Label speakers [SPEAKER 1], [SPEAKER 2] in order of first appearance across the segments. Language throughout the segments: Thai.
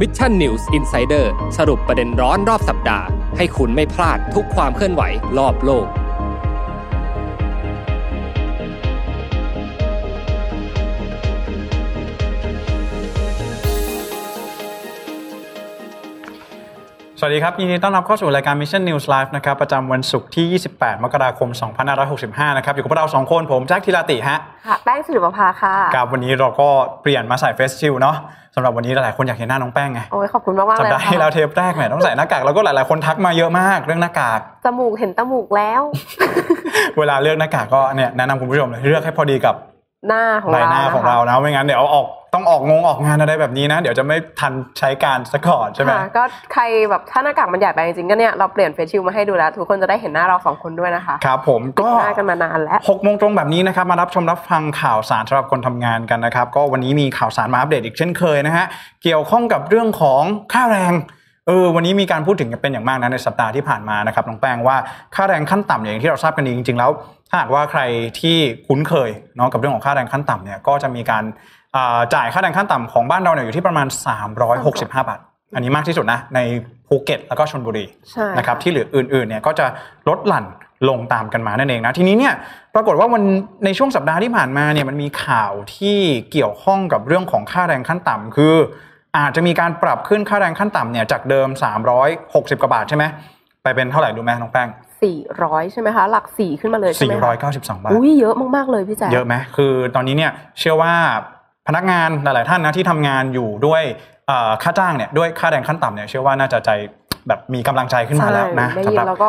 [SPEAKER 1] Mission News Insider สรุปประเด็นร้อนรอบสัปดาห์ ให้คุณไม่พลาดทุกความเคลื่อนไหวรอบโลก
[SPEAKER 2] สวัสดีครับ ยินดีต้อนรับเข้าสู่รายการ Mission News Live นะครับประจำวันศุกร์ที่ 28 มกราคม 2565 นะครับ อยู่กับพวกเราสองคนผมแจ็คธีราติฮะ
[SPEAKER 3] ค่ะแป้งสิริประภาค่ะ
[SPEAKER 2] กับวันนี้เราก็เปลี่ยนมาใส่เฟสชิลเนาะสำหรับวันนี้หลายๆคนอยากเห็นหน้าน้องแป้งไง
[SPEAKER 3] โอ้ยขอบคุณมากมากๆ
[SPEAKER 2] สัป
[SPEAKER 3] เลย
[SPEAKER 2] ดาห์
[SPEAKER 3] นะ
[SPEAKER 2] ที่แล้ว
[SPEAKER 3] ค่ะ
[SPEAKER 2] เทปแรกแหมต้องใส่หน้ากากแล้วก็หลายๆคนทักมาเยอะมากเรื่องหน้ากาก
[SPEAKER 3] จมูกเห็นจมูกแล้ว
[SPEAKER 2] เวลาเลือกหน้ากากก็เนี่ยแนะนำคุณผู้ชมเลยเลือกให้พอดีกับ
[SPEAKER 3] หน้าของ
[SPEAKER 2] ใบหน้า
[SPEAKER 3] เราะคะ
[SPEAKER 2] ของเรานะไม่งั้นเดี๋ยวออกต้องออกงงออกงานอะไรแบบนี้นะ เดี๋ยวจะไม่ทันใช้การซะก่อนใช่ไหม
[SPEAKER 3] ค่ะก็ใครแบบถ้าหน้ากากมันใหญ่ไปจริงๆก็เนี่ยเราเปลี่ยนเฟซชิลมาให้ดูแล้ว ทุกคนจะได้เห็นหน้าเราสองคนด้วยนะคะ
[SPEAKER 2] ครับผมก็
[SPEAKER 3] หน้ากันมานานแล้ว
[SPEAKER 2] หกโมงตรงแบบนี้นะครับมารับชมรับฟังข่าวสารสำหรับคนทำงานกันนะครับ ก็วันนี้มีข่าวสารมาอัปเดตอีกเช่นเคยนะฮะเกี่ยวข้องกับเรื่องของค่าแรงเออวันนี้มีการพูดถึงกันเป็นอย่างมากนะในสัปดาห์ที่ผ่านมานะครับน้องแป้งว่าค่าแรงขั้นต่ำเนี่ยอย่างที่เราทราบกันดีจริง ๆ แล้ว ถ้าหากว่าใครที่คุ้นเคยเนาะกับเรื่องของค่าแรงขั้นต่ำเนี่ยก็จะมีการอ่าจ่ายค่าแรงขั้นต่ำของบ้านเราเนี่ยอยู่ที่ประมาณ 365 บาท อันนี้มากที่สุดนะในภูเก็ตแล้วก็ชลบุรี
[SPEAKER 3] ใช่
[SPEAKER 2] นะครับที่เหลืออื่นๆเนี่ยก็จะลดหลั่นลงตามกันมานั่นเองนะทีนี้เนี่ยปรากฏว่าวันในช่วงสัปดาห์ที่ผ่านมาเนี่ยมันมีข่าวที่เกี่ยวข้องกับเรื่องของค่าแรงขั้นต่ำคือ อาจจะมีการปรับขึ้นค่าแรงขั้นต่ำเนี่ยจากเดิม 360กว่าบาทใช่ไหมไปเป็นเท่าไหร่ดูไหมน้องแป้ง
[SPEAKER 3] สี่ร้อยใช่ไหมคะ หลักสี่ขึ้นมาเลยใช่ไหมคะ
[SPEAKER 2] 492 บาท
[SPEAKER 3] อุ้ยเยอะมากๆเลยพี่แจ๊ค
[SPEAKER 2] เยอะไหมคือตอนนี้เนี่ยเชื่อว่าพนักงานหลาย ๆ ท่านนะที่ทำงานอยู่ด้วยเอ่อค่าจ้างเนี่ยด้วยค่าแรงขั้นต่ำเนี่ยเชื่อว่าน่าจะใจแบบมีกำลังใจขึ้นมาแล้วนะ
[SPEAKER 3] ใช่ได้
[SPEAKER 2] สำ
[SPEAKER 3] ยิ
[SPEAKER 2] หรั
[SPEAKER 3] น
[SPEAKER 2] บ
[SPEAKER 3] แล้วก็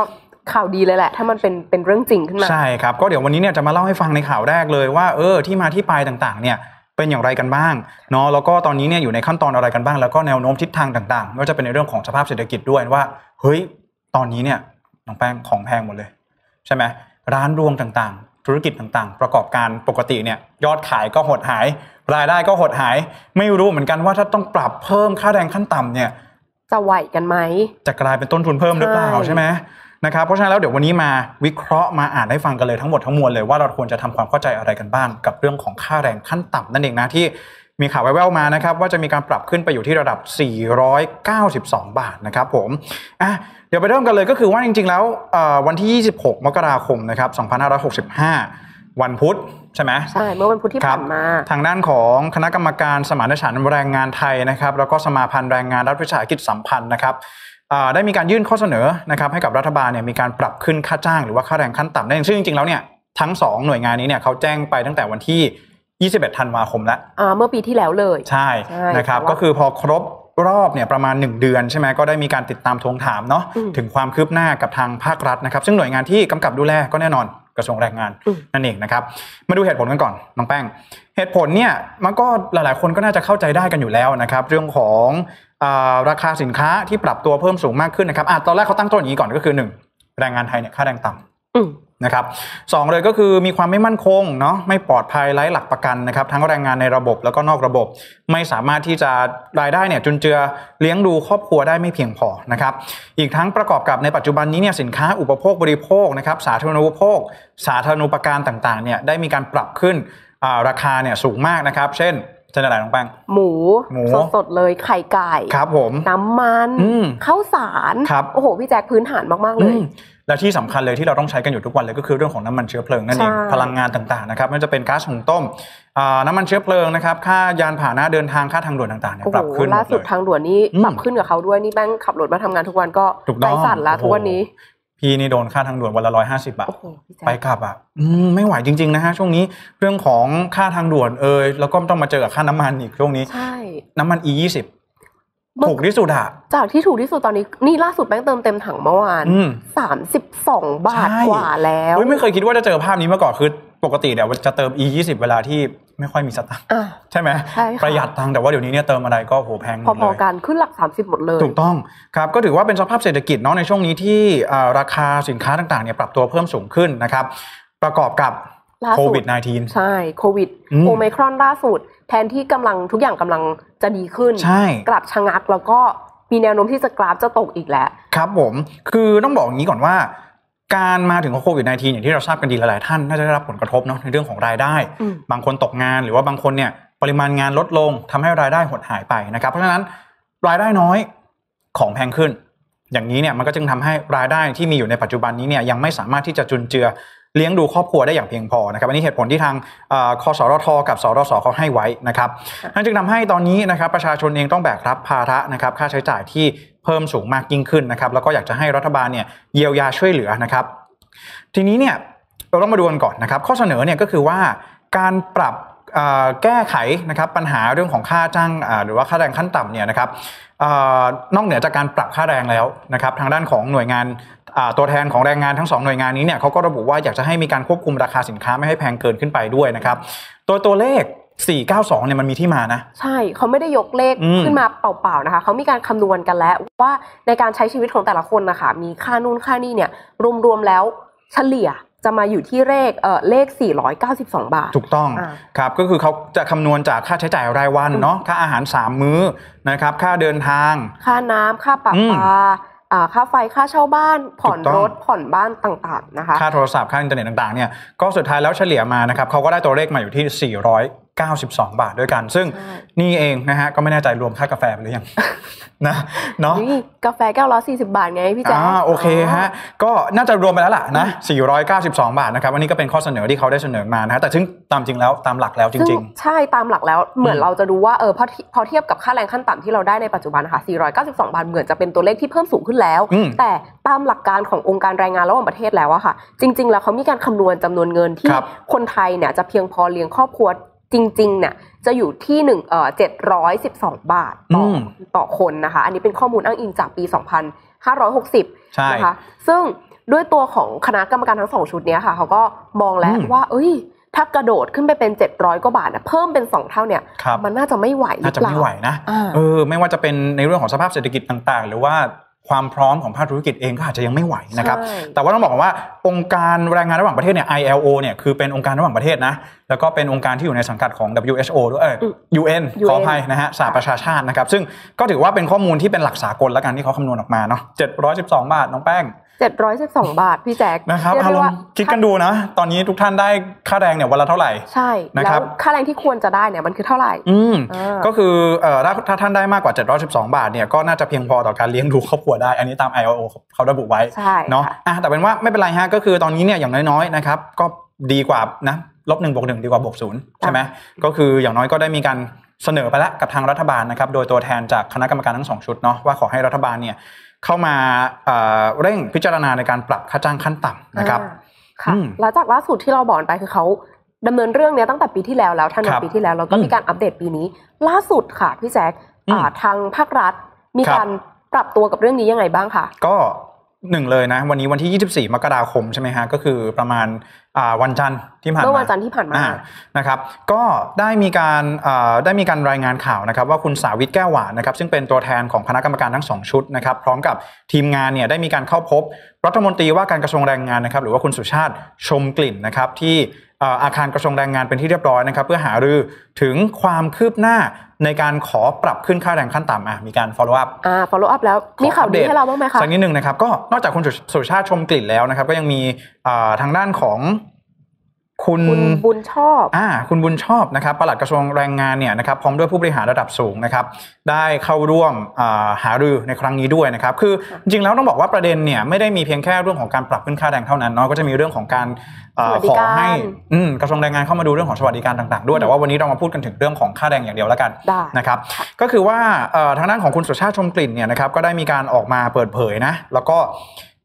[SPEAKER 3] ข่าวดีเลยแหละ ถ้ามันเป็นเป็นเรื่องจริงขึ้นมา
[SPEAKER 2] ใช่ครับ ก็เดี๋ยววันนี้เนี่ยจะมาเล่าให้ฟังในข่าวแรกเลยว่าเออที่มาที่ไปต่างๆเนี่ยเป็นอย่างไรกันบ้างเนาะแล้วก็ตอนนี้เนี่ยอยู่ในขั้นตอนอะไรกันบ้าง แล้วก็แนวโน้มทิศทางต่างๆไม่ว่าจะเป็นในเรื่องของสภาพเศรษฐกิจด้วยว่าเฮ้ยตอนนี้เนี่ยน้องแป้งของแพงหมดเลย ใช่ไหมร้านรวงต่างๆ ธุรกิจต่างๆ ประกอบการปกติเนี่ยยอดขายก็หดหาย รายได้ก็หดหาย ไม่รู้เหมือนกันว่าถ้าต้องปรับเพิ่มค่าแรงขั้นต่ำเนี่ย
[SPEAKER 3] จะไหวกันไหม
[SPEAKER 2] จะกลายเป็นต้นทุนเพิ่มหรือเปล่า
[SPEAKER 3] ใช่
[SPEAKER 2] ใช่ไหมนะครับเพราะฉะนั้นแล้วเดี๋ยววันนี้มาวิเคราะห์มาอ่านให้ฟังกันเลยทั้งหมดทั้งมวลเลยว่าเราควรจะทำความเข้าใจอะไรกันบ้าง กับเรื่องของค่าแรงขั้นต่ำนั่นเองนะที่มีข่าวแว่วๆมานะครับว่าจะมีการปรับขึ้นไปอยู่ที่ระดับ 492 บาทนะครับผมอ่ะเดี๋ยวไปเริ่มกันเลยก็คือว่าจริงๆแล้วเอ่อวันที่ 26 มกราคมนะครับ2565 วันพุธใช่ไหม
[SPEAKER 3] ใช่ เมื่อวันพุธที่
[SPEAKER 2] ครับ
[SPEAKER 3] ผ่านมา
[SPEAKER 2] ทางด้านของคณะกรรมการสมานฉันท์แรงงานไทยนะครับ แล้วก็สมาพันธ์แรงงานรัฐวิสาหกิจสัมพันธ์นะครับอ่าได้มีการยื่นข้อเสนอนะครับให้กับรัฐบาลเนี่ยมีการปรับขึ้นค่าจ้างหรือว่าค่าแรงขั้นต่ำนั่นเองซึ่งจริงๆแล้วเนี่ยทั้ง 2 หน่วยงานนี้เนี่ยเขาแจ้งไปตั้งแต่วันที่ 21 ธันวาคมแล้ว
[SPEAKER 3] อ่า เมื่อปีที่แล้วเลย
[SPEAKER 2] ใช่
[SPEAKER 3] ใช่
[SPEAKER 2] นะครับ
[SPEAKER 3] แต่ว่า
[SPEAKER 2] ก็คือพอครบรอบเนี่ยประมาณ 1 เดือนใช่ไหมก็ได้มีการติดตามทวงถามเนาะ
[SPEAKER 3] อืม
[SPEAKER 2] ถึงความคืบหน้ากับทางภาครัฐนะครับ ซึ่งหน่วยงานที่กำกับดูแลก็แน่นอนกระทรวงแรงงาน
[SPEAKER 3] อืม
[SPEAKER 2] นั่นเองนะครับ มาดูเหตุผลกันก่อนน้องแป้ง เหตุผลเนี่ยมันก็หลายๆ คนก็น่าจะเข้าใจได้กันอยู่แล้วนะครับ เรื่องของอาราคาสินค้าที่ปรับตัวเพิ่มสูงมากขึ้นนะครับอะตอนแรกเขาตั้งต้นอย่างนี้ก่อนก็คือหนึ่งแรงงานไทยเนี่ยค่าแรงต่ำ
[SPEAKER 3] อืม
[SPEAKER 2] นะครับสองเลยก็คือมีความไม่มั่นคงเนาะไม่ปลอดภัยไร้หลักประกันนะครับทั้งแรงงานในระบบแล้วก็นอกระบบ ไม่สามารถที่จะรายได้เนี่ยจุนเจือเลี้ยงดูครอบครัวได้ไม่เพียงพอนะครับอีกทั้งประกอบกับในปัจจุบันนี้เนี่ยสินค้าอุปโภคบริโภคนะครับสาธารณูปโภค สาธารณูปการต่างๆเนี่ยได้มีการปรับขึ้นอ่าราคาเนี่ยสูงมากนะครับเช่นเช่นอะไรน้องแป้ง
[SPEAKER 3] หมู
[SPEAKER 2] หมู
[SPEAKER 3] สดสดๆเลย ไข่ไก่
[SPEAKER 2] ครับผม
[SPEAKER 3] น้ำมัน
[SPEAKER 2] อืม
[SPEAKER 3] ข้าวสาร
[SPEAKER 2] ครับ
[SPEAKER 3] โอ้โห พี่แจ๊คพื้นฐานมาก ๆ เล
[SPEAKER 2] อื
[SPEAKER 3] ย
[SPEAKER 2] มและที่สำคัญเลยที่เราต้องใช้กันอยู่ทุกวันเลยก็คือเรื่องของน้ำมันเชื้อเพลิงนั่นเอง
[SPEAKER 3] ใช่
[SPEAKER 2] พลังงานต่างๆนะครับไม่ว่าจะเป็นก๊าซหุงต้มอ่าน้ำมันเชื้อเพลิงนะครับค่ายานพาหนะเดินทางค่าทางด่วนต่างๆเนี่ย
[SPEAKER 3] โอ้โห
[SPEAKER 2] ปรับขึ้นหม
[SPEAKER 3] ล่า
[SPEAKER 2] ด
[SPEAKER 3] สุ
[SPEAKER 2] เล
[SPEAKER 3] ด
[SPEAKER 2] ย
[SPEAKER 3] ทางด่วนนี้
[SPEAKER 2] อืม
[SPEAKER 3] ปรับขึ้นกับเขาด้วยนี่แป้งขับรถมาทำงานทุกวันก็
[SPEAKER 2] ถูกต้
[SPEAKER 3] ใจ
[SPEAKER 2] อง
[SPEAKER 3] สั่นละ
[SPEAKER 2] โอ้โห
[SPEAKER 3] ทุกวันนี้
[SPEAKER 2] พี่นี่โดนค่าทางด่วนวันละร้อยห้าสิบาท
[SPEAKER 3] โอ้โหพี่แจ๊
[SPEAKER 2] ไป
[SPEAKER 3] ค
[SPEAKER 2] กลับอ่ะอืมไม่ไหวจริงๆนะฮะช่วงนี้เรื่องของค่าทางด่วนเอ่ยแล้วก็ต้องมาเจอกับค่าน้ำมันอีกช่วงนี้
[SPEAKER 3] ใช่
[SPEAKER 2] น้ำมัน e ยี่สิบ
[SPEAKER 3] เมื่อ
[SPEAKER 2] ถูกที่สุดอ่ะ
[SPEAKER 3] จากที่ถูกที่สุดตอนนี้นี่ล่าสุดแป้งเติมเต็มถังเมื่อวาน
[SPEAKER 2] อืม
[SPEAKER 3] 32 บาท
[SPEAKER 2] ใช่
[SPEAKER 3] กว่าแล้ว
[SPEAKER 2] เฮ้ยไม่เคยคิดว่าจะเจอภาพนี้มาก่อนคือปกติเนี่ยจะเติม e ยี่สิบเวลาที่ไม่ค่อยมีสตางค์
[SPEAKER 3] อ่ะ
[SPEAKER 2] ใช่ไหม
[SPEAKER 3] ใช่ค่ะ
[SPEAKER 2] ประหยัดตังค์แต่ว่าเดี๋ยวนี้เนี่ยเติมอะไรก็โอ้โหแพงหมด
[SPEAKER 3] พ
[SPEAKER 2] เลย
[SPEAKER 3] อๆกันขึ้นหลัก 30 หมดเลย
[SPEAKER 2] ถูกต้องครับก็ถือว่าเป็นสภาพเศรษฐกิจเนาะในช่วงนี้ที่เอ่อราคาสินค้าต่างๆเนี่ยปรับตัวเพิ่มสูงขึ้นนะครับ ประกอบกับ
[SPEAKER 3] ล่าสุด
[SPEAKER 2] โควิด -19
[SPEAKER 3] ใช่โควิด
[SPEAKER 2] อืม
[SPEAKER 3] โอไมครอนล่าสุด แทนที่กำลังทุกอย่างกำลังจะดีขึ้น
[SPEAKER 2] ใช่
[SPEAKER 3] กลับชะงักแล้วก็มีแนวโน้มที่จะกราฟจะตกอีกแล้ว
[SPEAKER 2] ครับผมคือต้องบอกอย่างนี้ก่อนว่า การมาถึงของโควิด -19 อย่างที่เราทราบกันดีหลายๆท่านน่าจะได้รับผลกระทบเนาะในเรื่องของรายได้
[SPEAKER 3] อืม
[SPEAKER 2] บางคนตกงานหรือว่าบางคนเนี่ยปริมาณงานลดลงทำให้รายได้หดหายไปนะครับ เพราะฉะนั้น รายได้น้อยของแพงขึ้น อย่างนี้เนี่ยมันก็จึงทำให้รายได้ที่มีอยู่ในปัจจุบันนี้เนี่ยยังไม่สามารถที่จะจุนเจือเลี้ยงดูครอบครัวได้อย่างเพียงพอนะครับอันนี้เหตุผลที่ทางเอ่อคสรทกับสรสเขาให้ไว้นะครับนั่นจึงทำให้ตอนนี้นะครับประชาชนเองต้องแบกรับภาระนะครับค่าใช้จ่ายที่เพิ่มสูงมากยิ่งขึ้นนะครับแล้วก็อยากจะให้รัฐบาลเนี่ยเยียวยาช่วยเหลือนะครับ ทีนี้เนี่ยเราต้องมาดูกันก่อนนะครับ ข้อเสนอเนี่ยก็คือว่าการปรับเอ่อแก้ไขนะครับปัญหาเรื่องของค่าจ้างอ่าหรือว่าค่าแรงขั้นต่ำเนี่ยนะครับเอ่อนอกเหนือจากการปรับค่าแรงแล้วนะครับ ทางด้านของหน่วยงานอ่าตัวแทนของแรงงานทั้งสองหน่วยงานนี้เนี่ยเขาก็ระบุว่าอยากจะให้มีการควบคุมราคาสินค้าไม่ให้แพงเกินขึ้นไปด้วยนะครับตัวตัวเลข 492เนี่ยมันมีที่มานะ
[SPEAKER 3] ใช่เขาไม่ได้ยกเลข
[SPEAKER 2] อืม
[SPEAKER 3] ขึ้นมาเปล่าๆนะคะเขามีการคำนวณกันแล้วว่าในการใช้ชีวิตของแต่ละคนนะคะมีค่านู่นค่านี่เนี่ยรวมๆแล้วเฉลี่ยจะมาอยู่ที่เลขเออเลข 492 บาท
[SPEAKER 2] ถูกต้อง
[SPEAKER 3] อ่า
[SPEAKER 2] ครับก็คือเขาจะคำนวณจากค่าใช้จ่ายรายวัน
[SPEAKER 3] อืม
[SPEAKER 2] เนาะค่าอาหารสามมื้อนะครับค่าเดินทาง
[SPEAKER 3] ค่าน้ำค่าปรับ
[SPEAKER 2] อืม
[SPEAKER 3] ปลาอ่าค่าไฟค่าเช่าบ้าน ผ่อน
[SPEAKER 2] ถูกต้อง
[SPEAKER 3] รถผ่อนบ้านต่างๆนะคะ
[SPEAKER 2] ค่าโทรศัพท์ค่าอินเทอร์เน็ตต่างๆเนี่ยก็สุดท้ายแล้วเฉลี่ยมานะครับเขาก็ได้ตัวเลขมาอยู่ที่ 492 บาทด้วยกัน ซึ่ง
[SPEAKER 3] ใช่
[SPEAKER 2] นี่เองนะฮะก็ไม่แน่ใจรวมค่ากาแฟไปหรือยัง นะเนาะ
[SPEAKER 3] นี่กาแฟแก้วละ40 บาทไงพี่แจ๊ค
[SPEAKER 2] อ่าโอเคฮะก็น่าจะรวมไปแล้วล่ะนะ492 บาทนะครับอันนี้ก็เป็นข้อเสนอที่เขาได้เสนอมานะฮะแต่ซึ่งตามจริงแล้วตามหลักแล้วจ
[SPEAKER 3] ซึ่ง
[SPEAKER 2] ริง
[SPEAKER 3] ใช่ตามหลักแล้วเหมือน
[SPEAKER 2] อืม
[SPEAKER 3] เราจะดูว่าเออพอที่พอเทียบกับค่าแรงขั้นต่ำที่เราได้ในปัจจุบันนะค่ะ492 บาทเหมือนจะเป็นตัวเลขที่เพิ่มสูงขึ้นแล้ว
[SPEAKER 2] ๆอืม
[SPEAKER 3] แต่ตามหลักการขององค์การแรงงานระหว่างประเทศแล้วอะค่ะ จริง ๆ แล้วเขามีการคำนวณจำนวนเงินที่
[SPEAKER 2] ครับ
[SPEAKER 3] คนไทยเนี่ยจะเพียงพอเลี้ยงครอบครัวจริงๆเนี่ยจะอยู่ที่หนึ่งเอ่อ712 บาทต่ออ
[SPEAKER 2] ม
[SPEAKER 3] ต่อคนนะคะ อันนี้เป็นข้อมูลอ้างอิงจากปี 2560
[SPEAKER 2] ใช่
[SPEAKER 3] นะคะซึ่งด้วยตัวของคณะกรรมการทั้งสองชุดเนี้ยค่ะเขาก็มองแล้ว
[SPEAKER 2] อืม
[SPEAKER 3] ว่า เอ้ย ถ้ากระโดดขึ้นไปเป็น 700 กว่าบาทนะเพิ่มเป็น 2 เท่าเนี่ย
[SPEAKER 2] ครับ
[SPEAKER 3] มันน่าจะไม่ไหวหรื
[SPEAKER 2] น่า
[SPEAKER 3] อ
[SPEAKER 2] จะ
[SPEAKER 3] เปล่า
[SPEAKER 2] ไม่ไหวนะ
[SPEAKER 3] อ่า
[SPEAKER 2] เออไม่ว่าจะเป็นในเรื่องของสภาพเศรษฐกิจต่างๆ หรือว่าความพร้อมของภาคธุรกิจเองก็อาจจะยังไม่ไหวนะครับ
[SPEAKER 3] ใช่
[SPEAKER 2] แต่ว่าต้องบอกก่อนว่าองค์การแรงงานระหว่างประเทศเนี่ย ILO เนี่ยคือเป็นองค์การระหว่างประเทศนะแล้วก็เป็นองค์การที่อยู่ในสังกัดของ WHO ด้วยเออ UN ขออภัยนะฮะสหประชาชาตินะครับ ซึ่งก็ถือว่าเป็นข้อมูลที่เป็นหลักสากลแล้วกันที่เขาคำนวณออกมาเนาะ712 บาทน้องแป้ง
[SPEAKER 3] 712 บาท พี่แจ๊ค
[SPEAKER 2] นะครับ
[SPEAKER 3] เยก
[SPEAKER 2] เอาล
[SPEAKER 3] ได้
[SPEAKER 2] อง
[SPEAKER 3] ว่า
[SPEAKER 2] คิดกันดูนะ ตอนนี้ทุกท่านได้ค่าแรงเนี่ยวันละเท่าไหร่
[SPEAKER 3] ใช่
[SPEAKER 2] นะ
[SPEAKER 3] แล้
[SPEAKER 2] ครั
[SPEAKER 3] ว
[SPEAKER 2] บ
[SPEAKER 3] ค่าแรงที่ควรจะได้เนี่ยมันคือเท่าไหร่
[SPEAKER 2] อืม
[SPEAKER 3] อ่า
[SPEAKER 2] ก็คือเอ่อถ้าถ้าท่านได้มากกว่า 712 บาทเนี่ยก็น่าจะเพียงพอต่อการเลี้ยงดูครอบครัวได้ อันนี้ตาม ILO เขาระบุไว้
[SPEAKER 3] ใช่
[SPEAKER 2] เนาะ
[SPEAKER 3] ค่
[SPEAKER 2] อ่ะแต่เป็นว่าไม่เป็นไรฮะ ก็คือตอนนี้เนี่ยอย่างน้อยๆนะครับ ก็ดีกว่านะลบหนึ่งบวกหนึ่งดีกว่าบวกศูนย์ใช่ไหมก็คืออย่างน้อยก็ได้มีการเสนอไปแล้วกับทางรัฐบาลนะครับ โดยตัวแทนจากคณะกรรมการทั้งสองชุดเนาะว่าขอให้รัฐบาลเนี่ยเข้ามาเอ่อเร่งพิจารณาในการปรับค่าจ้างขั้นต่ำนะครับ
[SPEAKER 3] อ่าค่ะ
[SPEAKER 2] อืม
[SPEAKER 3] แล้วจากล่าสุดที่เราบอกไปคือเขาดำเนินเรื่องเนี้ยตั้งแต่ปีที่แล้วแล้วทาง
[SPEAKER 2] ครับ
[SPEAKER 3] ปีที่แล้วแล้วก็
[SPEAKER 2] อืม
[SPEAKER 3] มีการอัปเดตปีนี้ ล่าสุดค่ะพี่แจ๊ค
[SPEAKER 2] อืม
[SPEAKER 3] อ่าทางภาครัฐ มี
[SPEAKER 2] ครับ
[SPEAKER 3] การปรับตัวกับเรื่องนี้ยังไงบ้างคะ
[SPEAKER 2] ก็หนึ่งเลยนะ วันนี้วันที่ 24 มกราคมใช่ไหมฮะก็คือประมาณอ่าวันจันทร์ที่ผ่าน
[SPEAKER 3] เมื่อวั
[SPEAKER 2] มา
[SPEAKER 3] นจันทร์ที่ผ่านมา
[SPEAKER 2] อ่านะครับก็ได้มีการเอ่อได้มีการรายงานข่าวนะครับว่าคุณสาวิตแก้วหวานนะครับซึ่งเป็นตัวแทนของคณะกรรมการทั้งสองชุดนะครับพร้อมกับทีมงานเนี่ยได้มีการเข้าพบรัฐมนตรีว่าการกระทรวงแรงงานนะครับหรือว่าคุณสุชาติชมกลิ่นนะครับที่เอ่ออาคารกระทรวงแรงงานเป็นที่เรียบร้อยนะครับเพื่อหารือถึงความคืบหน้าในการขอปรับขึ้นค่าแรงขั้นต่ำอ่ะมีการ follow up
[SPEAKER 3] อ่า follow up แล้วมีข่าวดีให้เราบ้างไหมคะ
[SPEAKER 2] สักนิดหนึ่งนะครับก็นอกจากคุณสุสุชาติชมกลิ่นแล้วนะครับก็ยังมีเอ่อทางด้านของคุณ
[SPEAKER 3] คุณบุญชอบ
[SPEAKER 2] อ่าคุณบุญชอบนะครับปลัดกระทรวงแรงงานเนี่ยนะครับพร้อมด้วยผู้บริหารระดับสูงนะครับได้เข้าร่วมอ่าหารือในครั้งนี้ด้วยนะครับคือจริงๆแล้วต้องบอกว่าประเด็นเนี่ยไม่ได้มีเพียงแค่เรื่องของการปรับขึ้นค่าแรงเท่านั้นเนาะก็จะมีเรื่องของการเอ่อขอให้อืมกระทรวงแรงงานเข้ามาดูเรื่องของสวัสดิการต่างๆด้วยแต่ว่าวันนี้เรามาพูดกันถึงเรื่องของค่าแรงอย่างเดียวแล้วกัน
[SPEAKER 3] ได้
[SPEAKER 2] นะครับก็คือว่าเอ่อทางด้านของคุณสุชาติชมกลิ่นเนี่ยนะครับก็ได้มีการออกมาเปิดเผยนะแล้วก็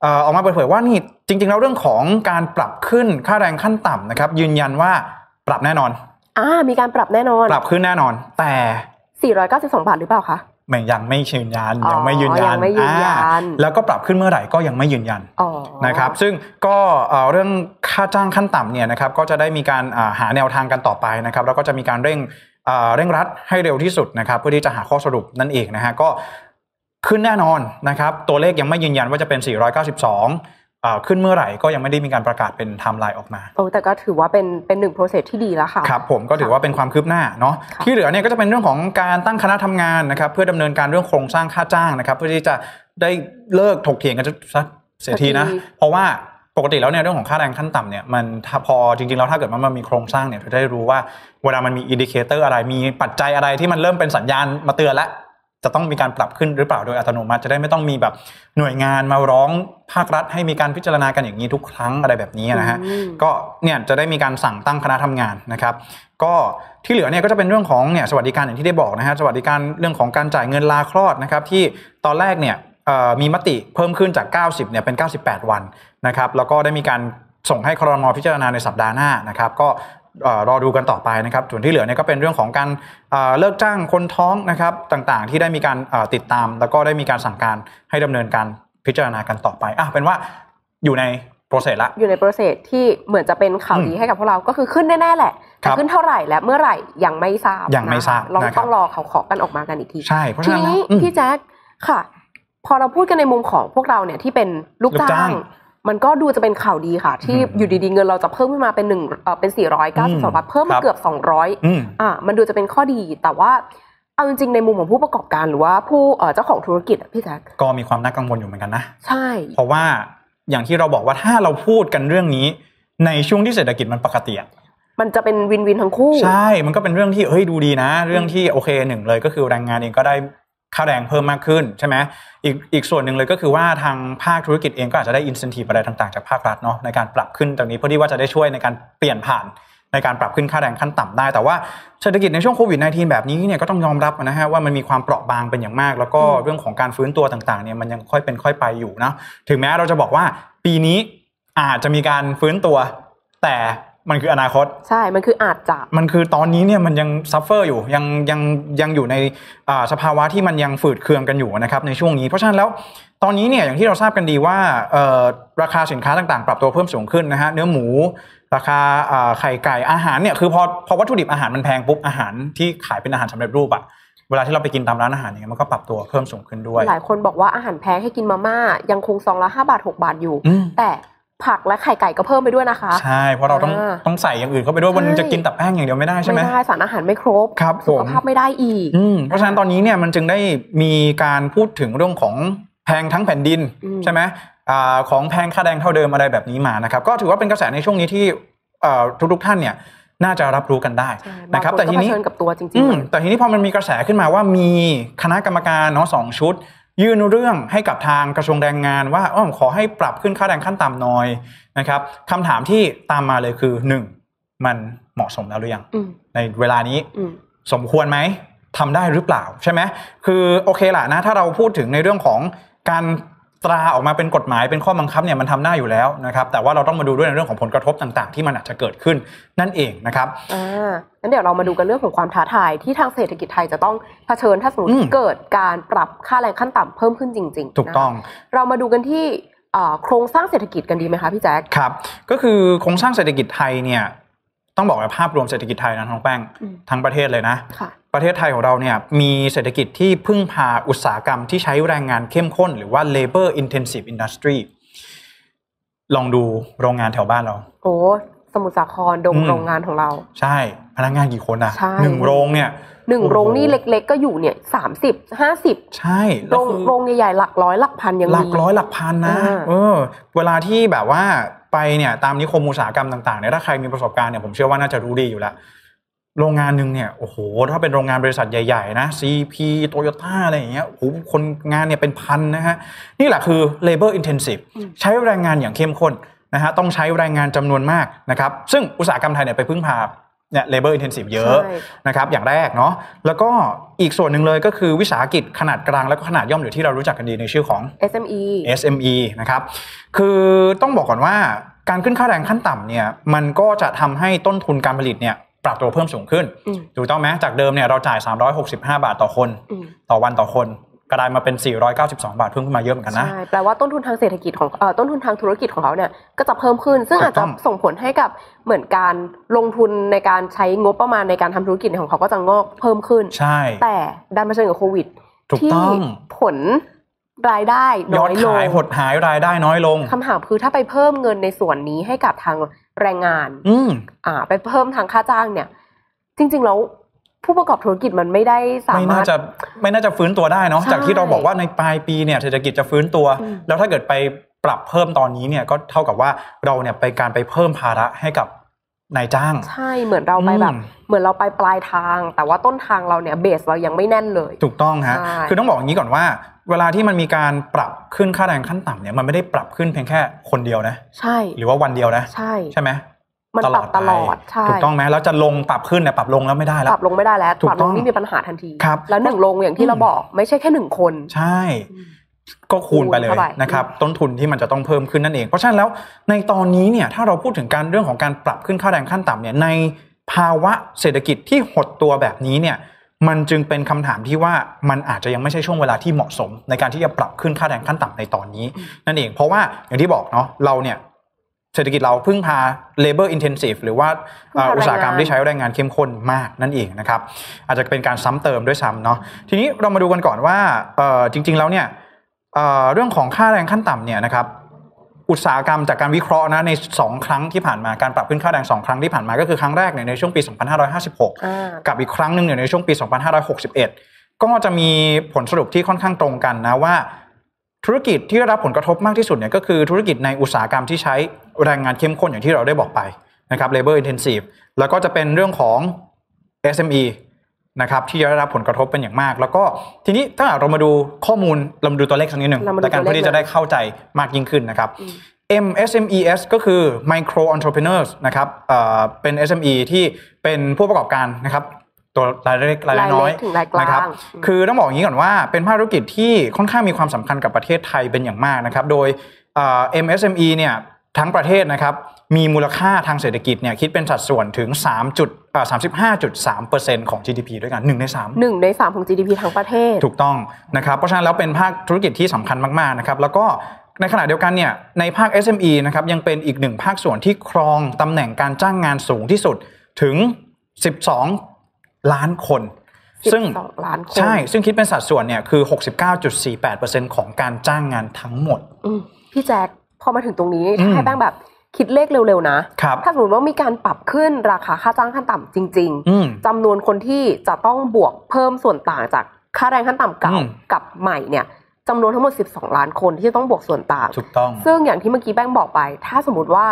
[SPEAKER 2] เอ่อออกมาเปิดเผยว่านี่จริง ๆ แล้วเรื่องของการปรับขึ้นค่าแรงขั้นต่ำนะครับยืนยันว่าปรับแน่นอน
[SPEAKER 3] อ่า มีการปรับแน่นอน
[SPEAKER 2] ปรับขึ้นแน่นอน แต่
[SPEAKER 3] 492 บาทหรือเปล่าคะ
[SPEAKER 2] ไม่ยังไม่ยืนยัน
[SPEAKER 3] อ๋อ
[SPEAKER 2] ยังไม่ยืนยัน
[SPEAKER 3] ยังไม่ยืนยัน
[SPEAKER 2] อ่าแล้วก็ปรับขึ้นเมื่อไหร่ก็ยังไม่ยืนยัน
[SPEAKER 3] อ๋อ
[SPEAKER 2] นะครับซึ่งก็เอ่อเรื่องค่าจ้างขั้นต่ำเนี่ยนะครับก็จะได้มีการอ่าหาแนวทางกันต่อไปนะครับแล้วก็จะมีการเร่งเอ่อเร่งรัดให้เร็วที่สุดนะครับเพื่อที่จะหาข้อสรุปนั่นเองนะฮะก็ขึ้นแน่นอนนะครับตัวเลขยังไม่ยืนยันว่าจะเป็น 492เอ่อขึ้นเมื่อไหร่ก็ยังไม่ได้มีการประกาศเป็นไทม์ไลน์ออกมา
[SPEAKER 3] โอ้แต่ก็ถือว่าเป็นเป็นหนึ่ง process ที่ดีแล้วค่ะ
[SPEAKER 2] ครับผมก็ถือว่าเป็นความคืบหน้าเนาะ
[SPEAKER 3] ค่ะ
[SPEAKER 2] ที่เหลือเนี่ยก็จะเป็นเรื่องของการตั้งคณะทำงานนะครับเพื่อดำเนินการเรื่องโครงสร้างค่าจ้างนะครับเพื่อที่จะได้เลิกถกเถียงกันสักเสียทีนะ
[SPEAKER 3] สักที
[SPEAKER 2] เพราะว่าปกติแล้วเนี่ยเรื่องของค่าแรงขั้นต่ำเนี่ยมันถ้าพอจริงๆแล้วถ้าเกิดว่ามันมีโครงสร้างเนี่ยเราจะได้รู้ว่าเวลามันมีอินดิเคเตอร์อะไรมีปัจจัยอะไรที่มันเริ่มเป็นสัญญาณมาเตือนแล้ว จะต้องมีการปรับขึ้นหรือเปล่าโดยอัตโนมัติจะได้ไม่ต้องมีแบบหน่วยงานมาร้องภาครัฐ ให้มีการพิจารณากันอย่างนี้ทุกครั้งอะไรแบบนี้นะฮะ
[SPEAKER 3] อืม
[SPEAKER 2] ก็เนี่ยจะได้มีการสั่งตั้งคณะทำงานนะครับ ก็ที่เหลือเนี่ยก็จะเป็นเรื่องของเนี่ยสวัสดิการอย่างที่ได้บอกนะฮะสวัสดิการเรื่องของการจ่ายเงินลาคลอดนะครับ ที่ตอนแรกเนี่ยเอ่อมีมติเพิ่มขึ้นจาก 90เนี่ยเป็น 98 วันนะครับ แล้วก็ได้มีการส่งให้ครมพิจารณาในสัปดาห์หน้านะครับ ก็เอ่อรอดูกันต่อไปนะครับ ส่วนที่เหลือเนี่ยก็เป็นเรื่องของการเอ่อเลิกจ้างคนท้องนะครับต่างๆ ที่ได้มีการเอ่อติดตาม แล้วก็ได้มีการสั่งการให้ดำเนินการพิจารณากันต่อไปอ่ะเป็นว่าอยู่ในโปรเซสละ
[SPEAKER 3] อยู่ในโปรเซสที่เหมือนจะเป็นข่าวดี
[SPEAKER 2] อืม
[SPEAKER 3] ให้กับพวกเราก็คือขึ้นแน่ ๆ แหละ
[SPEAKER 2] ครั
[SPEAKER 3] แต่
[SPEAKER 2] บ
[SPEAKER 3] ขึ้นเท่าไหร่และเมื่อไหร่ยังไม่ทราบ
[SPEAKER 2] ยังไม่ทราบ
[SPEAKER 3] นะคะเรา
[SPEAKER 2] นะครับ
[SPEAKER 3] ต้องรอเขาขอกันออกมากันอีกที
[SPEAKER 2] ใช่เพราะ
[SPEAKER 3] ที
[SPEAKER 2] ฉะนั้น
[SPEAKER 3] นี้
[SPEAKER 2] อืม
[SPEAKER 3] พี่แจ๊คค่ะ พอเราพูดกันในมุมของพวกเราเนี่ยที่เป็นลูก
[SPEAKER 2] ลูกจ้า
[SPEAKER 3] จ้างง มันก็ดูจะเป็นข่าวดีค่ะ ที่
[SPEAKER 2] อืม
[SPEAKER 3] อยู่ดีๆเงินเราจะเพิ่มขึ้นมาเป็นหนึ่งเอ่อเป็น
[SPEAKER 2] อืม
[SPEAKER 3] 492บาทเพิ่ม
[SPEAKER 2] ค
[SPEAKER 3] มา
[SPEAKER 2] รับ
[SPEAKER 3] เกือบ 200
[SPEAKER 2] อืม
[SPEAKER 3] อ่ะมันดูจะเป็นข้อดีแต่ว่าเอาจริงๆในมุมของผู้ประกอบการหรือว่าผู้เอ่อเจ้าของธุรกิจอะพี่แจ๊ค
[SPEAKER 2] ก็มีความน่ากังวลอยู่เหมือนกันนะ
[SPEAKER 3] ใช่
[SPEAKER 2] เพราะว่าอย่างที่เราบอกว่าถ้าเราพูดกันเรื่องนี้ ในช่วงที่เศรษฐกิจมันปกติอะ
[SPEAKER 3] มันจะเป็นวินวินทั้งคู่
[SPEAKER 2] ใช่ มันก็เป็นเรื่องที่เฮ้ยดูดีนะ เรื่องที่โอเคหนึ่งเลยก็คือแรงงานเองก็ได้ค่าแรงเพิ่มมากขึ้นใช่ไหมอีกอีกส่วนหนึ่งเลยก็คือว่าทางภาคธุรกิจเองก็อาจจะได้อินสันティブอะไรต่างๆจากภาครัฐเนาะในการปรับขึ้นตรงนี้เพื่อที่ว่าจะได้ช่วยในการเปลี่ยนผ่าน ในการปรับขึ้นค่าแรงขั้นต่ำได้ แต่ว่าเศรษฐกิจในช่วงโควิด -19 แบบนี้เนี่ยก็ต้องยอมรับนะฮะว่ามันมีความเปราะบางเป็นอย่างมาก แล้วก็
[SPEAKER 3] อืม
[SPEAKER 2] เรื่องของการฟื้นตัวต่างๆเนี่ยมันยังค่อยเป็นค่อยไปอยู่นะถึงแม้เราจะบอกว่าปีนี้อาจจะมีการฟื้นตัว แต่มันคืออนาคต
[SPEAKER 3] ใช่ มันคืออาจจะ
[SPEAKER 2] มันคือตอนนี้เนี่ยมันยังซัฟเฟอร์อยู่ยังยังยังอยู่ในอ่าสภาวะที่มันยังฝืดเคืองกันอยู่นะครับในช่วงนี้ เพราะฉะนั้นแล้วตอนนี้เนี่ยอย่างที่เราทราบกันดีว่าเอ่อราคาสินค้าต่างๆ ปรับตัวเพิ่มสูงขึ้นนะฮะเนื้อหมู ราคาอ่าไข่ไก่อาหารเนี่ยคือพอพอวัตถุดิบอาหารมันแพงปุ๊บอาหารที่ขายเป็นอาหารสำเร็จรูปอะเวลาที่เราไปกินตามร้านอาหารเนี่ยมันก็ปรับตัวเพิ่มสูงขึ้นด้วย
[SPEAKER 3] หลายคนบอกว่าอาหารแพงให้กินมาม่า ยังคงซองละห้าบาทหกบาทอยู่
[SPEAKER 2] อืม
[SPEAKER 3] แต่ผักและไข่ไก่ก็เพิ่มไปด้วยนะคะ
[SPEAKER 2] ใช่เพราะเราต้อง
[SPEAKER 3] อ่า
[SPEAKER 2] ต้องใส่อย่างอื่นเข้าไปด้วยวันหนึงจะกินแต่แป้งอย่างเดียวไม่ได้ใช่ไหม
[SPEAKER 3] ไม่ได้สารอาหารไม่ครบ
[SPEAKER 2] ครับ
[SPEAKER 3] สุข
[SPEAKER 2] ผม
[SPEAKER 3] ภาพไม่ได้อีก
[SPEAKER 2] อืมเพราะฉะนั้นตอนนี้เนี่ยมันจึงได้มีการพูดถึงเรื่องของแพงทั้งแผ่นดิน
[SPEAKER 3] อืม
[SPEAKER 2] ใช่ไหมอาของแพงค่าแดงเท่าเดิมอะไรแบบนี้มานะครับ ก็ถือว่าเป็นกระแสในช่วงนี้ที่เอ่อทุกๆท่านเนี่ยน่าจะรับรู้กันได้
[SPEAKER 3] ใช่บาง
[SPEAKER 2] นะครับ
[SPEAKER 3] น
[SPEAKER 2] แต่ที
[SPEAKER 3] ก็เผ
[SPEAKER 2] นี้
[SPEAKER 3] ชิญกับตัวจริ
[SPEAKER 2] อื
[SPEAKER 3] ง
[SPEAKER 2] มแต่ทีนี้พอมันมีกระแสขึ้นมาว่ามีคณะกรรมการเนาะสองชุด ยื่นเรื่องให้กับทางกระทรวงแรงงานว่าอ้อมขอให้ปรับขึ้นค่าแรงขั้นต่ำหน่อยนะครับคำถามที่ตามมาเลยคือหนึ่งมันเหมาะสมแล้วหรือยัง
[SPEAKER 3] ๆอืม
[SPEAKER 2] ในเวลานี้
[SPEAKER 3] อืม
[SPEAKER 2] สมควรไหมทำได้หรือเปล่าใช่ไหมคือโอเคล่ะนะถ้าเราพูดถึงในเรื่องของการตราออกมาเป็นกฎหมายเป็นข้อบังคับเนี่ยมันทำได้อยู่แล้วนะครับแต่ว่าเราต้องมาดูด้วยในเรื่องของผลกระทบต่างๆ ที่มันอาจจะเกิดขึ้นนั่นเองนะครับ
[SPEAKER 3] อ่างั้นเดี๋ยวเรามาดูกันเรื่องของความท้าทายที่ทางเศรษฐกิจไทยจะต้องเผชิญถ้าสมมติ
[SPEAKER 2] อืม
[SPEAKER 3] เกิดการปรับค่าแรงขั้นต่ำเพิ่มขึ้นจริงๆ
[SPEAKER 2] ถูกต้อง
[SPEAKER 3] นะคะเรามาดูกันที่เอ่อโครงสร้างเศรษฐกิจกันดีไหมคะพี่แจ๊ค
[SPEAKER 2] ครับ ก็คือโครงสร้างเศรษฐกิจไทยเนี่ยต้องบอกว่าภาพรวมเศรษฐกิจไทยนะน้องแป้ง
[SPEAKER 3] อืม
[SPEAKER 2] ทั้งประเทศเลยนะ
[SPEAKER 3] ค่ะ
[SPEAKER 2] ประเทศไทยของเราเนี่ยมีเศรษฐกิจที่พึ่งพาอุตสาหกรรมที่ใช้แรงงานเข้มข้น หรือว่า labor intensive industry ลองดูโรงงานแถวบ้านเรา
[SPEAKER 3] โอ้สมุทรสาครดง
[SPEAKER 2] อืม
[SPEAKER 3] โรงงานของเรา
[SPEAKER 2] ใช่ พนักงานกี่คนอะ
[SPEAKER 3] ใช่
[SPEAKER 2] หนึ่งโรงเนี่ย
[SPEAKER 3] หนึ่ง
[SPEAKER 2] โอ้โห
[SPEAKER 3] โรงนี่เล็กๆ ก็อยู่เนี่ยสามสิบห้าสิบ
[SPEAKER 2] ใช่
[SPEAKER 3] โร
[SPEAKER 2] แล้ว
[SPEAKER 3] ง
[SPEAKER 2] คือ
[SPEAKER 3] โรงใหญ่ๆหลักร้อยหลักพันยัง
[SPEAKER 2] หลั
[SPEAKER 3] มี
[SPEAKER 2] กร้อยหลักพันนะ
[SPEAKER 3] อ่า
[SPEAKER 2] เออ เวลาที่แบบว่าไปเนี่ยตามนิคมอุตสาหกรรมต่างๆเนี่ยถ้าใครมีประสบการณ์เนี่ยผมเชื่อว่าน่าจะรู้ดีอยู่แล้ว โรงงานหนึ่งเนี่ยโอ้โหถ้าเป็นโรงงานบริษัทใหญ่ๆนะ CP Toyota อะไรอย่างเงี้ยโอ้โหคนงานเนี่ยเป็นพันนะฮะ นี่แหละคือ labor intensive
[SPEAKER 3] อืม
[SPEAKER 2] ใช้แรงงานอย่างเข้มข้นนะฮะต้องใช้แรงงานจำนวนมากนะครับซึ่งอุตสาหกรรมไทยเนี่ยไปพึ่งพาเนี่ย labor intensive เยอะ
[SPEAKER 3] ใช่
[SPEAKER 2] นะครับอย่างแรกเนาะแล้วก็อีกส่วนหนึ่งเลยก็คือวิสาหกิจขนาดกลางและก็ขนาดย่อมหรือที่เรารู้จักกันดีในชื่อของ
[SPEAKER 3] SME
[SPEAKER 2] SME นะครับคือต้องบอกก่อนว่าการขึ้นค่าแรงขั้นต่ำเนี่ยมันก็จะทำให้ต้นทุนการผลิตเนี่ยปรับตัวเพิ่มสูงขึ้น
[SPEAKER 3] อืม
[SPEAKER 2] ถูกต้องไหมจากเดิมเนี่ยเราจ่าย 365 บาทต่อคน
[SPEAKER 3] อืม
[SPEAKER 2] ต่อวันต่อคนกระไดมาเป็น 492 บาทเพิ่มขึ้นมาเยอะเหมือนกันนะ
[SPEAKER 3] ใช่แปลว่าต้นทุนทางเศรษฐกิจของเอ่อต้นทุนทางธุรกิจของเขาเนี่ยก็จะเพิ่มขึ้น ซึ่ง
[SPEAKER 2] ถู
[SPEAKER 3] อาจ
[SPEAKER 2] กต้
[SPEAKER 3] จะ
[SPEAKER 2] อง
[SPEAKER 3] ส่งผลให้กับเหมือนการลงทุนในการใช้งบประมาณในการทำธุรกิจของเขาก็จะงอกเพิ่มขึ้น
[SPEAKER 2] ใช่
[SPEAKER 3] แต่ดันมาเผชิญกับโควิด
[SPEAKER 2] ถูก
[SPEAKER 3] ที่
[SPEAKER 2] ต้อง
[SPEAKER 3] ผลรายได้
[SPEAKER 2] ย
[SPEAKER 3] น้
[SPEAKER 2] อ
[SPEAKER 3] อ
[SPEAKER 2] ด
[SPEAKER 3] ยลง
[SPEAKER 2] ขายหดหายรายได้น้อยลง
[SPEAKER 3] คำถามคือถ้าไปเพิ่มเงินในส่วนนี้ให้กับทางแรงงาน
[SPEAKER 2] อืม
[SPEAKER 3] อ่า ไปเพิ่มทางค่าจ้างเนี่ย จริง ๆ แล้วผู้ประกอบธุรกิจมันไม่ได้สา
[SPEAKER 2] ไม่
[SPEAKER 3] มา
[SPEAKER 2] น่าร
[SPEAKER 3] ถ
[SPEAKER 2] จะไม่น่าจะฟื้นตัวได้เนาะ
[SPEAKER 3] ใช่
[SPEAKER 2] จากที่เราบอกว่าในปลายปีเนี่ยเศรษฐกิจจะฟื้นตัว
[SPEAKER 3] อืม
[SPEAKER 2] แล้วถ้าเกิดไปปรับเพิ่มตอนนี้เนี่ยก็เท่ากับว่าเราเนี่ยไปการไปเพิ่มภาระให้กับ นายจ้าง
[SPEAKER 3] ใช่เหมือนเราไปแบบ
[SPEAKER 2] อืม
[SPEAKER 3] เหมือนเราไปปลายทาง แต่ว่าต้นทางเราเนี่ยเบสเรายังไม่แน่นเลย
[SPEAKER 2] ถูกต้องฮะ
[SPEAKER 3] ใช่
[SPEAKER 2] คือต้องบอกอย่างนี้ก่อนว่า เวลาที่มันมีการปรับขึ้นค่าแรงขั้นต่ำเนี่ย มันไม่ได้ปรับขึ้นเพียงแค่คนเดียวนะ
[SPEAKER 3] ใช่
[SPEAKER 2] หรือว่าวันเดียวนะ
[SPEAKER 3] ใช่
[SPEAKER 2] ใช่ไหม
[SPEAKER 3] มันปรับ
[SPEAKER 2] ไป
[SPEAKER 3] ตลอดใช่
[SPEAKER 2] ถูกต้องไหมแล้วจะลงปรับขึ้นเนี่ยปรับลงแล้วไม่ได้แล้
[SPEAKER 3] ป
[SPEAKER 2] ว
[SPEAKER 3] รับลงไม่ได้แล้ว
[SPEAKER 2] ถูก
[SPEAKER 3] ปรับ
[SPEAKER 2] ต้
[SPEAKER 3] ล
[SPEAKER 2] อง ง
[SPEAKER 3] นี่มีปัญหาทันที
[SPEAKER 2] ครับ
[SPEAKER 3] แล้วหนึ่งลงอย่างที่เราบอกไม่ใช่แค่หนึ่งคน
[SPEAKER 2] ใช่ ก็คูณไปเลย
[SPEAKER 3] คูณเข้าไป
[SPEAKER 2] นะครับ ต้นทุนที่มันจะต้องเพิ่มขึ้นนั่นเอง เพราะฉะนั้นแล้วในตอนนี้เนี่ย ถ้าเราพูดถึงการเรื่องของการปรับขึ้นค่าแรงขั้นต่ำเนี่ย ในภาวะเศรษฐกิจที่หดตัวแบบนี้เนี่ย มันจึงเป็นคำถามที่ว่ามันอาจจะยังไม่ใช่ช่วงเวลาที่เหมาะสม ในการที่จะปรับขึ้นค่าแรงขั้นต่ำในตอนนี้ นั่นเอง เพราะว่าอย่างที่บอกเนาะเราเนี่ยเศรษฐกิจเราเพึ่งพา labor intensive หรือว่าเอ่อ
[SPEAKER 3] พึ่
[SPEAKER 2] อุ
[SPEAKER 3] ง
[SPEAKER 2] ต
[SPEAKER 3] พาแรงงาน
[SPEAKER 2] สาหกรรมที่ใช้แรงงานเข้มข้นมากนั่นเองนะครับ อาจจะเป็นการซ้ำเติมด้วยซ้ำเนาะทีนี้เรามาดูกันก่อนว่าเอ่อจริง ๆ แล้วเนี่ยเอ่อเรื่องของค่าแรงขั้นต่ำเนี่ยนะครับ อุตสาหกรรมจากการวิเคราะห์นะใน 2 ครั้งที่ผ่านมาการปรับขึ้นค่าแรง 2 ครั้งที่ผ่านมาก็คือครั้งแรกเนี่ยในช่วงปี 2556
[SPEAKER 3] อ่า
[SPEAKER 2] กับอีกครั้งหนึ่งเนี่ยในช่วงปี 2561 ก็จะมีผลสรุปที่ค่อนข้างตรงกันนะว่า ธุรกิจที่ได้รับผลกระทบมากที่สุดเนี่ยก็คือธุรกิจในอุตสาหกรรมที่ใช้แรงงานเข้มข้นอย่างที่เราได้บอกไปนะครับ labor intensive แล้วก็จะเป็นเรื่องของ SME นะครับที่จะได้รับผลกระทบเป็นอย่างมาก แล้วก็ทีนี้ถ้าหากเรามาดูข้อมูลเรามาดูตัวเลขสักนิดหนึ่ง
[SPEAKER 3] เรามาดู
[SPEAKER 2] แต่การเพื่อที่จะได้เข้าใจมากยิ่งขึ้นนะครับ MSMES ก็คือ Micro Entrepreneurs นะครับเอ่อเป็น SME ที่เป็นผู้ประกอบการนะครับ ตัวรายเล็กรายน้อย
[SPEAKER 3] รายเล็กถึงรายกลาง
[SPEAKER 2] นะครับ
[SPEAKER 3] อืม
[SPEAKER 2] คือต้องบอกอย่างนี้ก่อนว่าเป็นภาคธุรกิจที่ค่อนข้างมีความสำคัญกับประเทศไทยเป็นอย่างมากนะครับ โดยเอ่อ MSME เนี่ยทั้งประเทศนะครับ มีมูลค่าทางเศรษฐกิจเนี่ยคิดเป็นสัดส่วนถึง3จุดเอ่อ35.3%ของ GDP ด้วยกันหนึ่งในสาม
[SPEAKER 3] หนึ่งในสามของ GDP ทั้งประเทศ
[SPEAKER 2] ถูกต้องนะครับ เพราะฉะนั้นแล้วเป็นภาคธุรกิจที่สำคัญมากๆนะครับ แล้วก็ในขณะเดียวกันเนี่ยในภาค SME นะครับยังเป็นอีกหนึ่งภาคส่วนที่ครองตำแหน่งการจ้างงานสูงที่สุดถึง 12 ล้านคน
[SPEAKER 3] 12
[SPEAKER 2] ซึ่ง
[SPEAKER 3] ล้านคน
[SPEAKER 2] ใช่ ซึ่งคิดเป็นสัดส่วนเนี่ยคือ 69.48%ของการจ้างงานทั้งหมด
[SPEAKER 3] อืมพี่แจ็คพอมาถึงตรงนี้
[SPEAKER 2] อืม
[SPEAKER 3] ให้แป้งแบบคิดเลขเร็วๆนะ
[SPEAKER 2] ครับ
[SPEAKER 3] ถ้าสมมติว่ามีการปรับขึ้นราคาค่าจ้างขั้นต่ำจริง
[SPEAKER 2] อืม
[SPEAKER 3] ๆจำนวนคนที่จะต้องบวกเพิ่มส่วนต่างจากค่าแรงขั้นต่ำเก่า
[SPEAKER 2] อืม
[SPEAKER 3] กับใหม่เนี่ยจำนวนทั้งหมด 12 ล้านคนที่จะต้องบวกส่วนต่าง
[SPEAKER 2] ถูกต้อง
[SPEAKER 3] ซึ่งอย่างที่เมื่อกี้แป้งบอกไป ถ้าสมมติว่า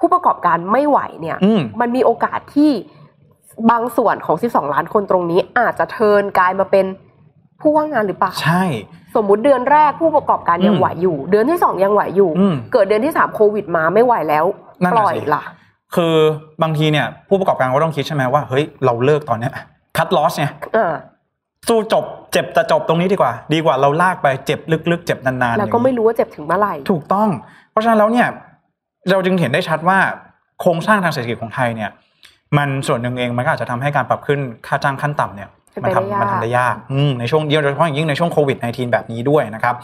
[SPEAKER 3] ผู้ประกอบการไม่ไหวเนี่ย
[SPEAKER 2] อืม
[SPEAKER 3] มันมีโอกาสที่บางส่วนของ 12 ล้านคนตรงนี้อาจจะเทิร์นกลายมาเป็นผู้ว่างงานหรือเปล่า
[SPEAKER 2] ใช่
[SPEAKER 3] สมมุติเดือนแรกผู้ประกอบการยัง
[SPEAKER 2] อืม
[SPEAKER 3] ไหวอยู่ เดือนที่สองยังไหวอยู่
[SPEAKER 2] อืม
[SPEAKER 3] เกิดเดือนที่สามโควิดมาไม่ไหวแล้ว
[SPEAKER 2] นั่น
[SPEAKER 3] ป
[SPEAKER 2] น่ะ
[SPEAKER 3] ล่อย
[SPEAKER 2] สิ
[SPEAKER 3] ล่ะ
[SPEAKER 2] คือบางทีเนี่ยผู้ประกอบการก็ต้องคิดใช่ไหมว่าเฮ้ยเราเลิกตอนเนี้ยคัดลอสเนี่ย
[SPEAKER 3] เออ
[SPEAKER 2] สู้จบเจ็บแต่จบตรงนี้ดีกว่า ดีกว่าเราลากไปเจ็บลึกๆ เจ็บนานๆ
[SPEAKER 3] แล้วก็
[SPEAKER 2] อย่างนี้
[SPEAKER 3] ไม่รู้ว่าเจ็บถึงเมื่อไหร่
[SPEAKER 2] ถูกต้อง เพราะฉะนั้นแล้วเนี่ยเราจึงเห็นได้ชัดว่าโครงสร้างทางเศรษฐกิจของไทยเนี่ยมันส่วนหนึ่งเองมันก็อาจจะทำให้การปรับขึ้นค่าจ้างขั้นต่ำเนี่ย
[SPEAKER 3] เป็น
[SPEAKER 2] มั
[SPEAKER 3] ไปได้
[SPEAKER 2] ทำ
[SPEAKER 3] ยาก
[SPEAKER 2] มัทำได้ยากอืมในช่วงเดียวโดยเฉพาะอย่างยิ่งในช่วงโควิด -19 แบบนี้ด้วยนะครับ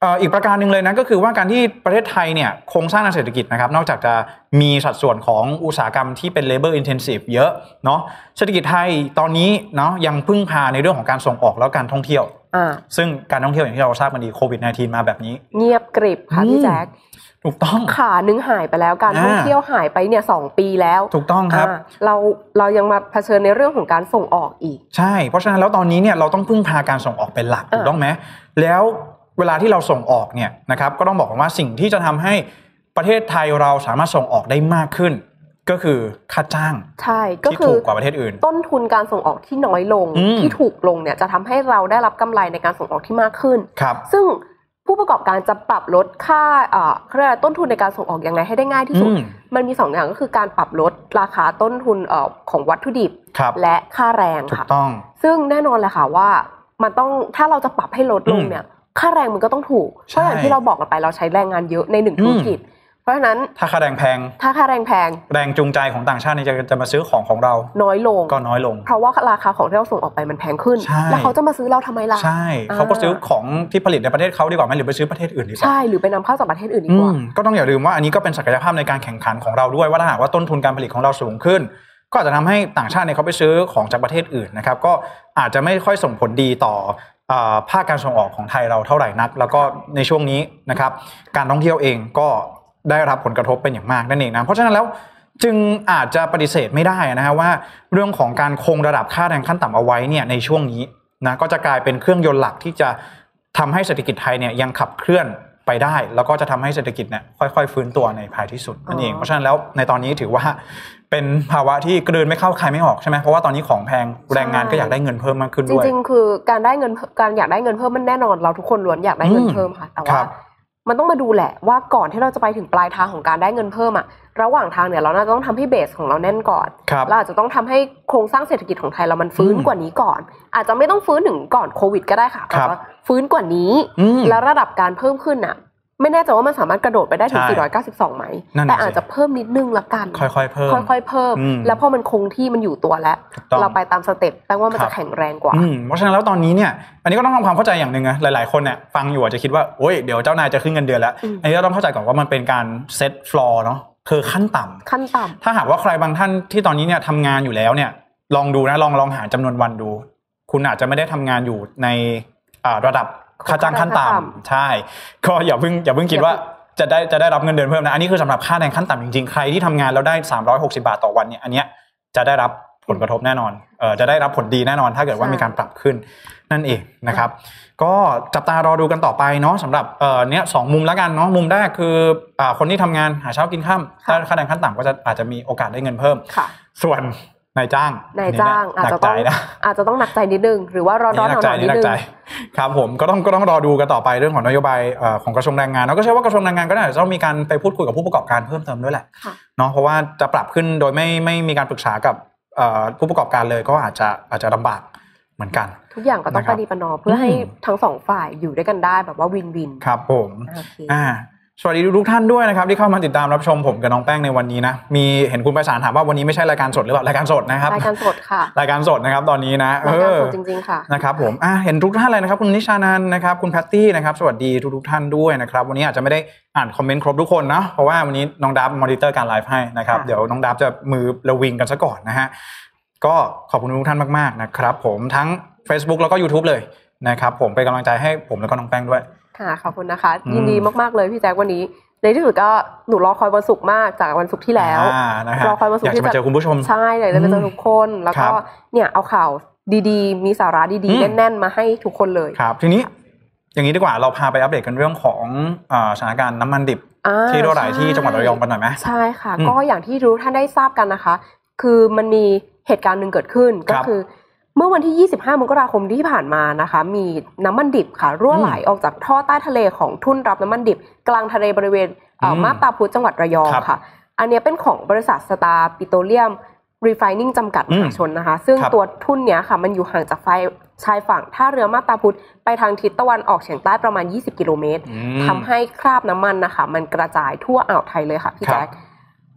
[SPEAKER 2] เอ่ออีกประการหนึ่งเลยนะก็คือว่าการที่ประเทศไทยเนี่ยโครงสร้างทางเศรษฐกิจนะครับนอกจากจะมีสัดส่วนของอุตสาหกรรมที่เป็น labor intensive เยอะเนาะเศรษฐกิจไทยตอนนี้เนาะยังพึ่งพาในเรื่องของการส่งออกแล้วการท่องเที่ยว
[SPEAKER 3] อ่า
[SPEAKER 2] ซึ่งการท่องเที่ยวอย่างที่เราทราบกันดีโควิด -19 มาแบบนี้
[SPEAKER 3] เงียบกริบค่ะ
[SPEAKER 2] อืม
[SPEAKER 3] พี่แจ๊ค
[SPEAKER 2] ถูกต้อง
[SPEAKER 3] ขาหนึ่งหายไปแล้วการ
[SPEAKER 2] อ่า
[SPEAKER 3] ท่องเที่ยวหายไปเนี่ยสองปีแล้ว
[SPEAKER 2] ถูกต้องครับ
[SPEAKER 3] อ่าเราเรายังมาเผชิญในเรื่องของการส่งออกอีก
[SPEAKER 2] ใช่ เพราะฉะนั้นแล้วตอนนี้เนี่ยเราต้องพึ่งพาการส่งออกเป็นหลักถู
[SPEAKER 3] อ่า
[SPEAKER 2] กต้องไหมแล้วเวลาที่เราส่งออกเนี่ยนะครับก็ต้องบอกกันว่าสิ่งที่จะทำให้ประเทศไทยเราสามารถส่งออกได้มากขึ้น ก็คือค่าจ้าง
[SPEAKER 3] ใช่ก็
[SPEAKER 2] ที่
[SPEAKER 3] คื
[SPEAKER 2] ถู
[SPEAKER 3] อก
[SPEAKER 2] กว่าประเทศอื่น
[SPEAKER 3] ต้นทุนการส่งออกที่น้อยลง
[SPEAKER 2] อืม
[SPEAKER 3] ที่ถูกลงเนี่ยจะทำให้เราได้รับกำไรในการส่งออกที่มากขึ้น
[SPEAKER 2] ครับ
[SPEAKER 3] ซึ่งผู้ประกอบการจะปรับลดค่าเอ่อเขาเรียกอะไรต้นทุนในการส่งออกยังไงให้ได้ง่ายที่สุด
[SPEAKER 2] อืม
[SPEAKER 3] มันมีสองอย่างก็คือการปรับลดราคาต้นทุนเอ่อของวัตถุดิบ
[SPEAKER 2] ครับ
[SPEAKER 3] และค่าแรง
[SPEAKER 2] ถูก
[SPEAKER 3] ค่ะ
[SPEAKER 2] ต้อง
[SPEAKER 3] ซึ่งแน่นอนแหละค่ะว่ามันต้องถ้าเราจะปรับให้ลดลง
[SPEAKER 2] อืม
[SPEAKER 3] เนี่ย ค่าแรงมันก็ต้องถูก
[SPEAKER 2] ใช่
[SPEAKER 3] เพราะอย่างที่เราบอกกันไปเราใช้แรงงานเยอะในหนึ่งธุร
[SPEAKER 2] อืม
[SPEAKER 3] กิจ เพราะฉะนั้น
[SPEAKER 2] ถ้าค่าแรงแพง
[SPEAKER 3] ถ้าค่าแรงแพง
[SPEAKER 2] แรงจูงใจของต่างชาติเนี่ยจะจะมาซื้อของของเรา
[SPEAKER 3] น้อยลง
[SPEAKER 2] ก็น้อยลง
[SPEAKER 3] เพราะว่าราคาของที่เราส่งออกไปมันแพงขึ้น
[SPEAKER 2] ใช่
[SPEAKER 3] แล้วเขาจะมาซื้อเราทำไมล่ะ
[SPEAKER 2] ใช่
[SPEAKER 3] อ่า
[SPEAKER 2] เขาก็ซื้อของที่ผลิตในประเทศเขาดีกว่าไหมหรือไปซื้อประเทศอื่นดีกว่า
[SPEAKER 3] ใช่หรือไปนำเข้าจากประเทศอื่นดี
[SPEAKER 2] อื
[SPEAKER 3] กว่า
[SPEAKER 2] มก็ต้องอย่าลืมว่าอันนี้ก็เป็นศักยภาพในการแข่งขันของเราด้วยว่าถ้าหากว่าต้นทุนการผลิตของเราสูงขึ้น ก็อาจจะทำให้ต่างชาติเนี่ยเขาไปซื้อของจากประเทศอื่นนะครับก็อาจจะไม่ค่อยส่งผลดีต่อเอ่อภาคการส่งออกของไทยเราเท่าไหร่นัก แล้วก็ในช่วงนี้นะครับการท่องเที่ยวเองก็ได้รับผลกระทบเป็นอย่างมากนั่นเองนะเพราะฉะนั้นแล้วจึงอาจจะปฏิเสธไม่ได้นะฮะว่า เรื่องของการคงระดับค่าแรงขั้นต่ำเอาไว้เนี่ยในช่วงนี้นะก็จะกลายเป็นเครื่องยนต์หลักที่จะ ทำให้เศรษฐกิจไทยเนี่ยยังขับเคลื่อน ไปได้ แล้วก็จะทำให้เศรษฐกิจเนี่ยค่อยๆ ฟื้นตัวในภายที่สุดนั่นเอง เพราะฉะนั้นแล้วในตอนนี้ถือว่าเป็นภาวะที่กลืนไม่เข้าคายไม่ออกใช่ไหมเพราะว่าตอนนี้ของแพงแรงงานก็อยากได้เงินเพิ่มมากขึ้น
[SPEAKER 3] จ
[SPEAKER 2] ด้วย
[SPEAKER 3] ริงๆ คือการได้เงินการอยากได้เงินเพิ่มมันแน่นอนเราทุกคนล้วนอยากได้เงิน
[SPEAKER 2] อืม
[SPEAKER 3] เพิ่มค่ะ แต่
[SPEAKER 2] ครั
[SPEAKER 3] ว่า
[SPEAKER 2] บ
[SPEAKER 3] มันต้องมาดูแหละว่าก่อนที่เราจะไปถึงปลายทางของการได้เงินเพิ่มอะระหว่างทางเนี่ยเราน่าจะต้องทำให้เบสของเราแน่นก่อน
[SPEAKER 2] ครับ
[SPEAKER 3] เราอาจจะต้องทำให้โครงสร้างเศรษฐกิจของไทยเรามันฟื้น
[SPEAKER 2] อืม
[SPEAKER 3] กว่านี้ก่อน อาจจะไม่ต้องฟื้นถึงก่อนโควิด ก็ได้ค่ะ
[SPEAKER 2] ครับ
[SPEAKER 3] แต่ว่าฟื้นกว่านี้
[SPEAKER 2] อืม
[SPEAKER 3] แล้วระดับการเพิ่มขึ้นอะไม่แน่ใจว่ามันสามารถกระโดดไปได้ถึง
[SPEAKER 2] ใช่
[SPEAKER 3] 492 ไหม
[SPEAKER 2] นั่นน่ะ
[SPEAKER 3] แต่
[SPEAKER 2] สิ
[SPEAKER 3] อาจจะเพิ่มนิดนึงละกัน
[SPEAKER 2] ค่อยๆเพิ่ม
[SPEAKER 3] ค่อยๆ เพิ่ม
[SPEAKER 2] อืม
[SPEAKER 3] แล้วพอมันคงที่มันอยู่ตัวแล้ว
[SPEAKER 2] ถูกต้อง
[SPEAKER 3] เราไปตามสเต็ปแปลว่ามัน
[SPEAKER 2] ครั
[SPEAKER 3] จะ
[SPEAKER 2] บ
[SPEAKER 3] แข็งแรงกว่า
[SPEAKER 2] อืมเพราะฉะนั้นแล้วตอนนี้เนี่ย อันนี้ก็ต้องทำความเข้าใจอย่างหนึ่งนะหลาย ๆ คนเนี่ยฟังอยู่อาจจะคิดว่าโอ๊ยเดี๋ยวเจ้านายจะขึ้นเงินเดือนแล้ว
[SPEAKER 3] อืม
[SPEAKER 2] อันนี้ก็ต้องเข้าใจก่อนว่ามันเป็นการเซตฟลอร์เนาะคือขั้นต่ำ
[SPEAKER 3] ขั้นต่
[SPEAKER 2] ถ้าหากว่าใครบางท่านที่ตอนนี้เนี่ยทำงานอยู่แล้วเนี่ย ลองดูนะลองลองหาจำนวนวันดู คุณอาจจะไม่ได้ทำงานอยู่ในอ่าระดับค่าจ้างขั้นต่ำใช่ ก็อย่าเพิ่งอย่าเพิ่งคิดว่าจะได้จะได้รับเงินเดือนเพิ่มนะอันนี้คือสำหรับค่าแรงขั้นต่ำจริงๆใครที่ทำงานแล้วได้ 360 บาทต่อวันเนี่ยอันเนี้ยจะได้รับผลกระทบแน่นอนเออจะได้รับผลดีแน่นอน ถ้าเกิดว่ามีการปรับขึ้นนั่นเองนะครับ ก็จับตารอดูกันต่อไปเนาะสำหรับเออเนี้ยสองมุมแล้วกันเนาะมุมแรกคืออ่าคนที่ทำงานหาเช้ากินข้ามถ้าค่าแรงขั้นต่ำก็จะอาจจะมีโอกาสได้เงินเพิ่ม
[SPEAKER 3] ำค่ะ
[SPEAKER 2] ส่วนนายจ้าง
[SPEAKER 3] นายจ้าง
[SPEAKER 2] อั
[SPEAKER 3] อาจ
[SPEAKER 2] นนี้
[SPEAKER 3] จะ
[SPEAKER 2] น่ะหนักใจนะ
[SPEAKER 3] ต้องอาจจะต้องหนักใจนิดนึง หรือว่าร้อนๆห
[SPEAKER 2] หนั
[SPEAKER 3] นาวๆนิด
[SPEAKER 2] หนั
[SPEAKER 3] นึง
[SPEAKER 2] ใจครับผมก็ต้องก็ต้องรอดูกันต่อไปเรื่องของนโยบายเอ่อของกระทรวงแรงงานแล้วก็เชื่อว่ากระทรวงแรงงานก็น่าจะต้องมีการไปพูดคุยกับผู้ประกอบการเพิ่มเติมด้วยแหละ
[SPEAKER 3] ค่ะ
[SPEAKER 2] เนาะเพราะว่าจะปรับขึ้นโดยไม่ไม่มีการปรึกษากับเอ่อผู้ประกอบการเลยก็อาจจะอาจจะลำบากเหมือนกัน
[SPEAKER 3] ทุกอย่างก็ต้อง
[SPEAKER 2] นะค
[SPEAKER 3] ป
[SPEAKER 2] รับ
[SPEAKER 3] ฏิปนอมเพื่อให้
[SPEAKER 2] อืม
[SPEAKER 3] ทั้งสองฝ่ายอยู่ด้วยกันได้แบบว่าวินวิน
[SPEAKER 2] ครับผม
[SPEAKER 3] โอเค
[SPEAKER 2] อ่าสวัสดีทุกๆท่านด้วยนะครับที่เข้ามาติดตามรับชมผมกับน้องแป้งในวันนี้นะมีเห็นคุณไพศาลถามว่าวันนี้ไม่ใช่รายการสดหรือเปล่ารายการสดนะครับ
[SPEAKER 3] รายการสดค่ะ
[SPEAKER 2] รายการสดนะครับตอนนี้นะ
[SPEAKER 3] รายการสด
[SPEAKER 2] เออ
[SPEAKER 3] จริง ๆ ค่ะ
[SPEAKER 2] นะครับผมอ่ะเห็นทุกท่านเลยนะครับ คุณนิชานันนะครับ คุณแพตตี้นะครับ สวัสดีทุกทท่านด้วยนะครับ วันนี้อาจจะไม่ได้อ่านคอมเมนต์ครบทุกคนเนาะเพราะว่าวันนี้น้องดับมอนิเตอร์การไลฟ์ให้นะครับ
[SPEAKER 3] ค่ะ
[SPEAKER 2] เดี๋ยวน้องดับจะมือระวิงกันซะก่อนนะฮะ ก็ขอบคุณทุกท่านมากๆนะครับผมทั้ง Facebook แล้วก็ YouTube เลยนะครับผมเป็นกำลังใจให้ผมแล้วก็น้องแป้งด้วย
[SPEAKER 3] ค่ะขอบคุณนะคะ
[SPEAKER 2] อืม
[SPEAKER 3] ยินดีมากๆเลยพี่แจ๊ควันนี้ ในที่สุดก็หนูรอคอยวันศุกร์มากจากวันศุกร์ที่แล้ว
[SPEAKER 2] อ่านะฮะ
[SPEAKER 3] รอคอยวันศุกร์
[SPEAKER 2] อยากจะมา
[SPEAKER 3] ที่จะ
[SPEAKER 2] เจอคุณผู้ชม
[SPEAKER 3] ใช่เลยจะเป็นตัวทุกคน แล้ว
[SPEAKER 2] ค
[SPEAKER 3] ก็
[SPEAKER 2] รับ
[SPEAKER 3] เนี่ยเอาข่าวดีๆ มีสาระดี
[SPEAKER 2] อืม
[SPEAKER 3] ๆ แน่นๆ มาให้ทุกคนเลย
[SPEAKER 2] ครับทีนี้อย่างนี้ดีกว่าเราพาไปอัปเดตกันเรื่องของอ่าสถานการณ์น้ำมันดิบ
[SPEAKER 3] อ่า
[SPEAKER 2] ที่รั่วไหลที่จังหวัดระยองกันหน่อยไหม
[SPEAKER 3] ใช่ค่ะ
[SPEAKER 2] อืม
[SPEAKER 3] ก็อย่างที่รู้ท่านได้ทราบกันนะคะ คือมันมีเหตุการณ์หนึ่งเกิดขึ้น
[SPEAKER 2] ค
[SPEAKER 3] ก็
[SPEAKER 2] รับ
[SPEAKER 3] คือ เมื่อวันที่ 25 มกราคมที่ผ่านมานะคะ มีน้ำมันดิบค่ะ รั่วไหลออกจากท่อใต้ทะเลของทุ่นรับน้ำมันดิบ กลางทะเลบริเวณเอ่ออ
[SPEAKER 2] ม
[SPEAKER 3] มาบตาพุธจังหวัดระยอง
[SPEAKER 2] ครับ
[SPEAKER 3] ค่ะ อันเนี้ยเป็นของบริษัทสตาร์ปิโตรเลียมรีไฟนิ่งจำกัดม
[SPEAKER 2] อืม
[SPEAKER 3] หาชนนะคะ ซึ่ง
[SPEAKER 2] ครับ
[SPEAKER 3] ตัวทุ่นเนี้ยค่ะ มันอยู่ห่างจากไฟชายฝั่งท่าเรือมาบตาพุธไปทางทิศตะวันออกเฉียงใต้ประมาณ 20 กิโลเมตร
[SPEAKER 2] อืม
[SPEAKER 3] ทำให้คราบน้ำมันนะคะ มันกระจายทั่วอ่าวไทยเลยค่ะพี่
[SPEAKER 2] ครับ
[SPEAKER 3] แจ๊ค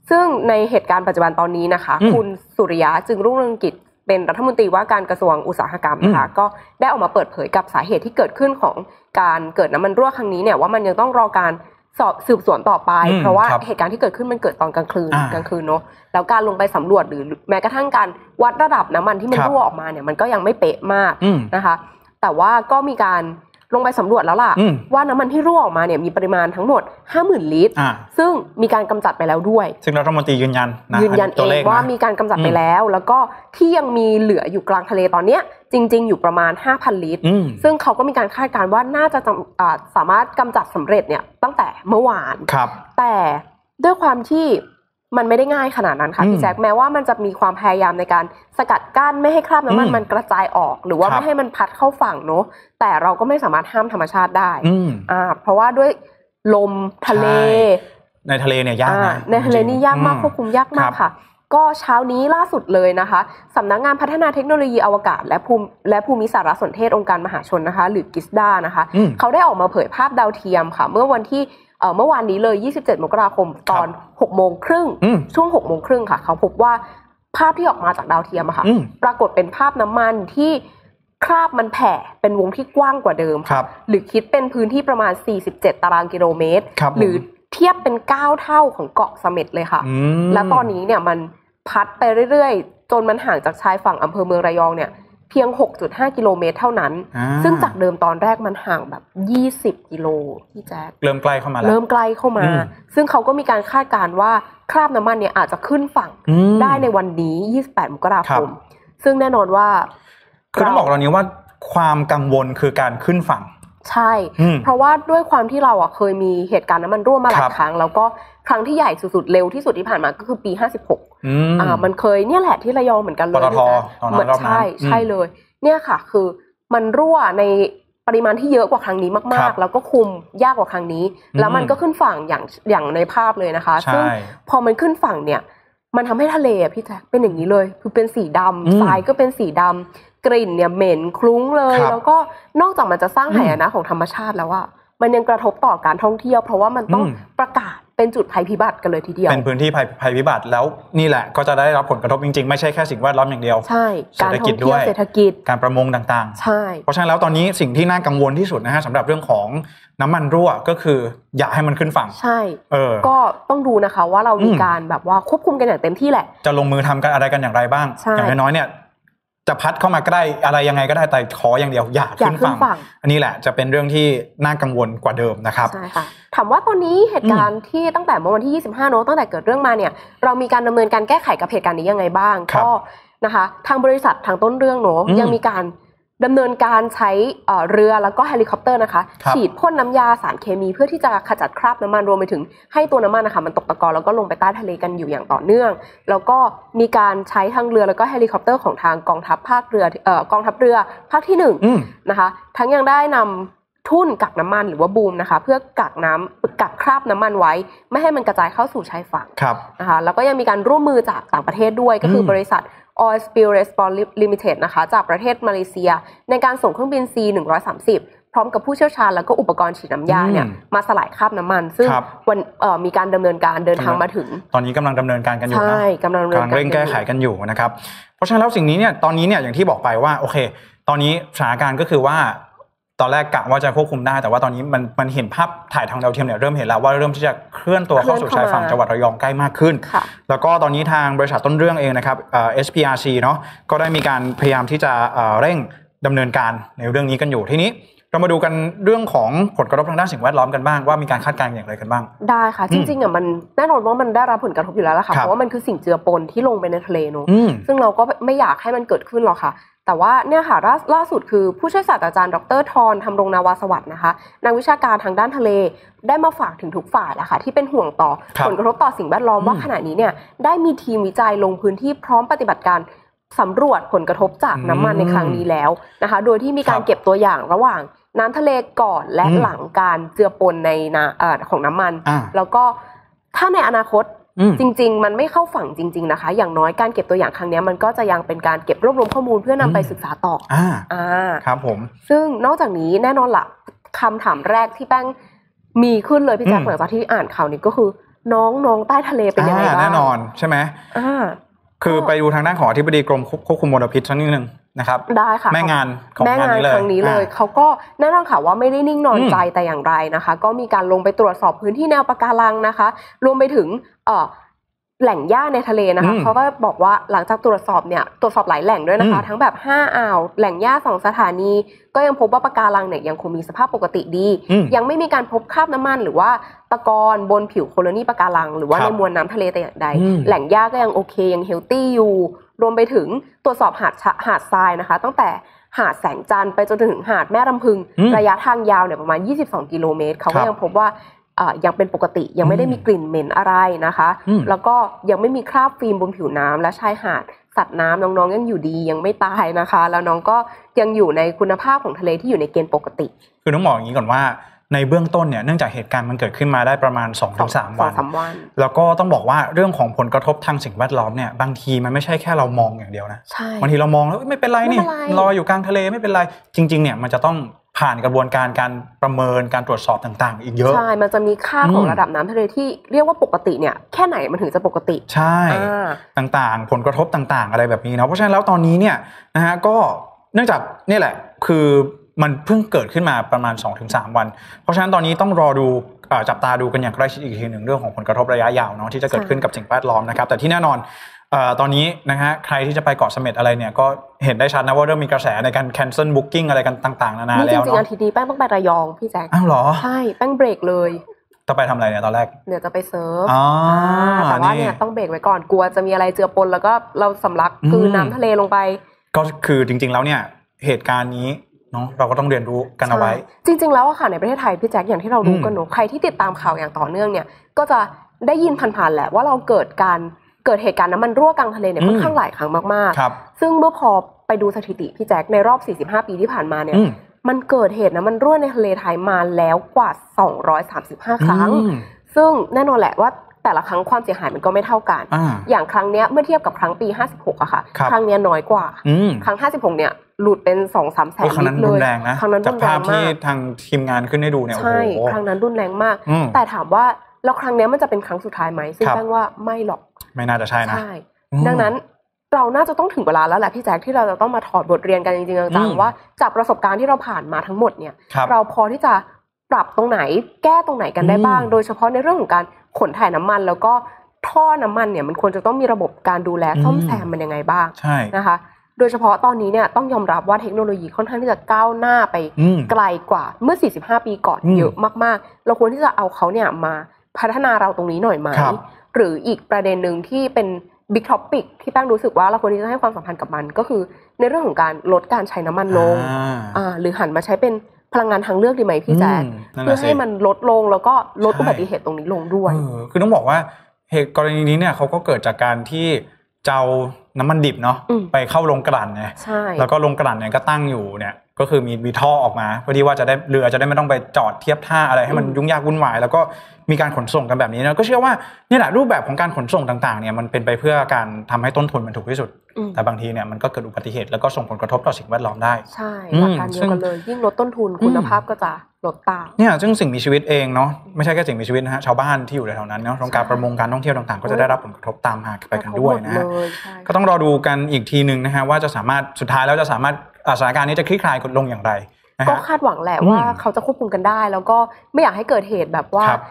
[SPEAKER 3] ซึ่งในเหตุการณ์ปัจจุบันตอนนี้นะคะ
[SPEAKER 2] อืม
[SPEAKER 3] คุณสุริยะจึงรุ่งเรืองกิจเป็นรัฐมนตรีว่าการกระทรวงอุตสาหกรรมนะคะก็ได้ออกมาเปิดเผยกับสาเหตุที่เกิดขึ้นของการเกิดน้ำมันรั่วครั้งนี้เนี่ยว่ามันยังต้องรอการสอบสืบสวนต่อไป
[SPEAKER 2] อืม
[SPEAKER 3] เพราะว่า
[SPEAKER 2] ครับ
[SPEAKER 3] เหตุการณ์ที่เกิดขึ้นมันเกิดตอนกลางคืน
[SPEAKER 2] อ่าก
[SPEAKER 3] ลางคืนเนาะแล้วการลงไปสำรวจหรือแม้กระทั่งการวัดระดับน้ำมันที่มัน
[SPEAKER 2] ครับ
[SPEAKER 3] รั่วออกมาเนี่ยมันก็ยังไม่เป๊ะมาก
[SPEAKER 2] อืม
[SPEAKER 3] นะคะแต่ว่าก็มีการลงไปสำรวจแล้วล่ะ
[SPEAKER 2] อืม
[SPEAKER 3] ว่าน้ำมันที่รั่วออกมาเนี่ยมีปริมาณทั้งหมด 50,000 ลิตร
[SPEAKER 2] อ่า
[SPEAKER 3] ซึ่งมีการกำจัดไปแล้วด้วย
[SPEAKER 2] ซึ่งรัฐมนตรียืนยันะ
[SPEAKER 3] ยืนยันเอ
[SPEAKER 2] ตัวล
[SPEAKER 3] ง
[SPEAKER 2] ข
[SPEAKER 3] ว่า
[SPEAKER 2] นะ
[SPEAKER 3] มีการกำจัด
[SPEAKER 2] อืม
[SPEAKER 3] ไปแล้ว แล้วก็ที่ยังมีเหลืออยู่กลางทะเลตอนเนี้ยจริง ๆ อยู่ประมาณ 5,000 ลิตร
[SPEAKER 2] อืม
[SPEAKER 3] ซึ่งเขาก็มีการคาดการณ์ว่าน่าจะจำอ่าสามารถกำจัดสำเร็จเนี่ยตั้งแต่เมื่อวาน
[SPEAKER 2] ครับ
[SPEAKER 3] แต่ด้วยความที่มันไม่ได้ง่ายขนาดนั้นค่ะ
[SPEAKER 2] อืม
[SPEAKER 3] พี่แจ็คแม้ว่ามันจะมีความพยายามในการสกัดกั้นไม่ให้คราบน้ำมัน
[SPEAKER 2] อืม
[SPEAKER 3] มันกระจายออก หรือว่า
[SPEAKER 2] ครับ
[SPEAKER 3] ไม่ให้มันพัดเข้าฝั่งเนอะแต่เราก็ไม่สามารถห้ามธรรมชาติได้
[SPEAKER 2] อืม
[SPEAKER 3] อ่าเพราะว่าด้วยลมทะเล
[SPEAKER 2] ในทะเลเนี่ยยาก
[SPEAKER 3] อ่า
[SPEAKER 2] นะ
[SPEAKER 3] ในทะเล
[SPEAKER 2] จริงๆ
[SPEAKER 3] นี่ยากมาก
[SPEAKER 2] อื
[SPEAKER 3] ควบคุมยากมา
[SPEAKER 2] ครั
[SPEAKER 3] ก
[SPEAKER 2] บ
[SPEAKER 3] ค่ะ ก็เช้านี้ล่าสุดเลยนะคะสำนักงานพัฒนาเทคโนโลยีอวกาศ และภูมิและภูมิสารสนเทศองค์การมหาชนนะคะ หรือกิสดานะคะ
[SPEAKER 2] อืม
[SPEAKER 3] เขาได้ออกมาเผยภาพดาวเทียมค่ะ เมื่อวันที่เอ่อเมื่อวานนี้เลย 27 มกราคมตอน 6 โมงครึ่ง
[SPEAKER 2] อืม
[SPEAKER 3] ช่วง 6 โมงครึ่งค่ะ เขาพบว่าภาพที่ออกมาจากดาวเทียมอะค่ะ
[SPEAKER 2] อืม
[SPEAKER 3] ปรากฏเป็นภาพน้ำมันที่คราบมันแผ่เป็นวงที่กว้างกว่าเดิม
[SPEAKER 2] ค
[SPEAKER 3] ค่ะ
[SPEAKER 2] รับ
[SPEAKER 3] หรือคิดเป็นพื้นที่ประมาณ 47 ตารางกิโลเมตร
[SPEAKER 2] ครับ
[SPEAKER 3] หรือ
[SPEAKER 2] ผม
[SPEAKER 3] เทียบเป็น 9 เท่าของเกาะเสม็ดเลยค่ะ
[SPEAKER 2] ม
[SPEAKER 3] และตอนนี้เนี่ยมันพัดไปเรื่อยๆ จนมันห่างจากชายฝั่งอำเภอเมืองระยองเนี่ยเพียง 6.5 กิโลเมตรเท่านั้น
[SPEAKER 2] อ่
[SPEAKER 3] ซึ่งจากเดิมตอนแรกมันห่างแบบ 20 กิโลพี่แจ๊ค
[SPEAKER 2] เริ่มใกล้เข้ามาแล้ว
[SPEAKER 3] เริ่มใกล้เข้ามา
[SPEAKER 2] อืม
[SPEAKER 3] ซึ่งเขาก็มีการคาดการณ์ว่าคราบน้ำมันเนี่ยอาจจะขึ้นฝั่ง
[SPEAKER 2] อืม
[SPEAKER 3] ได้ในวันนี้ 28 มกรา
[SPEAKER 2] ครั
[SPEAKER 3] ค
[SPEAKER 2] บ
[SPEAKER 3] ม ซึ่งแน่นอนว่า
[SPEAKER 2] คือต้องบอกเรานี้ว่าความกังวลคือการขึ้นฝั่ง
[SPEAKER 3] ใช่
[SPEAKER 2] อืม
[SPEAKER 3] เพราะว่าด้วยความที่เราอ่ะเคยมีเหตุการณ์น้ำมันรั่วมาห
[SPEAKER 2] ค
[SPEAKER 3] ลา
[SPEAKER 2] รั
[SPEAKER 3] ย
[SPEAKER 2] บ
[SPEAKER 3] ครั้ง แล้วก็ครั้งที่ใหญ่สุดๆเร็วที่สุดที่ผ่านมาก็คือปี 56
[SPEAKER 2] อืม
[SPEAKER 3] อ่ามันเคยเนี่ยแหละที่ระยองเหมือนกันเลย
[SPEAKER 2] ปตท
[SPEAKER 3] พี่แจ๊ค
[SPEAKER 2] ตอนนั้น
[SPEAKER 3] เห
[SPEAKER 2] ร
[SPEAKER 3] มื
[SPEAKER 2] อบนั้น
[SPEAKER 3] ใช่ใช่
[SPEAKER 2] อืม
[SPEAKER 3] เลย เนี่ยค่ะ คือมันรั่วในปริมาณที่เยอะกว่าครั้งนี้
[SPEAKER 2] ค
[SPEAKER 3] มา
[SPEAKER 2] รั
[SPEAKER 3] ก
[SPEAKER 2] บ
[SPEAKER 3] ๆ แล้วก็คุมยากกว่าครั้งนี้ แล้วมัน
[SPEAKER 2] อืม
[SPEAKER 3] ก็ขึ้นฝั่งอย่างอย่างในภาพเลยนะคะ ซึ่ง
[SPEAKER 2] ใช่
[SPEAKER 3] พอมันขึ้นฝั่งเนี่ย มันทำให้ทะเลอะพี่แจ๊คเป็นอย่างนี้เลย คือเป็นสีดำ
[SPEAKER 2] อืม
[SPEAKER 3] ทรายก็เป็นสีดำกลิ่นเนี่ยเหม็นคลุ้งเลย
[SPEAKER 2] ครับ
[SPEAKER 3] แล้วก็นอกจากมันจะสร้าง
[SPEAKER 2] อืม
[SPEAKER 3] หายนะของธรรมชาติแล้วอะมันยังกระทบต่อการท่องเที่ยว เพราะว่ามันต้อง
[SPEAKER 2] อืม
[SPEAKER 3] ประกาศเป็นจุดภัยพิบัติกันเลยทีเดียว
[SPEAKER 2] เป็นพื้นที่ภัยภัยพิบัติแล้วนี่แหละก็จะได้รับผลกระทบจริงๆ ไม่ใช่แค่สิ่งแวดล้อมอย่างเดียว
[SPEAKER 3] ใช่การท่อง
[SPEAKER 2] เศรษฐกิ
[SPEAKER 3] เที่ยว
[SPEAKER 2] จด้วย
[SPEAKER 3] เศรษฐกิจ
[SPEAKER 2] การประมงต่าง
[SPEAKER 3] ใช่
[SPEAKER 2] ๆ เพราะฉะนั้นแล้วตอนนี้สิ่งที่น่ากังวลที่สุดนะฮะสำหรับเรื่องของน้ำมันรั่วก็คืออย่าให้มันขึ้นฝั่ง
[SPEAKER 3] ใช่
[SPEAKER 2] เออ
[SPEAKER 3] ก็ต้องดูนะคะว่าเรา
[SPEAKER 2] อืม
[SPEAKER 3] มีการแบบว่าควบคุมกันอย่างเต็มที่แหละ
[SPEAKER 2] จะลงมือทำกันอะไรกันอย่างไรบ้าง
[SPEAKER 3] ใช่
[SPEAKER 2] อย่างน้อยๆเนี่ย จะพัดเข้ามาใกล้อะไรยังไงก็ได้แต่ขออย่างเดียวอย่า
[SPEAKER 3] อย่า
[SPEAKER 2] ขึ้น
[SPEAKER 3] ขึ้
[SPEAKER 2] ฝั่
[SPEAKER 3] น
[SPEAKER 2] ง
[SPEAKER 3] ฝั่ง
[SPEAKER 2] อันนี้แหละจะเป็นเรื่องที่น่ากังวลกว่าเดิมนะครับ
[SPEAKER 3] ใช่ค่ะถามว่าตอนนี้เหตุการณ์ที่ตั้งแต่เมื่อวันที่ 25เนอะตั้งแต่เกิดเรื่องมาเนี่ย เรามีการดำเนินการแก้ไขกับเหตุการณ์นี้ยังไงบ้าง
[SPEAKER 2] ครับ
[SPEAKER 3] ก็นะคะ ทางบริษัททางต้นเรื่องเนอะ
[SPEAKER 2] อืม
[SPEAKER 3] ยังมีการดำเนินการใช้เอ่อเรือแล้วก็เฮลิคอปเตอร์นะคะ
[SPEAKER 2] ครับ
[SPEAKER 3] ฉีดพ่นน้ำยาสารเคมีเพื่อที่จะขจัดคราบน้ำมันรวมไปถึงให้ตัวน้ำมันนะคะมันตกตะกอนแล้วก็ลงไปใต้ทะเลกันอยู่อย่างต่อเนื่อง แล้วก็มีการใช้ทางเรือแล้วก็เฮลิคอปเตอร์ของทางกองทัพภาคเรือเอ่อกองทัพเรือภาคที่หนึ่ง
[SPEAKER 2] อืม
[SPEAKER 3] นะคะ ทั้งยังได้นำทุ่นกักน้ำมันหรือว่าบูมนะคะ เพื่อกักน้ำกักคราบน้ำมันไว้ ไม่ให้มันกระจายเข้าสู่ชายฝั่ง
[SPEAKER 2] ครับ
[SPEAKER 3] นะคะแล้วก็ยังมีการร่วมมือจากต่างประเทศด้วยก็คือ
[SPEAKER 2] ม
[SPEAKER 3] บริษัท Oil Spill Response Limited นะคะจากประเทศมาเลเซีย ในการส่งเครื่องบิน C 130พร้อมกับผู้เชี่ยวชาญแล้วก็อุปกรณ์ฉีดน้ำยาเนี่ย
[SPEAKER 2] อืม
[SPEAKER 3] มาสลายคราบน้ำมัน ซึ่ง
[SPEAKER 2] ครับ
[SPEAKER 3] วันเอ่อมีการดำเนินการเดินทาง
[SPEAKER 2] ดำเนิน
[SPEAKER 3] มาถึง
[SPEAKER 2] ตอนนี้กำลังดำเนินการกันอยู่นะ
[SPEAKER 3] ใช่กำลังดำนิ
[SPEAKER 2] กำ
[SPEAKER 3] น
[SPEAKER 2] ลังเร่งแก้ไข
[SPEAKER 3] กัน
[SPEAKER 2] กันอยู่นะครับ เพราะฉะนั้นแล้วสิ่งนี้เนี่ยตอนนี้เนี่ยอย่างที่บอกไปว่าโอเค ตอนนี้สถานการณ์ก็คือว่า ตอนแรกกะว่าจะควบคุมได้ แต่ว่าตอนนี้มันมันเห็นภาพถ่ายทางดาวเทียมเนี่ยเริ่มเห็นแล้วว่าเริ่มที่จะเคลื่อนตัวเข้าสู่
[SPEAKER 3] เคลื่
[SPEAKER 2] ชา
[SPEAKER 3] อย น
[SPEAKER 2] ฝั่งจั
[SPEAKER 3] เข้ามา
[SPEAKER 2] งหวัดระยองใกล้มากขึ้น
[SPEAKER 3] ค่ะ
[SPEAKER 2] แล้วก็ตอนนี้ทางบริษัทต้นเรื่องเองนะครับเอ่อ SPRC เนาะก็ได้มีการพยายามที่จะเอ่อเร่งดำเนินการในเรื่องนี้กันอยู่ทีนี้เรามาดูกันเรื่องของผลกระทบทางด้านสิ่งแวดล้อมกันบ้างว่ามีการคาดการณ์อย่างไรกันบ้าง
[SPEAKER 3] ได้ค่ะ
[SPEAKER 2] อื
[SPEAKER 3] จ
[SPEAKER 2] ม
[SPEAKER 3] ริงๆอ่ะมันแน่นอนว่ามันได้รับผลกระทบอยู่แล้วล่ะค่ะ
[SPEAKER 2] ครับ
[SPEAKER 3] เพราะว่ามันคือสิ่งเจือปนที่ลงไปในทะเลเนอะ
[SPEAKER 2] อืม
[SPEAKER 3] ซึ่งเราก็ไม่อยากให้มันเกิดขึ้นหรอกค่ะ แต่ว่าเนี่ยค่ะล่าล่าสุดคือผู้ช่วยศาสตราจารย์ดรทรทำรงนาวาสวัสดิ์นะคะนักวิชาการทางด้านทะเลได้มาฝากถึงทุกฝ่ายแหละค่ะที่เป็นห่วงต่อ
[SPEAKER 2] ครับ
[SPEAKER 3] ผลกระทบต่อสิ่งแวดล้อมว่า
[SPEAKER 2] อืม
[SPEAKER 3] ขณะนี้เนี่ยได้มีทีมวิจัยลงพื้นที่พร้อมปฏิบัติการสำรวจผลกระทบจากน้ำมันในครั้งนี้แล้วนะคะ โดยที่มีกา
[SPEAKER 2] ค
[SPEAKER 3] ร
[SPEAKER 2] รับ
[SPEAKER 3] เก็บตัวอย่างระหว่างน้ำทะเลก่อนและ
[SPEAKER 2] อืม
[SPEAKER 3] หลังการเจือปนในนาเอ่อของน้ำมัน
[SPEAKER 2] อ่า
[SPEAKER 3] แล้วก็ถ้าในอนาคต
[SPEAKER 2] อืม
[SPEAKER 3] จริง ๆ มันไม่เข้าฝั่งจริง ๆนะคะ อย่างน้อยการเก็บตัวอย่างครั้งเนี้ยมันก็จะยังเป็นการเก็บรวบรวมข้อมูลเพื่อนำไป
[SPEAKER 2] อืม
[SPEAKER 3] ศึกษาต่อ
[SPEAKER 2] อ่า
[SPEAKER 3] อ่า
[SPEAKER 2] ครับผม
[SPEAKER 3] ซึ่งนอกจากนี้แน่นอนละคำถามแรกที่แป้งมีขึ้นเลยพี่แจ๊ค
[SPEAKER 2] อืม
[SPEAKER 3] หลังจากที่อ่านข่าวนี้ก็คือน้องน้องใต้ทะเลเป็นยังไง
[SPEAKER 2] อ่า
[SPEAKER 3] บ้าง
[SPEAKER 2] แน่นอนใช่ไหม
[SPEAKER 3] อ่า
[SPEAKER 2] คือ
[SPEAKER 3] ก็
[SPEAKER 2] ไปดูทางด้านของอธิบดีกรมควบคุมมลพิษสักนิดนึงนะครับ
[SPEAKER 3] ได้ค่ะ
[SPEAKER 2] แม่งานของ
[SPEAKER 3] แม่
[SPEAKER 2] งาน
[SPEAKER 3] งาน
[SPEAKER 2] นี้เลย
[SPEAKER 3] ครั้งนี้เลย
[SPEAKER 2] อ่ะ
[SPEAKER 3] เขาก็แน่นอนค่ะว่าไม่ได้นิ่งนอน
[SPEAKER 2] อืม
[SPEAKER 3] ใจแต่อย่างไรนะคะ ก็มีการลงไปตรวจสอบพื้นที่แนวปะการังนะคะ รวมไปถึงเอ่อแหล่งหญ้าในทะเลนะคะ
[SPEAKER 2] อืม
[SPEAKER 3] เขาก็บอกว่าหลังจากตรวจสอบเนี่ยตรวจสอบหลายแหล่งด้วยนะคะ
[SPEAKER 2] อืม
[SPEAKER 3] ทั้งแบบ 5อ่าวแหล่งหญ้าสองสถานี ก็ยังพบว่าปะการังเนี่ยยังคงมีสภาพปกติดี
[SPEAKER 2] อืม
[SPEAKER 3] ยังไม่มีการพบคราบน้ำมัน หรือว่าตะกอนบนผิวโคโลนีปะการัง หรือว่า
[SPEAKER 2] ครั
[SPEAKER 3] ใน
[SPEAKER 2] บ
[SPEAKER 3] มวลน้ำทะเลแต่อย่างใด
[SPEAKER 2] อืม
[SPEAKER 3] แหล่งหญ้าก็ยังโอเคยังเฮลตี้อยู่ รวมไปถึงตรวจสอบหาดชะหาดทรายนะคะ ตั้งแต่หาดแสงจันทร์ไปจนถึงหาดแม่ลำพึง
[SPEAKER 2] อืม
[SPEAKER 3] ระยะทางยาวเนี่ยประมาณ 22 กิโลเมตรเขา
[SPEAKER 2] ครั
[SPEAKER 3] ก็
[SPEAKER 2] บ
[SPEAKER 3] ยังพบว่าเอ่อยังเป็นปกติยังไม่ได้
[SPEAKER 2] อืม
[SPEAKER 3] มีกลิ่นเหม็นอะไรนะคะ
[SPEAKER 2] อืม
[SPEAKER 3] แล้วก็ยังไม่มีคราบฟิล์มบนผิวน้ำและชายหาดสัตว์น้ำน้องๆยังอยู่ดียังไม่ตายนะคะ แล้วน้องก็ยังอยู่ในคุณภาพของทะเลที่อยู่ในเกณฑ์ปกติ
[SPEAKER 2] คือต้องบอกอย่างนี้ก่อนว่า ในเบื้องต้นเนี่ยเนื่องจากเหตุการณ์มันเกิดขึ้นมาได้ประมาณ2อถึงสาม
[SPEAKER 3] ส
[SPEAKER 2] วั
[SPEAKER 3] อน งสามวัน
[SPEAKER 2] แล้วก็ต้องบอกว่าเรื่องของผลกระทบทางสิ่งแวดล้อมเนี่ยบางทีมันไม่ใช่แค่เรามองอย่างเดียวนะ
[SPEAKER 3] ใช่
[SPEAKER 2] บางทีเรามองแล้วเอ้ยไม่เป็นไรนี่
[SPEAKER 3] ไม่เป็นไร
[SPEAKER 2] ลอยอยู่กลางทะเลไม่เป็นไรจริง ๆ เนี่ยมันจะต้องผ่านกระบวนการการประเมินการตรวจสอบต่าง ๆ อีกเยอะ
[SPEAKER 3] ใช่ มันจะมีค่าของ
[SPEAKER 2] อืม
[SPEAKER 3] ระดับน้ำทะเลที่เรียกว่าปกติเนี่ยแค่ไหนมันถึงจะปกติ
[SPEAKER 2] ใช่
[SPEAKER 3] อ่า
[SPEAKER 2] ต่างๆ ผลกระทบต่างๆ อะไรแบบนี้เนาะเพราะฉะนั้นแล้วตอนนี้เนี่ยนะฮะก็เนื่องจากเนี่ยแหละคือมันเพิ่งเกิดขึ้นมาประมาณ 2-3 วัน เพราะฉะนั้นตอนนี้ต้องรอดูเอ่อจับตาดูกันอย่างใกล้ชิดอีกทีหนึ่งเรื่องของผลกระทบระยะยาวเนาะที่จะเกิด
[SPEAKER 3] ใช่
[SPEAKER 2] ขึ้นกับสิ่งแวดล้อมนะครับแต่ที่แน่นอนเอ่อตอนนี้นะฮะใครที่จะไปเกาะเสม็ดอะไรเนี่ยก็เห็นได้ชัดนะว่าเริ่มมีกระแสในการ cancel booking อะไรกันต่างๆ นานา
[SPEAKER 3] นี่จ
[SPEAKER 2] แล้ว
[SPEAKER 3] ริงๆ
[SPEAKER 2] เนาะ
[SPEAKER 3] อาทิตย์นี้แป้งต้องไประยองพี่แจ๊ค
[SPEAKER 2] อ้าวเหรอ
[SPEAKER 3] ใช่ แป้งเบรกเลย
[SPEAKER 2] จะไปทำอะไรเนี่ยตอนแรก
[SPEAKER 3] เดี๋ยวจะไปเซิร์ฟ
[SPEAKER 2] อ๋อ
[SPEAKER 3] อ่าแต่ว่า
[SPEAKER 2] นี่
[SPEAKER 3] เนี่ยต้องเบรกไว้ก่อนกลัวจะมีอะไรเจือปนแล้วก็เราสำลัก
[SPEAKER 2] อืม
[SPEAKER 3] คือน้ำทะเลลงไป
[SPEAKER 2] ก็คือจริงๆแล้วเนี่ยเหตุการณ์นี้ เนาะเราก็ต้องเรียนรู้กันเอาไว้
[SPEAKER 3] ใช่จริง ๆ แล้วอะค่ะในประเทศไทยพี่แจ็คอย่างที่เรารู้
[SPEAKER 2] อืม
[SPEAKER 3] กันเนอะใครที่ติดตามข่าวอย่างต่อเนื่องเนี่ยก็จะได้ยินผ่านๆแหละว่าเราเกิดการเกิดเหตุการณ์น้ำมันรั่วกลางทะเลเนี่ย
[SPEAKER 2] อืม
[SPEAKER 3] ค่อนข้างหลายครั้งมาก
[SPEAKER 2] ครับ
[SPEAKER 3] ๆ ซึ่งเมื่อพอไปดูสถิติพี่แจ็คในรอบ 45 ปีที่ผ่านมาเนี่ย
[SPEAKER 2] อืม
[SPEAKER 3] มันเกิดเหตุน้ำมันรั่วในทะเลไทยมาแล้วกว่า 235 ครั้ง
[SPEAKER 2] อืม
[SPEAKER 3] ซึ่งแน่นอนแหละว่าแต่ละครั้งความเสียหายมันก็ไม่เท่ากัน
[SPEAKER 2] อ่า
[SPEAKER 3] อย่างครั้งเนี้ยเมื่อเทียบกับครั้งปี 56อะค่ะ
[SPEAKER 2] ครับ
[SPEAKER 3] ครั้งเนี้ยน้อยกว่า
[SPEAKER 2] อืม
[SPEAKER 3] ครั้ง 56 เนี่ยหลุดเป็น 2 3แสน
[SPEAKER 2] โอ้ครั้งนั้น
[SPEAKER 3] ลิต
[SPEAKER 2] รุน
[SPEAKER 3] เล
[SPEAKER 2] แร
[SPEAKER 3] ย
[SPEAKER 2] งนะ
[SPEAKER 3] ครั้งนั้น
[SPEAKER 2] จาก
[SPEAKER 3] รุนแร
[SPEAKER 2] ภาพ
[SPEAKER 3] ง
[SPEAKER 2] ที่
[SPEAKER 3] มาก
[SPEAKER 2] ทางทีมงานขึ้นให้ดูเนี่ยโอ้
[SPEAKER 3] ใช่
[SPEAKER 2] โห
[SPEAKER 3] ครั้งนั้นรุนแรงมาก
[SPEAKER 2] อืม
[SPEAKER 3] แต่ถามว่าแล้วครั้งเนี้ยมันจะเป็นครั้งสุดท้ายไหมซึ่ง
[SPEAKER 2] ครับ
[SPEAKER 3] แป้งว่าไม่หรอก
[SPEAKER 2] ไม่น่าจะใช่นะ
[SPEAKER 3] ใช่
[SPEAKER 2] อืม
[SPEAKER 3] ดังนั้นเราน่าจะต้องถึงเวลาแล้วแหละพี่แจ๊คที่เราจะต้องมาถอดบทเรียนกันจริงๆ
[SPEAKER 2] อื
[SPEAKER 3] จัง
[SPEAKER 2] ม
[SPEAKER 3] ๆว่าจากประสบการณ์ที่เราผ่านมาทั้งหมดเนี่ย
[SPEAKER 2] ครับ
[SPEAKER 3] เราพอที่จะปรับตรงไหนแก้ตรงไหนกันได้บ้าง
[SPEAKER 2] อืม
[SPEAKER 3] โดยเฉพาะในเรื่องของการขนถ่ายน้ำมัน แล้วก็ท่อน้ำมันเนี่ยมันควรจะต้องมีระบบการดูแลซ่อม
[SPEAKER 2] อืม
[SPEAKER 3] แซมมันยังไงบ้าง
[SPEAKER 2] ใช่
[SPEAKER 3] นะคะ โดยเฉพาะตอนนี้เนี่ยต้องยอมรับว่าเทคโนโลยีค่อนข้างที่จะก้าวหน้าไป
[SPEAKER 2] อืม
[SPEAKER 3] ไกลกว่าเมื่อ 45 ปีก่อน
[SPEAKER 2] อืม
[SPEAKER 3] เยอะมากๆ เราควรที่จะเอาเขาเนี่ยมาพัฒนาเราตรงนี้หน่อยไหม
[SPEAKER 2] ครับ
[SPEAKER 3] หรืออีกประเด็นหนึ่งที่เป็นบิ๊กท็อปิกที่แป้งรู้สึกว่าเราควรที่จะให้ความสำคัญกับมัน ก็คือในเรื่องของการลดการใช้น้ำมันลง
[SPEAKER 2] า
[SPEAKER 3] อ่าหรือหันมาใช้เป็นพลังงานทางเลือกดีไหมพี่แจ๊ค
[SPEAKER 2] อืมนั่น
[SPEAKER 3] เพื่อ
[SPEAKER 2] น่ะสิ
[SPEAKER 3] ให้มันลดลงแล้วก็ลด
[SPEAKER 2] ใช่
[SPEAKER 3] อุบัติเหตุตรงนี้ลงด้วย
[SPEAKER 2] เออคือต้องบอกว่าเหตุกรณีนี้เนี่ยเขาก็เกิดจากการที่เจ้าน้ำมันดิบเนาะ
[SPEAKER 3] อืม
[SPEAKER 2] ไปเข้าโรงกลั่นไง
[SPEAKER 3] ใช่
[SPEAKER 2] แล้วก็โรงกลั่นเนี่ยก็ตั้งอยู่เนี่ยก็คือมีมีท่อออกมาเพื่อที่ว่าจะได้เรือจะได้ไม่ต้องไปจอดเทียบท่าอะไรให้มันยุ่งยากวุ่นวาย แล้วก็มีการขนส่งกันแบบนี้นะก็เชื่อว่าเนี่ยแหละรูปแบบของการขนส่งต่างๆเนี่ยมันเป็นไปเพื่อการทำให้ต้นทุนมันถูกที่สุด
[SPEAKER 3] อืม
[SPEAKER 2] แต่บางทีเนี่ยมันก็เกิดอุบัติเหตุแล้วก็ส่งผลกระทบต่อสิ่งแวดล้อมได้
[SPEAKER 3] ใช่
[SPEAKER 2] อืม
[SPEAKER 3] หลักการเดียวกันเลย ยิ่งลดต้นทุน
[SPEAKER 2] อืม
[SPEAKER 3] คุณภาพก็จะลดตาม
[SPEAKER 2] เนี่ยซึ่งสิ่งมีชีวิตเองเนาะไม่ใช่แค่สิ่งมีชีวิตนะฮะชาวบ้านที่อยู่แถวๆนั้นเนาะโรงการประมงการท่องเที่ยวต่างๆ ก็จะได้รับผลกระทบตามมาไปกันด้วยนะ
[SPEAKER 3] กร
[SPEAKER 2] ฮะ
[SPEAKER 3] ทบหมเลยใช่
[SPEAKER 2] ก็ต้องรอดูกันอีกทีหนึ่งนะฮะว่าจะสามารถสุดท้ายแล้วจะสามารถอ่าสถานการณ์นี้จะคลี่คลายกดลงอย่างไรนะ
[SPEAKER 3] ก็
[SPEAKER 2] ฮะ
[SPEAKER 3] คาดหวังแหละ
[SPEAKER 2] อืม
[SPEAKER 3] ว่าเขาจะควบคุมกันได้ แล้วก็ไม่อยากให้เกิดเหตุแบบว่า
[SPEAKER 2] ครับ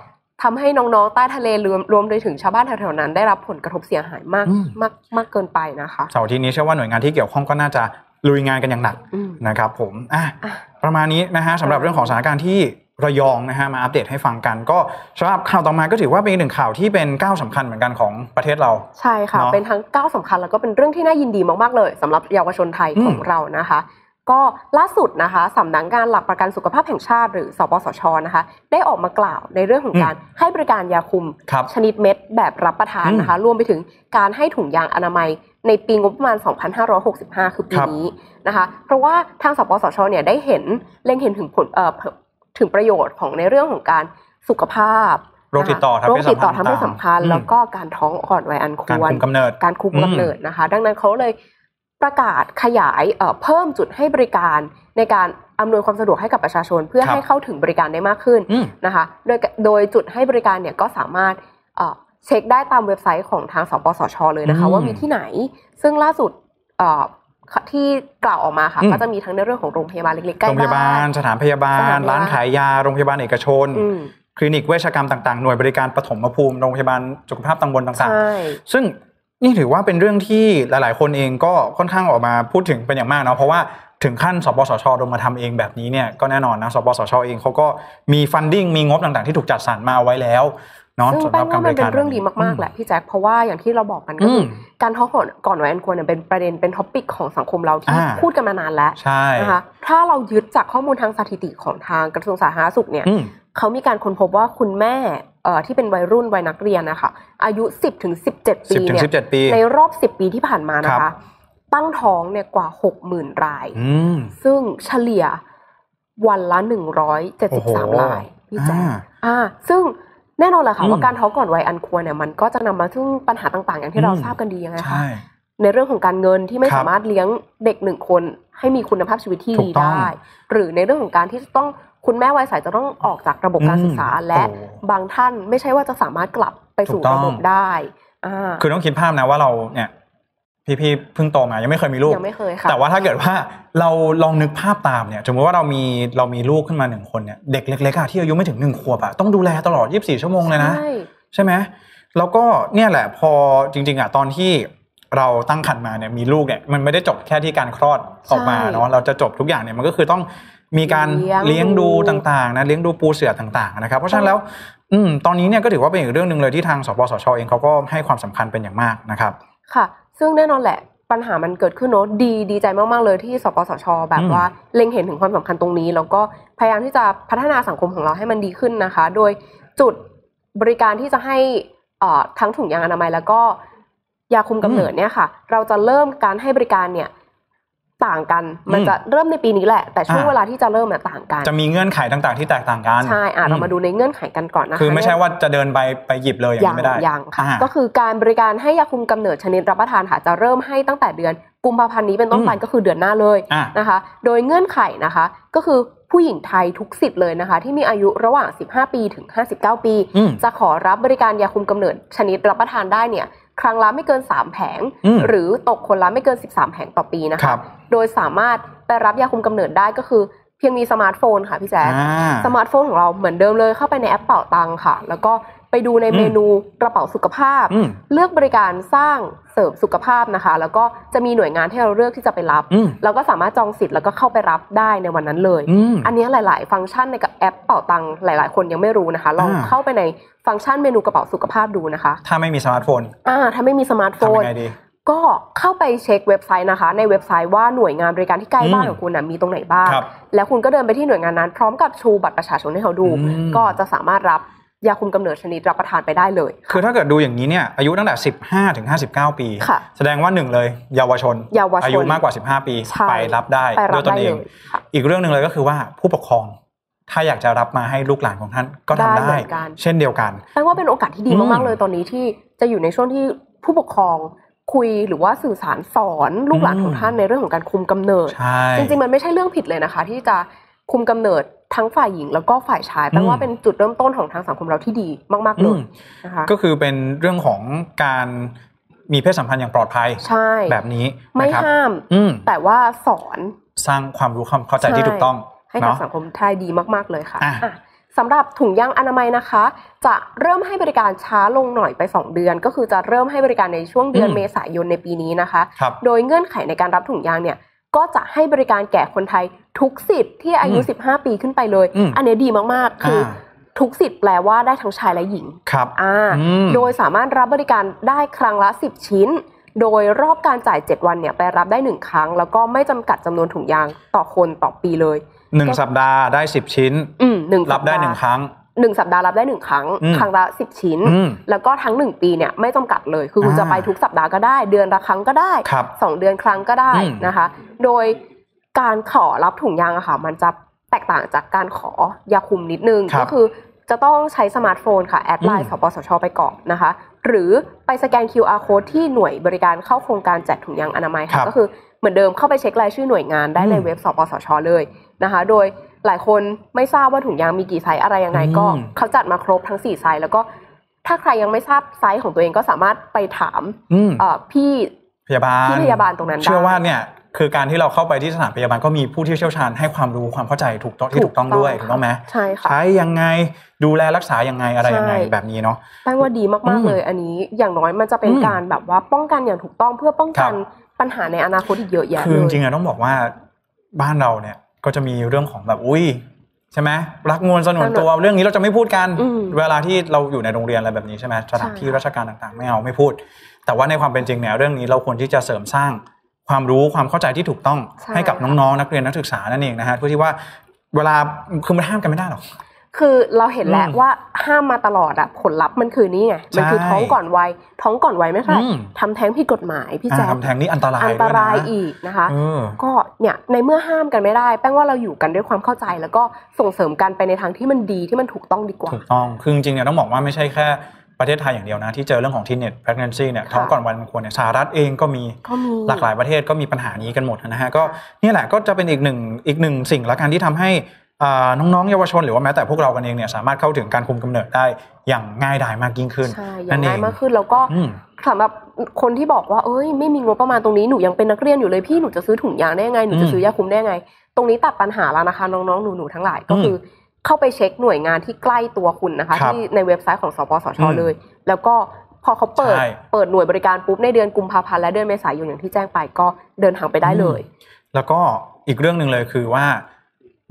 [SPEAKER 3] ทำให้น้องๆใต้ทะเลรวมรวมไปถึงชาวบ้านแถวๆนั้น ได้รับผลกระทบเสียหายมาก
[SPEAKER 2] อืม
[SPEAKER 3] มากมากเกินไปนะคะ
[SPEAKER 2] เสาร์อาที่นี้เชื่อว่าหน่วยงานที่เกี่ยวข้องก็น่าจะลุยงานกันอย่างหนัก
[SPEAKER 3] อืม
[SPEAKER 2] นะครับผมอ่ะ
[SPEAKER 3] อ่ะ
[SPEAKER 2] ประมาณนี้นะฮะสำหรับเรื่องของสถานการณ์ที่ระยองนะฮะมาอัปเดตให้ฟังกัน ก็สำหรับข่าวต่อมาก็ถือว่าเป็นอีกหนึ่งข่าวที่เป็นก้าวสำคัญเหมือนกันของประเทศเรา
[SPEAKER 3] ใช่ค่ะ
[SPEAKER 2] เนาะ
[SPEAKER 3] เป็นทั้งก้าวสำคัญแล้วก็เป็นเรื่องที่น่ายินดีมาก ๆ เลยสำหรับเยาวชนไทยของ
[SPEAKER 2] อืม
[SPEAKER 3] เรานะคะ ก็ล่าสุดนะคะสำนักงานหลักประกันสุขภาพแห่งชาติหรือสปสชนะคะ ได้ออกมากล่าวในเรื่องของ
[SPEAKER 2] อืม
[SPEAKER 3] การให้บริการยาคุม
[SPEAKER 2] ครับ
[SPEAKER 3] ชนิดเม็ดแบบรับประทาน
[SPEAKER 2] อืม
[SPEAKER 3] นะคะ รวมไปถึงการให้ถุงยางอนามัยในปีงบประมาณ 2565 คือปี
[SPEAKER 2] ครับ
[SPEAKER 3] นี้นะคะ เพราะว่าทางสปสชเนี่ยได้เห็นเล็งเห็นถึงผลเอ่อถึงประโยชน์ของในเรื่องของการสุขภาพ
[SPEAKER 2] โรคติดต่อ
[SPEAKER 3] นะคะโรคติดต่อทางเพศสัมพัน
[SPEAKER 2] อื
[SPEAKER 3] ธ์
[SPEAKER 2] ม
[SPEAKER 3] แล้วก็การท้องอ่อนวัยอันค
[SPEAKER 2] การ
[SPEAKER 3] วร
[SPEAKER 2] คุมกำเนิด
[SPEAKER 3] การคุม
[SPEAKER 2] อืม
[SPEAKER 3] กำเนิดนะคะ ดังนั้นเขาเลยประกาศขยายเอ่อเพิ่มจุดให้บริการในการอำนวยความสะดวกให้กับประชาชน เพื่อ
[SPEAKER 2] ครับ
[SPEAKER 3] ให้เข้าถึงบริการได้มากขึ้น
[SPEAKER 2] อืม
[SPEAKER 3] นะคะ โดยโดยจุดให้บริการเนี่ยก็สามารถเอ่อเช็คได้ตามเว็บไซต์ของทางสปสช เลยนะคะ
[SPEAKER 2] อืม
[SPEAKER 3] ว่ามีที่ไหน ซึ่งล่าสุดเอ่อที่กล่าวออกมาค่ะ
[SPEAKER 2] อืม
[SPEAKER 3] ก็จะมีทั้งในเรื่องของโรงพยาบาลเล็กๆใกล้
[SPEAKER 2] โรงพยาบา
[SPEAKER 3] บ้า
[SPEAKER 2] ล
[SPEAKER 3] น
[SPEAKER 2] สถานพยาบา
[SPEAKER 3] ส
[SPEAKER 2] ล
[SPEAKER 3] ถานพยาบาล
[SPEAKER 2] ร้านขายยาโรงพยาบาลเอกชน
[SPEAKER 3] อืม
[SPEAKER 2] คลินิกเวชกรรมต่างๆ หน่วยบริการปฐมภูมิ โรงพยาบาลสุขภาพตำบลต่าง
[SPEAKER 3] ใช่
[SPEAKER 2] ๆ ซึ่งนี่ถือว่าเป็นเรื่องที่หลายๆ คนเองก็ค่อนข้างออกมาพูดถึงเป็นอย่างมากเนาะ เพราะว่าถึงขั้นสปสชลงมาทำเองแบบนี้เนี่ยก็แน่นอนนะ สปสชเองเขาก็มีฟันดิ้งมีงบต่างๆ ที่ถูกจัดสรรมาเอาไว้แล้วเนาะ
[SPEAKER 3] ซึ่ง
[SPEAKER 2] สำห
[SPEAKER 3] แป้
[SPEAKER 2] รับ
[SPEAKER 3] ง
[SPEAKER 2] การ
[SPEAKER 3] ว่า
[SPEAKER 2] บ
[SPEAKER 3] มัน
[SPEAKER 2] ริ
[SPEAKER 3] เป็
[SPEAKER 2] การ
[SPEAKER 3] นเรื่องดีมากๆแหละพี่แจ็คเพราะว่าอย่างที่เราบอกกันก็
[SPEAKER 2] อื
[SPEAKER 3] คื
[SPEAKER 2] ม
[SPEAKER 3] อ การท้องก่อนก่อนวัยอันควรเนี่ยเป็นประเด็นเป็นท็อปิกของสังคมเราที่
[SPEAKER 2] อ่า
[SPEAKER 3] พูดกันมานานแล้ว
[SPEAKER 2] ใช่
[SPEAKER 3] นะคะถ้าเรายึดจากข้อมูลทางสถิติของทางกระทรวงสาธารณสุขเนี่ย
[SPEAKER 2] อืม
[SPEAKER 3] เขามีการค้นพบว่าคุณแม่เอ่อที่เป็นวัยรุ่นวัยนักเรียนนะคะอายุ 10ถึง17 ปี
[SPEAKER 2] สิบถึง
[SPEAKER 3] เนี่ย
[SPEAKER 2] สิบเจ็ดปี
[SPEAKER 3] ในรอบ 10 ปีที่ผ่านมานะ
[SPEAKER 2] ครั
[SPEAKER 3] คะ
[SPEAKER 2] บ
[SPEAKER 3] ตั้งท้องเนี่ยกว่า 60,000 ราย
[SPEAKER 2] อืม
[SPEAKER 3] ซึ่งเฉลี่ยวันละ
[SPEAKER 2] โอ้โห
[SPEAKER 3] 173รายพี่แจ๊ค
[SPEAKER 2] อ่า
[SPEAKER 3] อ่าซึ่งแน่นอนแหละค่ะ
[SPEAKER 2] อืม
[SPEAKER 3] ว่าการท้องก่อนวัยอันควรเนี่ยมันก็จะนำมาซึ่งปัญหาต่างๆ อย่างที่เรา
[SPEAKER 2] อืม
[SPEAKER 3] ทราบกันดียังไงคะ
[SPEAKER 2] ใช่
[SPEAKER 3] ในเรื่องของการเงินที่ไม่
[SPEAKER 2] ครับ
[SPEAKER 3] สามารถเลี้ยงเด็กหนึ่งคนให้มีคุณภาพชีวิตที่
[SPEAKER 2] ถู
[SPEAKER 3] ดี
[SPEAKER 2] กต้อง
[SPEAKER 3] ได้ หรือในเรื่องของการที่ต้องคุณแม่วัยใสจะต้องออกจากระบบการ
[SPEAKER 2] อืม
[SPEAKER 3] ศึกษาและ
[SPEAKER 2] โอ้
[SPEAKER 3] บางท่านไม่ใช่ว่าจะสามารถกลับไปสู่
[SPEAKER 2] ถูกต้อ
[SPEAKER 3] ระ
[SPEAKER 2] ง
[SPEAKER 3] บบได้อ่า
[SPEAKER 2] คือต้องคิดภาพนะว่าเราเนี่ยพี่ๆเพิ่งโตมายังไม่เคยมีลูก
[SPEAKER 3] ยังไม่เคยค่ะ
[SPEAKER 2] แต่ว่าถ้าเกิดว่าเราลองนึกภาพตามเนี่ยสมมติว่าเรามีเรามีลูกขึ้นมาหนึ่งคนเนี่ยเด็กเล็กๆอะที่อายุไม่ถึงหนึ่งขวบอะต้องดูแลตลอด 24 ชั่วโมงเลยนะ
[SPEAKER 3] ใช่
[SPEAKER 2] ใช่ไหมแล้วก็เนี่ยแหละพอจริง ๆอะตอนที่เราตั้งครรภ์มาเนี่ยมีลูกเนี่ยมันไม่ได้จบแค่ที่การคลอดออกมาเนาะเราจะจบทุกอย่างเนี่ยมันก็คือต้องมีการเลี้ยงดูต่างๆนะเลี้ยงดูปูเสือต่างๆนะครับเพราะฉะนั้นแล้วอืมตอนนี้เนี่ยก็ถือว่าเป็นอีกเรื่องหนึ่งเลยที่ทางสปสชเองเขาก็ให้ความสำคัญเป็นอย่างมากนะครับ
[SPEAKER 3] ค่ะ ซึ่งแน่นอนแหละ ปัญหามันเกิดขึ้นเนอะดีดีใจมาก ๆ เลยที่สปสช แบบว่าเล็งเห็นถึงความสำคัญตรงนี้ แล้วก็พยายามที่จะพัฒนาสังคมของเราให้มันดีขึ้นนะคะ โดยจุดบริการที่จะให้เอ่อทั้งถุงยางอนามัยแล้วก็ยาคุมกำเนิดเนี่ยค่ะ เราจะเริ่มการให้บริการเนี่ยต่างกัน มัน
[SPEAKER 2] อืม
[SPEAKER 3] จะเริ่มในปีนี้แหละ แต่ช่วง
[SPEAKER 2] อ่า
[SPEAKER 3] เวลาที่จะเริ่มเนี่ยต่างกัน
[SPEAKER 2] จะมีเงื่อนไขต่างๆ ที่แตกต่างกัน
[SPEAKER 3] ใช่อ่ะเรามาดูในเงื่อนไขกันก่อนนะคะ
[SPEAKER 2] คือไม่ใช่ว่าจะเดินไปไปหยิบเลยอย่าง
[SPEAKER 3] ยั
[SPEAKER 2] นี้ไม่ได้
[SPEAKER 3] ยังค่ะ
[SPEAKER 2] อ่า
[SPEAKER 3] ก็คือการบริการให้ยาคุมกำเนิดชนิดรับประทานค่ะจะเริ่มให้ตั้งแต่เดือนกุมภาพันธ์นี้เป็นต้นไป
[SPEAKER 2] อืม
[SPEAKER 3] ก็คือเดือนหน้าเลย
[SPEAKER 2] อ่า
[SPEAKER 3] นะคะ โดยเงื่อนไขนะคะ ก็คือผู้หญิงไทยทุกสิทธิ์เลยนะคะ ที่มีอายุระหว่าง 15 ปีถึง 59 ปี
[SPEAKER 2] อืม
[SPEAKER 3] จะขอรับบริการยาคุมกำเนิดชนิดรับประทานได้เนี่ย ครั้งละไม่เกิน 3 แผง
[SPEAKER 2] อืม
[SPEAKER 3] หรือตกคนละไม่เกิน 13 แผงต่อปีนะ
[SPEAKER 2] ค
[SPEAKER 3] คะ
[SPEAKER 2] รับ
[SPEAKER 3] โดยสามารถไปรับยาคุมกำเนิดได้ก็คือ เพียงมีสมาร์ทโฟนค่ะพี่แจ๊ค
[SPEAKER 2] อ่า
[SPEAKER 3] สมาร์ทโฟนของเราเหมือนเดิมเลยเข้าไปในแอปเป่าตังค่ะ แล้วก็ไปดูใน
[SPEAKER 2] อืม
[SPEAKER 3] เมนูกระเป๋าสุขภาพ
[SPEAKER 2] อืม
[SPEAKER 3] เลือกบริการสร้างเสริมสุขภาพนะคะ แล้วก็จะมีหน่วยงานให้เราเลือกที่จะไปรับ
[SPEAKER 2] อืม
[SPEAKER 3] เราก็สามารถจองสิทธิ์แล้วก็เข้าไปรับได้ในวันนั้นเลย
[SPEAKER 2] อืม
[SPEAKER 3] อันเนี้ยหลาย ๆ ฟังก์ชันในกับแอปเป่าตังหลาย ๆ คนยังไม่รู้นะคะ ลอง
[SPEAKER 2] อ่า
[SPEAKER 3] เข้าไปในฟังก์ชันเมนูกระเป๋าสุขภาพดูนะคะ
[SPEAKER 2] ถ้าไม่มีสมาร์ทโฟน
[SPEAKER 3] อ่าถ้าไม่มีสมาร์ทโฟ
[SPEAKER 2] ทำ
[SPEAKER 3] น
[SPEAKER 2] ยังไงดี
[SPEAKER 3] ก็เข้าไปเช็คเว็บไซต์นะคะ ในเว็บไซต์ว่าหน่วยงานบริการที่ใกล้
[SPEAKER 2] อืม
[SPEAKER 3] บ้านของคุณนะมีตรงไหนบ้าง
[SPEAKER 2] ครับ
[SPEAKER 3] แล้วคุณก็เดินไปที่หน่วยงานนั้น พร้อมกับชูบัตรประชาชนให้เขาดู
[SPEAKER 2] อืม
[SPEAKER 3] ก็จะสามารถรับยาคุมกำเนิดชนิดรับประทานไปได้เลย
[SPEAKER 2] คือถ้าเกิดดูอย่างนี้เนี่ยอายุตั้งแต่ 15ถึง59 ปี
[SPEAKER 3] ค่ะ
[SPEAKER 2] แสดงว่าหนึ่งเลยเยาวชน
[SPEAKER 3] เยาวชน
[SPEAKER 2] อายุมากกว่า 15 ปี
[SPEAKER 3] ใช่
[SPEAKER 2] ไปรับได้
[SPEAKER 3] ไปรั
[SPEAKER 2] ด้ว
[SPEAKER 3] บ
[SPEAKER 2] ยต
[SPEAKER 3] ได้
[SPEAKER 2] นเอ
[SPEAKER 3] เล
[SPEAKER 2] ง
[SPEAKER 3] ยค่ะ
[SPEAKER 2] อีกเรื่องหนึ่งเลยก็คือว่าผู้ปกครอง ถ้าอยากจะรับมาให้ลูกหลานของท่านก็ทำ
[SPEAKER 3] ได้เหมื
[SPEAKER 2] ได้
[SPEAKER 3] อนกัน
[SPEAKER 2] เช่นเดียวกัน
[SPEAKER 3] แปลว่าเป็นโอกาสที่ดี
[SPEAKER 2] อืม
[SPEAKER 3] มาก ๆ เลยตอนนี้ที่จะอยู่ในช่วงที่ผู้ปกครองคุยหรือว่าสื่อสารสอนลูกหลาน
[SPEAKER 2] อืม
[SPEAKER 3] ของท่านในเรื่องของการคุมกำเนิด
[SPEAKER 2] ใช่
[SPEAKER 3] จริง ๆ มันไม่ใช่เรื่องผิดเลยนะคะ ที่จะคุมกำเนิดทั้งฝ่ายหญิง แล้วก็ฝ่ายชายแปลว่าเป็นจุดเริ่มต้นของทางสังคมเราที่ดีมาก ๆ
[SPEAKER 2] อื
[SPEAKER 3] เล
[SPEAKER 2] ม
[SPEAKER 3] ยนะคะ
[SPEAKER 2] ก็คือเป็นเรื่องของการมีเพศสัมพันธ์อย่างปลอดภัย
[SPEAKER 3] ใช่
[SPEAKER 2] แบบนี้
[SPEAKER 3] ไม่
[SPEAKER 2] นะครับ
[SPEAKER 3] ห้าม
[SPEAKER 2] อืม
[SPEAKER 3] แต่ว่าสอน
[SPEAKER 2] สร้างความรู้ความเข้าใจที่
[SPEAKER 3] ใช่
[SPEAKER 2] ถูกต้อง
[SPEAKER 3] ให้กับ
[SPEAKER 2] เนาะ
[SPEAKER 3] สังคมไทยดีมาก ๆ เลยค่ะ
[SPEAKER 2] อ่ะ
[SPEAKER 3] อ่ะสำหรับถุงยางอนามัยนะคะ จะเริ่มให้บริการช้าลงหน่อยไป 2 เดือน ก็คือจะเริ่มให้บริการในช่วงเดือนเมษายนในปีนี้นะคะ
[SPEAKER 2] ครับ
[SPEAKER 3] โดยเงื่อนไขในการรับถุงยางเนี่ยก็จะให้บริการแก่คนไทยทุกสิทธิ์ที่อายุ
[SPEAKER 2] อืม
[SPEAKER 3] 15 ปีขึ้นไปเลย
[SPEAKER 2] อืม
[SPEAKER 3] อันเนี้ยดีมากๆ คืออา ทุกสิทธิ์แปลว่าได้ทั้งชายและหญิง
[SPEAKER 2] ครับ
[SPEAKER 3] อ่า
[SPEAKER 2] อืม
[SPEAKER 3] โดยสามารถรับบริการได้ครั้งละ 10 ชิ้น โดยรอบการจ่าย 7 วันเนี่ยไปรับได้ 1 ครั้ง แล้วก็ไม่จำกัดจำนวนถุงยางต่อคนต่อปีเลย
[SPEAKER 2] หนึ่งสัปดาห์ได้สิบชิ้น
[SPEAKER 3] อืมหนึ่ง
[SPEAKER 2] รับได้หนึ่งค
[SPEAKER 3] รั้ง
[SPEAKER 2] รั้ง
[SPEAKER 3] หนึ่งสัปดาห์รับได้หนึ่งครั้ง
[SPEAKER 2] อืม
[SPEAKER 3] ครั้งละ 10 ชิ้น
[SPEAKER 2] อืม
[SPEAKER 3] แล้วก็ทั้ง 1 ปีเนี่ยไม่จำกัดเลย คือคุณ
[SPEAKER 2] อ่า
[SPEAKER 3] จะไปทุกสัปดาห์ก็ได้ เดือนละครั้งก็ได้
[SPEAKER 2] ครับ
[SPEAKER 3] 2 เดือนครั้งก็ได้
[SPEAKER 2] อืม
[SPEAKER 3] นะคะ โดยการขอรับถุงยางอะค่ะมันจะแตกต่างจากการขอยาคุมนิดนึง
[SPEAKER 2] ครับ
[SPEAKER 3] ก็คือจะต้องใช้สมาร์ทโฟนค่ะ แอดไล
[SPEAKER 2] อื
[SPEAKER 3] น์
[SPEAKER 2] ม
[SPEAKER 3] สปสช ไปก่อนนะคะ หรือไปสแกน QR code ที่หน่วยบริการเข้าโครงการแจกถุงยางอนามัย
[SPEAKER 2] ครั
[SPEAKER 3] ค่ะ
[SPEAKER 2] บ
[SPEAKER 3] ก็คือเหมือนเดิมเข้าไปเช็ครายชื่อหน่วยงานได้ใน
[SPEAKER 2] อืม
[SPEAKER 3] เว็บสปสช เลยนะคะ โดยหลายคนไม่ทราบว่าถุงยางมีกี่ไซส์อะไรยังไงก็
[SPEAKER 2] อืม
[SPEAKER 3] เขาจัดมาครบทั้งสี่ไซส์แล้วก็ถ้าใครยังไม่ทราบไซส์ของตัวเองก็สามารถไปถาม
[SPEAKER 2] อืม
[SPEAKER 3] เอ่อพี่
[SPEAKER 2] พยาบาล
[SPEAKER 3] ที่พยาบาลตรงนั้นได้
[SPEAKER 2] เชื่อว่าเนี่ยคือการที่เราเข้าไปที่สถานพยาบาลก็มีผู้ที่เชี่ยวชาญให้ความรู้ความเข้าใจถูกต้องที่ถูกต้องด้วยถูกต้องไหม
[SPEAKER 3] ใช่ค่ะ
[SPEAKER 2] ใช้ยังไงดูแลรักษายังไงอะไรยังไง
[SPEAKER 3] ใช่
[SPEAKER 2] แบบนี้เนาะ
[SPEAKER 3] แปลว่าดี
[SPEAKER 2] อื
[SPEAKER 3] มาก
[SPEAKER 2] ม
[SPEAKER 3] ๆเลยอันนี้อย่างน้อยมันจะเป็น
[SPEAKER 2] อืม
[SPEAKER 3] การแบบว่าป้องกันอย่างถูกต้องเพื่อป้องกัน
[SPEAKER 2] ครับ
[SPEAKER 3] ปัญหาในอนาคตอีกเยอะแยะ
[SPEAKER 2] คือจ
[SPEAKER 3] เลย
[SPEAKER 2] ริงๆอะต้องบอกว่าบ้านเราเนี่ยก็จะมีเรื่องของแบบอุ้ยใช่ไหมรักงวนสนุนตัวเรื่องนี้เราจะไม่พูดกัน
[SPEAKER 3] อืม
[SPEAKER 2] เวลาที่เราอยู่ในโรงเรียนอะไรแบบนี้ใช่ไหมสถานที่
[SPEAKER 3] ใช่ค่ะ
[SPEAKER 2] ราชการต่างๆ ไม่เอาไม่พูด แต่ว่าในความเป็นจริงเนี่ยเรื่องนี้เราควรที่จะเสริมสร้างความรู้ความเข้าใจที่ถูกต้อง
[SPEAKER 3] ใช่
[SPEAKER 2] ให้กับน้องๆนักเรียนนักศึกษานั่นเองนะฮะเพื่อที่ว่าเวลาคือมันห้ามกันไม่ได้หรอก
[SPEAKER 3] คือเราเห็นแล้ว
[SPEAKER 2] อืม
[SPEAKER 3] ว่าห้ามมาตลอดอะผลลัพธ์มันคือนี่ไงมันคือ
[SPEAKER 2] ใช่
[SPEAKER 3] ท้องก่อนวัยท้องก่อนวัยไม่ใช่าไหร่
[SPEAKER 2] อืม
[SPEAKER 3] ทำแท้งผิดกฎหมายพี่
[SPEAKER 2] อ่า
[SPEAKER 3] แจ๊ค
[SPEAKER 2] ทำแทงนี่อันตราย
[SPEAKER 3] อัน
[SPEAKER 2] ด้วยนะ
[SPEAKER 3] ตรายอีกนะคะ
[SPEAKER 2] เออ
[SPEAKER 3] ก็เนี่ยในเมื่อห้ามกันไม่ได้แป้งว่าเราอยู่กันด้วยความเข้าใจ แล้วก็ส่งเสริมกันไปในทางที่มันดีที่มันถูกต้องดีกว่า
[SPEAKER 2] ถูกต้อง คือจริงๆเนี่ยต้องบอกว่าไม่ใช่แค่ประเทศไทยอย่างเดียวนะ ที่เจอเรื่องของ teenage pregnancy เนี่ย
[SPEAKER 3] ค่ะ
[SPEAKER 2] ท้องก่อนวัยอันควรเนี่ยสหรัฐเองก็มี
[SPEAKER 3] ก็มี
[SPEAKER 2] หลากหลายประเทศก็มีปัญหานี้กันหมดนะฮะก็เนี่ยแหละก็จะเป็นอีกหนึ่งอีกหนึ่งสิ่งละกันที่ทำให้อ่าน้องๆเยาวชนหรือว่าแม้แต่พวกเรากันเองเนี่ยสามารถเข้าถึงการคุมกำเนิดได้อย่างง่ายดายมากยิ่งขึ้น
[SPEAKER 3] ใช่อ
[SPEAKER 2] นั่
[SPEAKER 3] ย่าง
[SPEAKER 2] นเอง
[SPEAKER 3] ง่ายมากขึ้นแล้วก็
[SPEAKER 2] อืม
[SPEAKER 3] สำหรับคนที่บอกว่าเอ้ยไม่มีงบประมาณตรงนี้หนูยังเป็นนักเรียนอยู่เลยพี่หนูจะซื้อถุงยางได้ยังไงหนูจะ
[SPEAKER 2] อืม
[SPEAKER 3] ซื้อยาคุมได้ยังไง ตรงนี้ตัดปัญหาแล้วนะคะน้องๆหนูๆทั้งหลายก็คืออเข้าไปเช็คหน่วยงานที่ใกล้ตัวคุณนะคะ
[SPEAKER 2] ครับ
[SPEAKER 3] ที่ในเว็บไซต์ของสปสช
[SPEAKER 2] อืม
[SPEAKER 3] เลย แล้วก็พอเขาเปิด
[SPEAKER 2] ใช่
[SPEAKER 3] เปิดหน่วยบริการปุ๊บในเดือนกุมภาพันธ์และเดือนเมษายนอย่างที่แจ้งไปก็เดินทางไปได้เลย
[SPEAKER 2] แล้วก็อีกเรื่องหนึ่งเลยคือว่า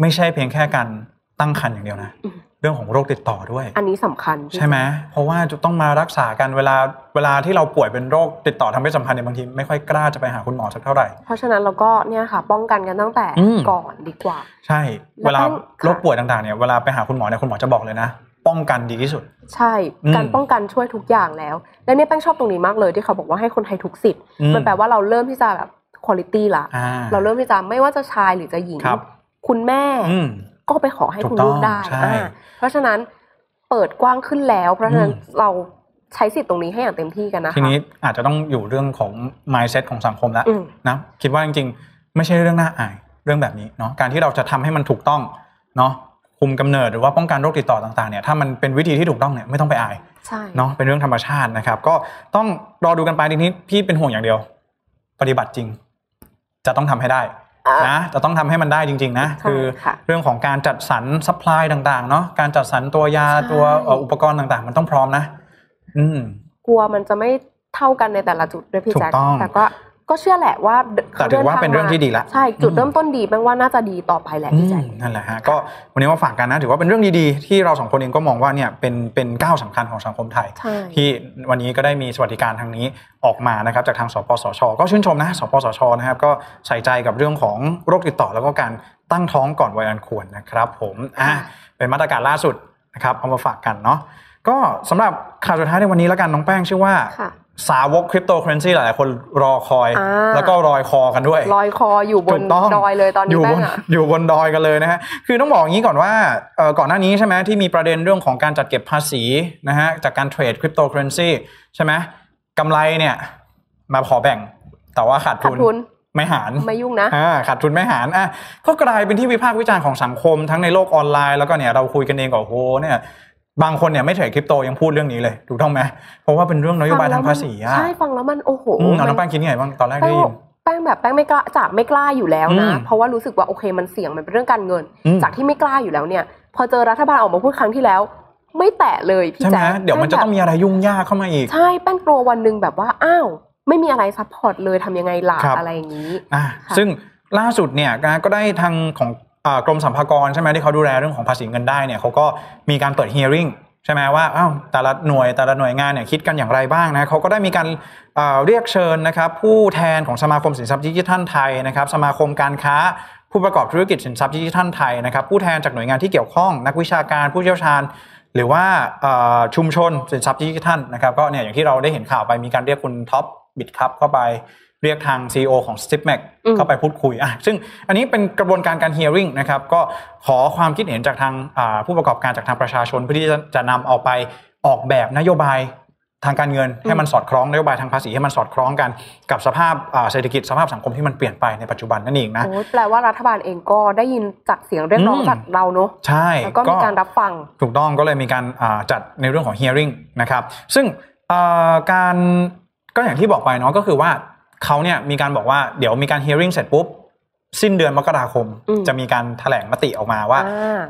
[SPEAKER 2] ไม่ใช่เพียงแค่การ ตั้งครรภ์อย่างเดียวนะ
[SPEAKER 3] อืม
[SPEAKER 2] เรื่องของโรคติดต่อด้วย
[SPEAKER 3] อันนี้สำคัญ
[SPEAKER 2] ใช่ไหมเพราะว่าจะต้องมารักษากันเวลาเวลาที่เราป่วยเป็นโรคติดต่อทางเพศสัมพันธ์เนี่ยบางทีไม่ค่อยกล้าจะไปหาคุณหมอสักเท่าไหร่
[SPEAKER 3] เพราะฉะนั้นเราก็เนี่ยค่ะ ป้องกันกันตั้งแต่
[SPEAKER 2] อืม
[SPEAKER 3] ก่อนดีกว่า
[SPEAKER 2] ใช่
[SPEAKER 3] แล้
[SPEAKER 2] เว
[SPEAKER 3] ว
[SPEAKER 2] ลา
[SPEAKER 3] ต้อง
[SPEAKER 2] โรคป่วยต่างๆเนี่ยเวลาไปหาคุณหมอเนี่ยคุณหมอจะบอกเลยนะ ป้องกันดีที่สุด
[SPEAKER 3] ใช่
[SPEAKER 2] อืม
[SPEAKER 3] การป้องกันช่วยทุกอย่างแล้ว และเนี่ยแป้งชอบตรงนี้มากเลยที่เขาบอกว่าให้คนไทยทุกสิทธิ์
[SPEAKER 2] อื
[SPEAKER 3] มันแปลว่าเราเริ่มที่จะแบบคุณภาพละ
[SPEAKER 2] อ่า
[SPEAKER 3] เราเริ่มที่จะไม่ว่าจะชายหรือจะหญิง
[SPEAKER 2] ครับ
[SPEAKER 3] ณแม่
[SPEAKER 2] อืม
[SPEAKER 3] ก็ไปขอให้
[SPEAKER 2] ถูก
[SPEAKER 3] คุณลูก
[SPEAKER 2] ต้อง
[SPEAKER 3] ได้
[SPEAKER 2] ใช่
[SPEAKER 3] อ่าเพราะฉะนั้นเปิดกว้างขึ้นแล้ว เพราะฉะนั้น
[SPEAKER 2] อืม
[SPEAKER 3] เราใช้สิทธิ์ตรงนี้ให้อย่างเต็มที่กันนะคะ
[SPEAKER 2] ทีนี้อาจจะต้องอยู่เรื่องของ mindset ของสังคมแล้ว
[SPEAKER 3] อืม
[SPEAKER 2] นะคิดว่าจริงๆ ไม่ใช่เรื่องน่าอายเรื่องแบบนี้เนาะการที่เราจะทำให้มันถูกต้องเนาะคุมกำเนิดหรือว่าป้องกันโรคติดต่อต่างๆเนี่ยถ้ามันเป็นวิธีที่ถูกต้องเนี่ยไม่ต้องไปอาย
[SPEAKER 3] ใช่
[SPEAKER 2] เนาะเป็นเรื่องธรรมชาตินะครับ ก็ต้องรอดูกันไปทีนี้พี่เป็นห่วงอย่างเดียว ปฏิบัติจริง จะต้องทำให้ได้
[SPEAKER 3] อ่า
[SPEAKER 2] นะจะต้องทำให้มันได้จริง ๆ นะ
[SPEAKER 3] ใช่
[SPEAKER 2] คือ
[SPEAKER 3] ค่ะ
[SPEAKER 2] เรื่องของการจัดสรรซัพพลายต่างๆเนาะการจัดสรรตัวยา
[SPEAKER 3] ใช่
[SPEAKER 2] ตัวเอ่ออุปกรณ์ต่างๆ มันต้องพร้อมนะ อืม
[SPEAKER 3] กลัวมันจะไม่เท่ากันในแต่ละจุดด้วยพี่
[SPEAKER 2] ถูก
[SPEAKER 3] แจ๊ค
[SPEAKER 2] ต้อง
[SPEAKER 3] แต่ก็ก็เชื่อแหละว่า
[SPEAKER 2] แต่ถือว่าเป็นเรื่องที่ดีละ
[SPEAKER 3] ใช่จุด
[SPEAKER 2] อืม
[SPEAKER 3] เริ่มต้นดีแป้งว่าน่าจะดีต่อไปแหละพี่แจ๊ค
[SPEAKER 2] อืมนั่นแหละฮะก็วันนี้มาฝากกันนะ ถือว่าเป็นเรื่องดีๆ ที่เราสองคนเองก็มองว่าเนี่ยเป็นเป็นก้าวสำคัญของสังคมไทย
[SPEAKER 3] ใช่
[SPEAKER 2] ที่วันนี้ก็ได้มีสวัสดิการทางนี้ออกมานะครับจากทางสปสช ก็ชื่นชมนะสปสชนะครับก็ใส่ใจกับเรื่องของโรคติดต่อแล้วก็การตั้งท้องก่อนวัยอันควรนะครับผมอ่ะ
[SPEAKER 3] ค่ะ
[SPEAKER 2] เป็นมาตรการล่าสุดนะครับเอามาฝากกันเนาะก็สำหรับข่าวสุดท้ายในวันนี้แล้วกันน้องแป้งชื่อว่า
[SPEAKER 3] ค่ะ
[SPEAKER 2] สาวกคริปโตเคอเรนซีหลายๆคนรอคอย
[SPEAKER 3] อ่า
[SPEAKER 2] แล้วก็รอยคอกันด้วย
[SPEAKER 3] ลอยคออยู่บ
[SPEAKER 2] ถู
[SPEAKER 3] น
[SPEAKER 2] กต้อง
[SPEAKER 3] ดอยเลยตอน
[SPEAKER 2] อ
[SPEAKER 3] นี้
[SPEAKER 2] ยู่บ
[SPEAKER 3] แป้ง
[SPEAKER 2] น
[SPEAKER 3] อะ
[SPEAKER 2] อยู่บน ดอยกันเลยนะฮะคือต้องบอกอย่างนี้ก่อนว่าเอ่อก่อนหน้านี้ใช่ไหมที่มีประเด็นเรื่องของการจัดเก็บภาษีนะฮะจากการเทรดคริปโตเคอเรนซีใช่ไหมกำไรเนี่ยมาขอแบ่งแต่ว่าขาดทุน
[SPEAKER 3] ขาดทุน
[SPEAKER 2] ไม่หาร
[SPEAKER 3] ไม่ยุ่งนะ
[SPEAKER 2] อ่าขาดทุนไม่หารอ่ะก็กลายเป็นที่วิพากษ์วิจารณ์ของสังคมทั้งในโลกออนไลน์แล้วก็เนี่ยเราคุยกันเองก็โอ้โหเนี่ยบางคนเนี่ยไม่เทรดคริปโตยังพูดเรื่องนี้เลยถูกต้องไหมเพราะว่าเป็นเรื่องนโยบายทางภาษีอ่ะ
[SPEAKER 3] ใช่ฟังแล้วมันโอ้โห
[SPEAKER 2] อืมเอาน้อง
[SPEAKER 3] มั
[SPEAKER 2] แป้งคิดยังไงบ้างตอนแรก
[SPEAKER 3] แป้
[SPEAKER 2] ได้
[SPEAKER 3] ง
[SPEAKER 2] ยิน
[SPEAKER 3] แป้งแบบแป้งไม่กล้าจากไม่กล้าอยู่แล้ว
[SPEAKER 2] อื
[SPEAKER 3] นะ
[SPEAKER 2] ม
[SPEAKER 3] เพราะว่ารู้สึกว่าโอเคมันเสี่ยงมันเป็นเรื่องการเงิน
[SPEAKER 2] อืม
[SPEAKER 3] จากที่ไม่กล้าอยู่แล้วเนี่ย พอเจอรัฐบาลออกมาพูดครั้งที่แล้ว ไม่แตะเลยพี่
[SPEAKER 2] ใช่ไหม
[SPEAKER 3] แจ๊ค
[SPEAKER 2] เดี๋ยวมันจะต้องมีอะไรยุ่งยากเข้ามาอีก
[SPEAKER 3] ใช่แป้งกลัววันหนึ่งแบบว่าอ้าวไม่มีอะไรซัพพอร์ตเลยทำยังไงล่ะ
[SPEAKER 2] ครับ
[SPEAKER 3] อะไรอย่างนี้
[SPEAKER 2] อ่ะ
[SPEAKER 3] ค่ะ
[SPEAKER 2] ซึ่งล่าสุดเนี่ยนะก็ได้ทางของอ่ากรมสรรพากรใช่ไหมที่เขาดูแลเรื่องของภาษีเงินได้เนี่ยเขาก็มีการเปิด hearing ใช่ไหมว่าอ้าวแต่ละหน่วยแต่ละหน่วยงานเนี่ยคิดกันอย่างไรบ้างนะเขาก็ได้มีการอ่าเรียกเชิญนะครับผู้แทนของสมาคมสินทรัพย์ดิจิทัลไทยนะครับสมาคมการค้า ผู้ประกอบธุรกิจสินทรัพย์ดิจิทัลไทยนะครับผู้แทนจากหน่วยงานที่เกี่ยวข้อง นักวิชาการผู้เชี่ยวชาญ หรือว่าเอ่อชุมชนสินทรัพย์ดิจิทัลนะครับก็เนี่ยอย่างที่เราได้เห็นข่าวไปมีการเรียกคุณท็อปบิดครับเข้าไปเรียกทาง CEO ของ s t i p m a c
[SPEAKER 3] อืม
[SPEAKER 2] เข้าไปพูดคุยอ่ะซึ่งอันนี้เป็นกระบวนการการ hearing นะครับก็ขอความคิดเห็นจากทางอ่าผู้ประกอบการจากทางประชาชนเพื่อที่จะจะนำเอาไปออกแบบนโยบายทางการเงิน ให้มันสอดคล้องนโยบายทางภาษีให้มันสอดคล้องกันกับสภาพอ่าเศรษฐกิจสภาพสังคมที่มันเปลี่ยนไปในปัจจุบันนั่นเองนะ
[SPEAKER 3] โอ้ยแปลว่ารัฐบาลเองก็ได้ยินจากเสียงเรียกร้อง
[SPEAKER 2] อืม
[SPEAKER 3] จากเราเนอะ
[SPEAKER 2] ใช่
[SPEAKER 3] แล้วก็มีการรับฟัง
[SPEAKER 2] ถูกต้องก็เลยมีการอ่าจัดในเรื่องของ hearing นะครับ ซึ่งเอ่อการก็อย่างที่บอกไปเนาะก็คือว่าเขาเนี่ยมีการบอกว่าเดี๋ยวมีการ hearing เสร็จปุ๊บ สิ้นเดือนมกราคม
[SPEAKER 3] อืม
[SPEAKER 2] จะมีการแถลงมติออกมาว่า
[SPEAKER 3] อ่า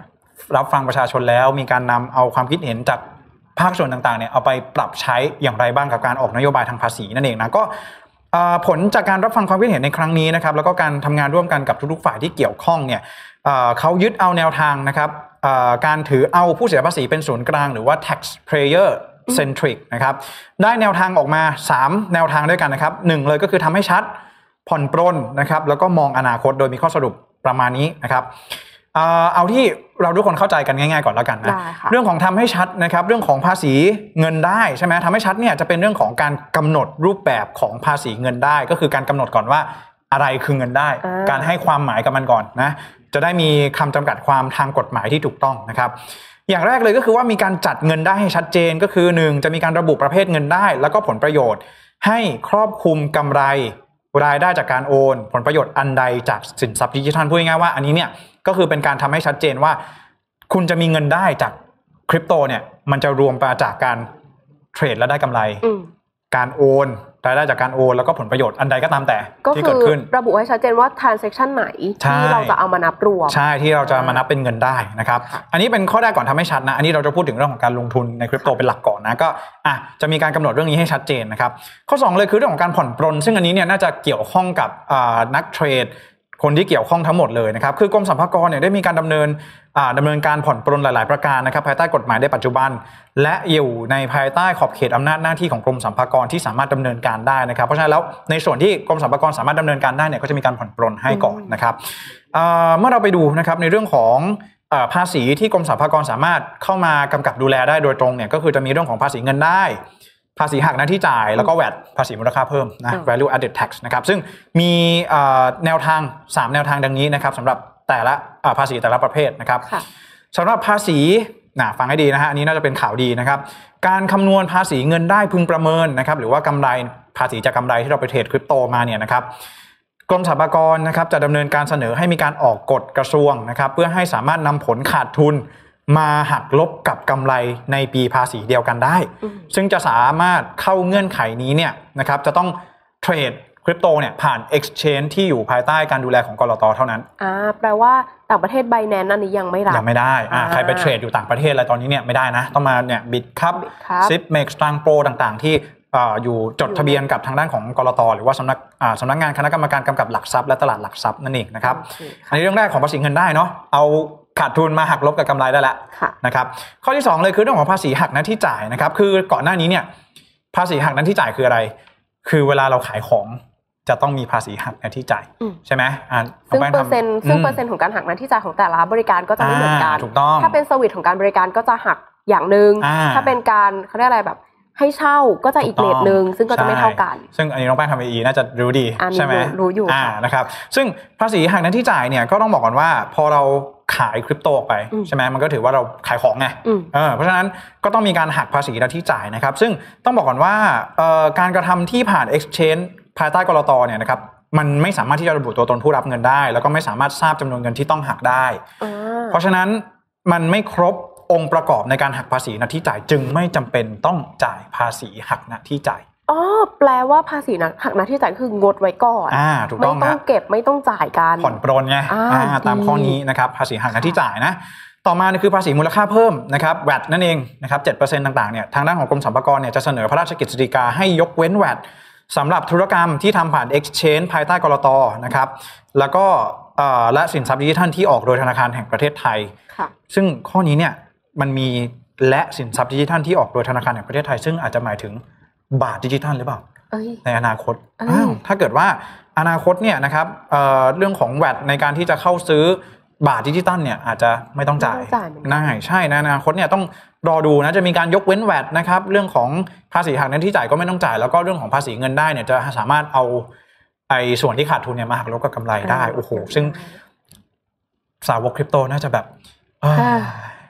[SPEAKER 2] รับฟังประชาชนแล้วมีการนำเอาความคิดเห็นจากภาคส่วนต่างๆเนี่ยเอาไปปรับใช้อย่างไรบ้างกับการออกนโยบายทางภาษีนั่นเองนะก็เอ่อผลจากการรับฟังความคิดเห็นในครั้งนี้นะครับแล้วก็การทำงานร่วมกันกับทุกๆฝ่ายที่เกี่ยวข้องเนี่ยเอ่อเขายึดเอาแนวทางนะครับเอ่อการถือเอาผู้เสียภาษีเป็นศูนย์กลางหรือว่า taxpayer centric นะครับได้แนวทางออกมา 3 แนวทางด้วยกันนะครับหนึ่งเลยก็คือทำให้ชัด ผ่อนปรนนะครับแล้วก็มองอนาคตโดยมีข้อสรุปประมาณนี้นะครับเอ่อเอาที่เราทุกคนเข้าใจกันง่ายๆก่อนแล้วกันนะ
[SPEAKER 3] ได้ค่ะ
[SPEAKER 2] เรื่องของทำให้ชัดนะครับเรื่องของภาษีเงินได้ใช่ไหมทำให้ชัดเนี่ยจะเป็นเรื่องของการกำหนดรูปแบบของภาษีเงินได้ ก็คือการกำหนดก่อนว่าอะไรคือเงินได้
[SPEAKER 3] อ่า
[SPEAKER 2] การให้ความหมายกับมันก่อนนะจะได้มีคำจำกัดความทางกฎหมายที่ถูกต้องนะครับ อย่างแรกเลยก็คือว่ามีการจัดเงินได้ให้ชัดเจนก็คือหนึ่งจะมีการระบุประเภทเงินได้ แล้วก็ผลประโยชน์ ให้ครอบคลุมกำไร รายได้จากการโอน ผลประโยชน์อันใดจากสินทรัพย์ดิจิทัลพูดง่ายๆว่าอันนี้เนี่ยก็คือเป็นการทำให้ชัดเจนว่า คุณจะมีเงินได้จากคริปโตเนี่ยมันจะรวมมาจากการเทรดและได้กำไร
[SPEAKER 3] อืม
[SPEAKER 2] การโอนรายได้จากการโอน แล้วก็ผลประโยชน์อันใดก็ตามแต่
[SPEAKER 3] ก็
[SPEAKER 2] ที่
[SPEAKER 3] คื
[SPEAKER 2] เกิ
[SPEAKER 3] อ
[SPEAKER 2] ดขึ้น
[SPEAKER 3] ระบุให้ชัดเจนว่า transaction ไหน
[SPEAKER 2] ใช่
[SPEAKER 3] ที่เราจะเอามานับรวม
[SPEAKER 2] ใช่ที่เราจะมานับเป็นเงินได้นะครับ
[SPEAKER 3] ค่ะ
[SPEAKER 2] อันนี้เป็นข้อแรกก่อนทำให้ชัดนะ อันนี้เราจะพูดถึงเรื่องของการลงทุนในคริปโตเป็นหลักก่อนนะก็อ่ะจะมีการกำหนดเรื่องนี้ให้ชัดเจนนะครับ ข้อ 2 เลยคือเรื่องของการผ่อนปรน ซึ่งอันนี้เนี่ยน่าจะเกี่ยวข้องกับอ่านักเทรด คนที่เกี่ยวข้องทั้งหมดเลยนะครับ คือกรมสรรพากรเนี่ยได้มีการดำเนินอ่าดำเนินการผ่อนปรนหลาย ๆ ประการนะครับ ภายใต้กฎหมายในปัจจุบัน และอยู่ในภายใต้ขอบเขตอำนาจหน้าที่ของกรมสรรพากรที่สามารถดำเนินการได้นะครับ เพราะฉะนั้นแล้วในส่วนที่กรมสรรพากรสามารถดำเนินการได้เนี่ยก็จะมีการผ่อนปรนให้ก่อนนะครับอ่าเมื่อเราไปดูนะครับในเรื่องของอ่าภาษีที่กรมสรรพากรสามารถเข้ามากำกับดูแลได้โดยตรงเนี่ยก็คือจะมีเรื่องของภาษีเงินได้ ภาษีหักหน้าที่จ่ายแล้วก็แวดภาษีมูลค่าเพิ่มนะ
[SPEAKER 3] อืม
[SPEAKER 2] value added tax นะครับ ซึ่งมีเอ่อแนวทาง 3 แนวทางดังนี้นะครับสำหรับแต่ละเอ่อภาษีแต่ละประเภทนะครับ
[SPEAKER 3] ค่ะ
[SPEAKER 2] สำหรับภาษีนะฟังให้ดีนะฮะอันนี้น่าจะเป็นข่าวดีนะครับ การคำนวณภาษีเงินได้พึงประเมินนะครับ หรือว่ากำไรภาษีจากกำไรที่เราไปเทรดคริปโตมาเนี่ยนะครับ กรมสรรพากรนะครับจะดำเนินการเสนอให้มีการออกกฎกระทรวงนะครับ เพื่อให้สามารถนำผลขาดทุนมาหักลบกับกำไรในปีภาษีเดียวกันได้
[SPEAKER 3] อืม
[SPEAKER 2] ซึ่งจะสามารถเข้าเงื่อนไขนี้เนี่ยนะครับจะต้องเทรดคริปโตเนี่ยผ่าน Exchange ที่อยู่ภายใต้การดูแลของกรตเท่านั้น
[SPEAKER 3] อ่าแปลว่าต่างประเทศไบแนนอันนี้ยังไม่รับ
[SPEAKER 2] ยังไม่ได้อ่า
[SPEAKER 3] อ่า
[SPEAKER 2] ใครไปเทรดอยู่ต่างประเทศอะไรตอนนี้เนี่ยไม่ได้นะ ต้องมาเนี่ยบิดครับ
[SPEAKER 3] ครับ
[SPEAKER 2] ซิปเมกสตางโปรต่างๆ ที่เอ่ออยู่จดทะเบียนกับทางด้านของกรตหรือว่าสำนักอ่าสำนักงานคณะกรรมการกำกับหลักทรัพย์และตลาดหลักทรัพย์นั่นเองนะครับ
[SPEAKER 3] โอเคค่ะ
[SPEAKER 2] ในเรื่องแรกของภาษีเงินได้เนาะเอาขาดทุนมาหักลบกับกำไรได้ละ
[SPEAKER 3] ค่ะ
[SPEAKER 2] นะครับข้อที่ 2 เลยคือเรื่องของภาษีหักหน้าที่จ่ายนะครับ คือก่อนหน้านี้เนี่ยภาษีหักหน้าที่จ่ายคืออะไร คือเวลาเราขายของจะต้องมีภาษีหักหน้าที่จ่าย
[SPEAKER 3] อืม
[SPEAKER 2] ใช่ไหมอ่า
[SPEAKER 3] ซึ่ง
[SPEAKER 2] แบค์
[SPEAKER 3] เปอร์เซ็นต์
[SPEAKER 2] ทำ
[SPEAKER 3] ซึ่ง
[SPEAKER 2] ม
[SPEAKER 3] เปอร์เซ็นต์ของการหักหน้าที่จ่ายของแต่ละบริการก็จะไม่เหมือนกัน
[SPEAKER 2] าถูกต้อง
[SPEAKER 3] ถ้าเป็นสวิตของการบริการก็จะหักอย่างหนึ่ง
[SPEAKER 2] อ่า
[SPEAKER 3] ถ้าเป็นการเขาเรียกอะไรแบบ ให้เช่าก็จะอีกเลทหนึ่งซึ่งก็จะไม่เท่ากัน
[SPEAKER 2] ใช่ซึ่งอันนี้น้องแป้งทำเอน่าจะรู้ดี
[SPEAKER 3] อันนี้
[SPEAKER 2] ใช่ไหม
[SPEAKER 3] รู้อยู่
[SPEAKER 2] อ่า
[SPEAKER 3] ค่ะ
[SPEAKER 2] นะครับซึ่งภาษีหักหน้าที่จ่ายเนี่ยก็ต้องบอกก่อนว่าพอเราขายคริปโตออกไป
[SPEAKER 3] อืม
[SPEAKER 2] ใช่ไหมมันก็ถือว่าเราขายของไง
[SPEAKER 3] อืม
[SPEAKER 2] เออเพราะฉะนั้นก็ต้องมีการหักภาษีหน้าที่จ่ายนะครับ ซึ่งต้องบอกก่อนว่าเอ่อการกระทำที่ผ่าน Exchange ภายใต้กรตเนี่ยนะครับมันไม่สามารถที่จะระบุตัวตนผู้รับเงินได้ แล้วก็ไม่สามารถทราบจำนวนเงินที่ต้องหักได้
[SPEAKER 3] อ่า
[SPEAKER 2] เพราะฉะนั้นมันไม่ครบองค์ประกอบในการหักภาษีหน้าที่จ่าย จึงไม่จำเป็นต้องจ่ายภาษีหักหน้าที่จ่าย
[SPEAKER 3] อ๋อแปลว่าภาษีนะหักหน้าที่จ่ายคืองดไว้ก่อน
[SPEAKER 2] อ่าถูก
[SPEAKER 3] ไม่
[SPEAKER 2] ต้อง
[SPEAKER 3] ต้อ
[SPEAKER 2] นะ
[SPEAKER 3] งเก็บไม่ต้องจ่ายกัน
[SPEAKER 2] ผ่อนปรนไง
[SPEAKER 3] อ่า
[SPEAKER 2] อ่าตาม
[SPEAKER 3] ดี
[SPEAKER 2] ข้อนี้นะครับภาษีหักหน้าที่จ่ายนะ ต่อมาเนี่ยคือภาษีมูลค่าเพิ่มนะครับแวดนั่นเองนะครับเต่างๆเนี่ยทางด้านของกรมสรรพากรเนี่ยจะเสนอพระราชกฤษฎีกาให้ยกเว้นแวดสำหรับธุรกรรมที่ทำผ่าน Exchange ภายใต้กรตนะครับแล้วก็เอ่อและสินทรัพย์ดิจิทัลที่ออกโดยธนาคารแห่งประเทศไทย
[SPEAKER 3] ค่ะ
[SPEAKER 2] ซึ่งข้อนี้เนี่ยมันมีและสินทรัพย์ดิจิทัลที่ออกโดยธนาคารแห่งประเทศไทย ซึ่งอาจจะหมายถึงบาทดิจิทัลหรือเปล่า
[SPEAKER 3] เอ้ย
[SPEAKER 2] ในอนาคต
[SPEAKER 3] เอ้ย
[SPEAKER 2] อ้าวถ้าเกิดว่าอนาคตเนี่ยนะครับเอ่อเรื่องของแวดในการที่จะเข้าซื้อบาทดิจิตัลเนี่ยอาจจะไม่ต้องจ่าย
[SPEAKER 3] ไม่ต้องจ่ายเหมือนกัน
[SPEAKER 2] น่าใช่ในอนาคตเนี่ยต้องรอดูนะจะมีการยกเว้นแวดนะครับเรื่องของภาษีหักหน้าที่จ่ายก็ไม่ต้องจ่าย แล้วก็เรื่องของภาษีเงินได้เนี่ยจะสามารถเอาไอ้ส่วนที่ขาดทุนเนี่ยมาหักลบกับกำไรได้โอ้โหซึ่งสาวกคริปโตน่าจะแบบอ่า
[SPEAKER 3] อ่า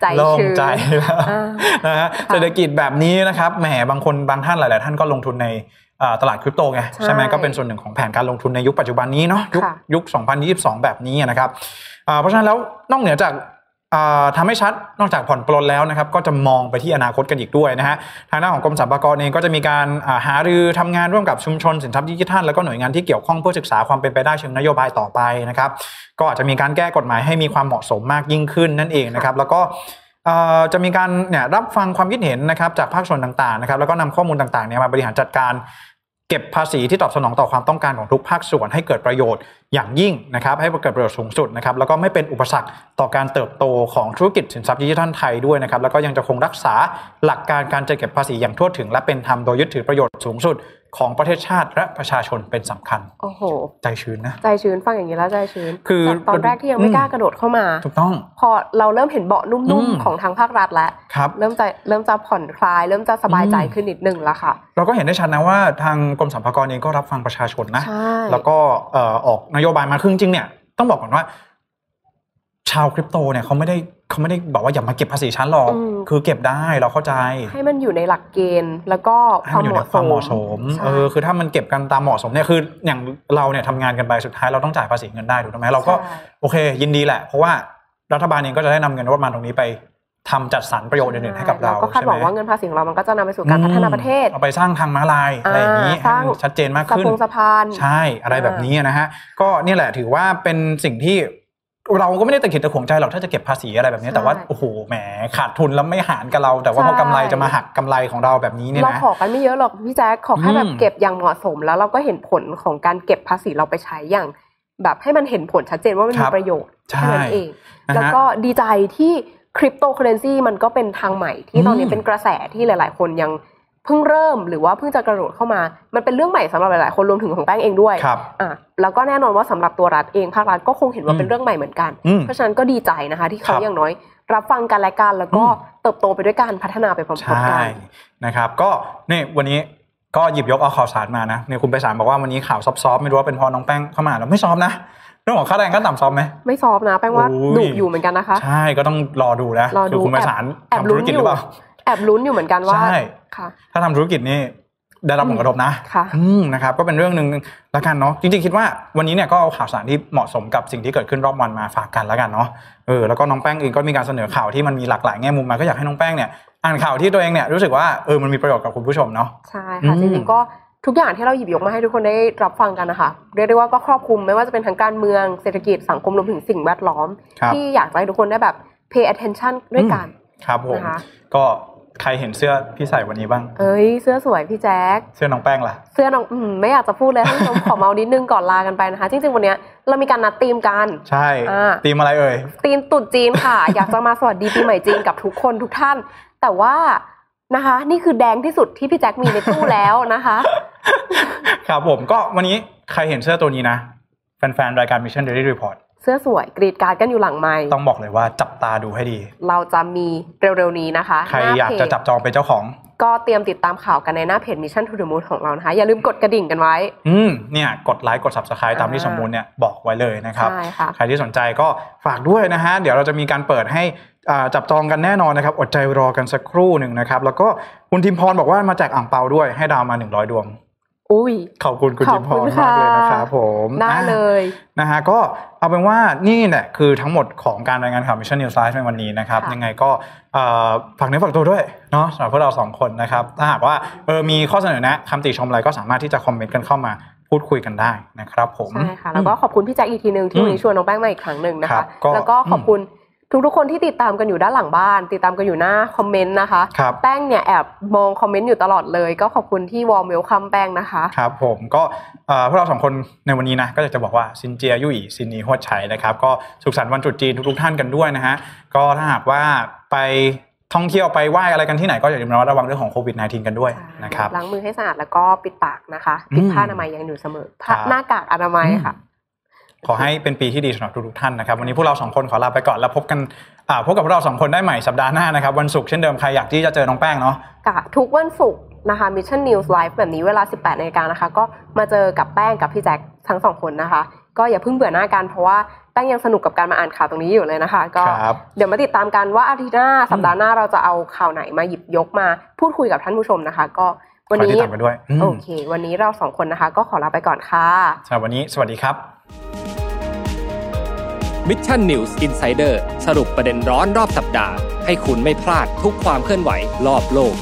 [SPEAKER 3] ใจ
[SPEAKER 2] โล่ง
[SPEAKER 3] ชื้น
[SPEAKER 2] ใจแล้ว
[SPEAKER 3] อ่า
[SPEAKER 2] นะฮะ
[SPEAKER 3] ค่ะ
[SPEAKER 2] เศรษฐกิจแบบนี้นะครับแหมบางคนบางท่านหลาย ๆ ท่านก็ลงทุนในเอ่อตลาดคริปโตไง
[SPEAKER 3] ใช่
[SPEAKER 2] ไหมก็เป็นส่วนหนึ่งของแผนการลงทุนในยุคปัจจุบันนี้เนาะยุค
[SPEAKER 3] ค่ะ
[SPEAKER 2] ยุค 2022 แบบนี้นะครับอ่าเพราะฉะนั้นแล้วนอกเหนือจากอ่าทำให้ชัดนอกจากผ่อนปลนแล้วนะครับก็จะมองไปที่อนาคตกันอีกด้วยนะฮะทางด้านของกรมสรรพากรเองก็จะมีการอ่าหารือทำงานร่วมกับชุมชนสินทรัพย์ดิจิทัลแล้วก็หน่วยงานที่เกี่ยวข้องเพื่อศึกษาความเป็นไปได้เชิงนโยบายต่อไปนะครับ ก็อาจจะมีการแก้กฎหมายให้มีความเหมาะสมมากยิ่งขึ้นนั่นเองนะครับ แล้วก็เอ่อจะมีการเนี่ยรับฟังความคิดเห็นนะครับจากภาคส่วนต่างๆนะครับแล้วก็นำข้อมูลต่างๆเนี่ยมาบริหารจัดการ เก็บภาษีที่ตอบสนองต่อความต้องการของทุกภาคส่วนให้เกิดประโยชน์อย่างยิ่งนะครับให้เกิดประโยชน์สูงสุดนะครับแล้วก็ไม่เป็นอุปสรรคต่อการเติบโตของธุรกิจสินทรัพย์ดิจิทัลไทยด้วยนะครับแล้วก็ยังจะคงรักษาหลักการการจัดเก็บภาษีอย่างทั่วถึง และเป็นธรรมโดยยึดถือประโยชน์สูงสุดของประเทศชาติและประชาชนเป็นสำคัญ
[SPEAKER 3] โอ้โห
[SPEAKER 2] ใจชื้นนะ
[SPEAKER 3] ใจชื้นฟังอย่างนี้แล้วใจชื้น
[SPEAKER 2] คือ
[SPEAKER 3] จากตอนแรกที่ยังไม่
[SPEAKER 2] อืม
[SPEAKER 3] กล้ากระโดดเข้ามา
[SPEAKER 2] ถูกต้อง
[SPEAKER 3] พอเราเริ่มเห็นเบาะ
[SPEAKER 2] อื
[SPEAKER 3] นุ่ม
[SPEAKER 2] ม
[SPEAKER 3] ๆ ของทางภาครัฐแล้ว
[SPEAKER 2] ครับ
[SPEAKER 3] เริ่มจะเริ่มจะผ่อนคลาย เริ่มจะสบายใจ
[SPEAKER 2] อืม
[SPEAKER 3] ขึ้นนิดนึงแล้วค่ะ
[SPEAKER 2] เราก็เห็นได้ชัดนะว่าทางกรมสรรพากรเองก็รับฟังประชาชนนะ
[SPEAKER 3] ใช่
[SPEAKER 2] แล้วก็เอ่อออกนโยบายมาครึ่งจริงๆเนี่ยต้องบอกก่อนว่า ชาวคริปโตเนี่ยเขาไม่ได้เขาไม่ได้บอกว่าอย่ามาเก็บภาษีชั้นหรอก
[SPEAKER 3] อืม
[SPEAKER 2] คือเก็บได้เราเข้าใจ
[SPEAKER 3] ให้มันอยู่ในหลักเกณฑ์แล้วก็ค
[SPEAKER 2] ให้
[SPEAKER 3] วา
[SPEAKER 2] มัน
[SPEAKER 3] ม
[SPEAKER 2] อยู่
[SPEAKER 3] เห
[SPEAKER 2] ใน
[SPEAKER 3] มาะ
[SPEAKER 2] ค
[SPEAKER 3] ส
[SPEAKER 2] วาม
[SPEAKER 3] ม
[SPEAKER 2] เหมาะสม
[SPEAKER 3] ใช่
[SPEAKER 2] เออคือถ้ามันเก็บกันตามเหมาะสมเนี่ยคืออย่างเราเนี่ยทำงานกันไปสุดท้ายเราต้องจ่ายภาษีเงินได้ถูกต้องไหมเราก็
[SPEAKER 3] ใช่
[SPEAKER 2] โอเค ยินดีแหละ เพราะว่ารัฐบาลเองก็จะได้นำเงินงบประมาณตรงนี้ไปทำจัดสรรประโยชน์อื่นๆให้กับเรา
[SPEAKER 3] ก็คาด
[SPEAKER 2] ใช่
[SPEAKER 3] ห
[SPEAKER 2] ไห
[SPEAKER 3] วัง
[SPEAKER 2] ม
[SPEAKER 3] ว่าเงินภาษีของเรามันก็จะนำไปสู่การพัฒนาประเทศ
[SPEAKER 2] เอาไปสร้างทางม้าลายอะไรอย่างนี้
[SPEAKER 3] อ่าสร้าง
[SPEAKER 2] ให้มันชัดเจนมาก
[SPEAKER 3] สะ
[SPEAKER 2] ขึ้น
[SPEAKER 3] พงสะพาน
[SPEAKER 2] ใช่อะไรแบบนี้นะฮะก็เนี่ยแหละถือว่าเป็นสิ่งที่เราก็ไม่ได้ตะขิดตะขวงใจหรอกถ้าจะเก็บภาษีอะไรแบบนี้
[SPEAKER 3] ใช่
[SPEAKER 2] แต่ว่าโอ้โหแหมขาดทุนแล้วไม่หารกับเรา แต่ว่าพอ
[SPEAKER 3] ใช่
[SPEAKER 2] กำไรจะมาหักกำไรของเราแบบนี้เนี่ย
[SPEAKER 3] เรา
[SPEAKER 2] นะ
[SPEAKER 3] ขอกันไม่เยอะหรอกพี่แจ๊คขอ
[SPEAKER 2] อื
[SPEAKER 3] แค่
[SPEAKER 2] ม
[SPEAKER 3] แบบเก็บอย่างเหมาะสม แล้วเราก็เห็นผลของการเก็บภาษีเราไปใช้อย่าง แบบให้มันเห็นผลชัดเจนว่ามัน
[SPEAKER 2] ค
[SPEAKER 3] มี
[SPEAKER 2] รับ
[SPEAKER 3] ประโยชน์
[SPEAKER 2] ใช่
[SPEAKER 3] เท่านั้นเอง
[SPEAKER 2] นะฮะ
[SPEAKER 3] แล้วก็ดีใจที่คริปโตเคอเรนซีมันก็เป็นทางใหม่ที่ตอนนี้
[SPEAKER 2] อืม
[SPEAKER 3] เป็นกระแสที่หลาย ๆ คนยังเพิ่งเริ่มหรือว่าเพิ่งจะกระโดดเข้ามา มันเป็นเรื่องใหม่สำหรับหลาย ๆ คนรวมถึงของแป้งเองด้วย
[SPEAKER 2] ครับ
[SPEAKER 3] อ่ะแล้วก็แน่นอนว่าสำหรับตัวรัฐเองภาครัฐก็คงเห็นว่า
[SPEAKER 2] อืม
[SPEAKER 3] เป็นเรื่องใหม่เหมือนกัน
[SPEAKER 2] อืม
[SPEAKER 3] เพราะฉะนั้นก็ดีใจนะคะที่เขา
[SPEAKER 2] ครับ
[SPEAKER 3] อย่างน้อย รับฟังกันและกันแล้วก็
[SPEAKER 2] อืม
[SPEAKER 3] เติบโตไปด้วยกันพัฒนาไปพร้อม
[SPEAKER 2] ใช่
[SPEAKER 3] ๆกัน
[SPEAKER 2] นะครับก็นี่วันนี้ก็หยิบยกเอาข่าวสารมานะเนี่ยคุณไปสารบอกว่าวันนี้ข่าวซอฟๆไม่รู้ว่าเป็นเพอน้องแป้งเข้ามาแล้วไม่ซอฟนะเรื่องของค่าแรงก็ต่ำซอฟไหม
[SPEAKER 3] ไม่ซอฟนะแป้งว่า
[SPEAKER 2] โอ้ย
[SPEAKER 3] ดุอยู่เหมือนกันนะคะ
[SPEAKER 2] ใช่ก็ต้องรอดูนะ
[SPEAKER 3] รอ
[SPEAKER 2] คื
[SPEAKER 3] ดู
[SPEAKER 2] คุณไปสาร
[SPEAKER 3] แอบ
[SPEAKER 2] ทำธุรกิจหรือเปล่า
[SPEAKER 3] แอบลุ้นอยู่เหมือนกันว่า
[SPEAKER 2] ใช่
[SPEAKER 3] ค่ะ
[SPEAKER 2] ถ้าทำธุรกิจนี่ได้รับผลกระทบนะ
[SPEAKER 3] ค่ะ
[SPEAKER 2] อืมนะครับก็เป็นเรื่องหนึ่งละกันเนาะจริงๆคิดว่าวันนี้เนี่ยก็เอาข่าวสารที่เหมาะสมกับสิ่งที่เกิดขึ้นรอบวันมาฝากกันละกันเนาะเออแล้วก็น้องแป้งเองก็มีการเสนอข่าวที่มันมีหลากหลายแง่มุมมาก็อยากให้น้องแป้งเนี่ยอ่านข่าวที่ตัวเองเนี่ยรู้สึกว่าเออมันมีประโยชน์กับคุณผู้ชมเนาะ
[SPEAKER 3] ใช่
[SPEAKER 2] อื
[SPEAKER 3] ค่ะ
[SPEAKER 2] ม
[SPEAKER 3] จริงๆก็ทุกอย่างที่เราหยิบยกมาให้ทุกคนได้รับฟังกันนะคะเรียกได้ว่าก็ครอบคลุมไม่ว่าจะเป็นทางการเมืองเศรษฐกิจสังคมรวมถึงสิ่งแวดล้อม
[SPEAKER 2] ครับ
[SPEAKER 3] ที่อยากจะให้ทุกคนได้แบบ pay attention ด้วยกัน
[SPEAKER 2] ครับผม
[SPEAKER 3] นะคะ
[SPEAKER 2] ก็ใครเห็นเสื้อพี่ใส่วันนี้บ้าง
[SPEAKER 3] เอ้ยเสื้อสวยพี่แจ๊ค
[SPEAKER 2] เสื้อน้องแป้งล่ะ
[SPEAKER 3] เสื้อน้องอืมไม่อยากจะพูดเลยท่านผู้ชม ขอเมานิดนึงก่อนลากันไปนะคะ จริงๆวันเนี้ยเรามีการนัดตีมกัน
[SPEAKER 2] ใช่
[SPEAKER 3] อ่า
[SPEAKER 2] ตีมอะไรเอ่ย
[SPEAKER 3] ตีมตรุดจีนค่ะ อยากจะมาสวัสดีปีใหม่จีนกับทุกคนทุกท่าน แต่ว่านะคะ นี่คือแดงที่สุดที่พี่แจ็คมีในตู้แล้วนะคะ
[SPEAKER 2] ครับผมก็วันนี้ใครเห็นเสื้อตัวนี้นะแฟนๆรายการ Mission Daily Report
[SPEAKER 3] เสื้อสวยกรีดการ์ดกันอยู่หลังไมค์
[SPEAKER 2] ต้องบอกเลยว่าจับตาดูให้ดี
[SPEAKER 3] เราจะมีเร็วๆนี้นะคะ
[SPEAKER 2] ใคร
[SPEAKER 3] หน้
[SPEAKER 2] อยาก
[SPEAKER 3] เพ
[SPEAKER 2] จะจับจองเป็นเจ้าของ
[SPEAKER 3] ก็เตรียมติดตามข่าวกันในหน้าเพจ Mission to the Moon ของเรานะคะ อย่าลืมกดกระดิ่งกันไว้
[SPEAKER 2] อืมเนี่ยกดไลค์กด subscribe ตามที่
[SPEAKER 3] อ่า
[SPEAKER 2] สมมูลเนี่ยบอกไว้เลยนะครับ
[SPEAKER 3] ใช่ค่ะ
[SPEAKER 2] ใครที่สนใจก็ฝากด้วยนะฮะ เดี๋ยวเราจะมีการเปิดให้อ่าจับจองกันแน่นอนนะครับ อดใจรอกันสักครู่หนึ่งนะครับ แล้วก็คุณทิมพรบอกว่ามาแจกอ่างเปาด้วยให้ดาวมา 100 ดวง
[SPEAKER 3] อุ้ย
[SPEAKER 2] ขอบคุณคุณ
[SPEAKER 3] ข
[SPEAKER 2] ทิ
[SPEAKER 3] อบ
[SPEAKER 2] มพ
[SPEAKER 3] คุณ
[SPEAKER 2] รมากเลย
[SPEAKER 3] ค่ะ
[SPEAKER 2] นะครับผม
[SPEAKER 3] ได้
[SPEAKER 2] อ่ะ
[SPEAKER 3] เลย
[SPEAKER 2] นะฮะก็เอาเป็นว่านี่แหละคือทั้งหมดของการรายงานข่าว Mission News Live ในวันนี้นะครับ
[SPEAKER 3] ค่ะ
[SPEAKER 2] ยังไงก็เอ่อฝากเนื้อฝากตัวด้วยเนาะสำหรับพวกเราสองคนนะครับ ถ้าหากว่าเออมีข้อเสนอแนะคำติชมอะไรก็สามารถที่จะคอมเมนต์กันเข้ามาพูดคุยกันได้นะครับผม
[SPEAKER 3] ใช่ค่ะ แล้วก็ขอบคุณพี่แจ็คอีกทีหนึ่งที่วันนี้ชวนน้องแป้งมาอีกครั้งหนึ่งนะ
[SPEAKER 2] ครั
[SPEAKER 3] คะ
[SPEAKER 2] บก็
[SPEAKER 3] แล้วก็ขอบคุณทุกๆคนที่ติดตามกันอยู่ด้านหลังบ้าน ติดตามกันอยู่หน้าคอมเมนต์นะคะ
[SPEAKER 2] ครับ
[SPEAKER 3] แป้งเนี่ยแอบมองคอมเมนต์อยู่ตลอดเลย ก็ขอบคุณที่วอลเมลคัมแป้งนะคะ
[SPEAKER 2] ครับผมก็เอ่อพวกเราสองคนในวันนี้นะก็อยากจะบอกว่าซินเจียยุ่ยซินนีฮวดไฉนะครับก็สุขสันต์วันตรุษจีนทุกๆท่านกันด้วยนะฮะก็ถ้าหากว่าไปท่องเที่ยวไปไหว้อะไรกันที่ไหนก็อย่าลืมระมัดระวังเรื่องของโควิด -19 กันด้วยนะครับ
[SPEAKER 3] ล้างมือให้สะอาดแล้วก็ปิดปากนะคะ
[SPEAKER 2] อืม
[SPEAKER 3] ปิดผ้าอนามัยยังอยู่เสมอผ้า
[SPEAKER 2] ครับ
[SPEAKER 3] หน้ากากอนามัยค่ะ
[SPEAKER 2] ขอให้เป็นปีที่ดีสำหรับทุกๆท่านนะครับ วันนี้พวกเราสองคนขอลาไปก่อนแล้วพบกันอ่าพบกับพวกเราสองคนได้ใหม่สัปดาห์หน้านะครับ วันศุกร์เช่นเดิมใครอยากที่จะเจอน้องแป้งเนาะ
[SPEAKER 3] กับทุกวันศุกร์นะคะ Mission News Live แบบนี้เวลา 18นาฬิกานะคะ ก็มาเจอกับแป้งกับพี่แจ็คทั้งสองคนนะคะ ก็อย่าเพิ่งเบื่อหน้ากันเพราะว่าแป้งยังสนุกกับการมาอ่านข่าวตรงนี้อยู่เลยนะคะ ก็
[SPEAKER 2] ครับ
[SPEAKER 3] เดี๋ยวมาติดตามกันว่าอาทิตย์หน้าสัปดาห์หน้าเราจะเอาข่าวไหนมาหยิบยกมาพูดคุยกับท่านผู้ชมนะคะ ก็วัน
[SPEAKER 2] ขอ
[SPEAKER 3] นี้
[SPEAKER 2] ติดตามกันด้วยอืม
[SPEAKER 3] โอเค วันนี้เราสองคนนะคะ ก็ขอลาไปก่อนค่ะ
[SPEAKER 2] สำหรับวันนี้สวัสดีครับ
[SPEAKER 1] มิชชั่นนิวส์อินไซเดอร์สรุปประเด็นร้อนรอบสัปดาห์ ให้คุณไม่พลาดทุกความเคลื่อนไหวรอบโลก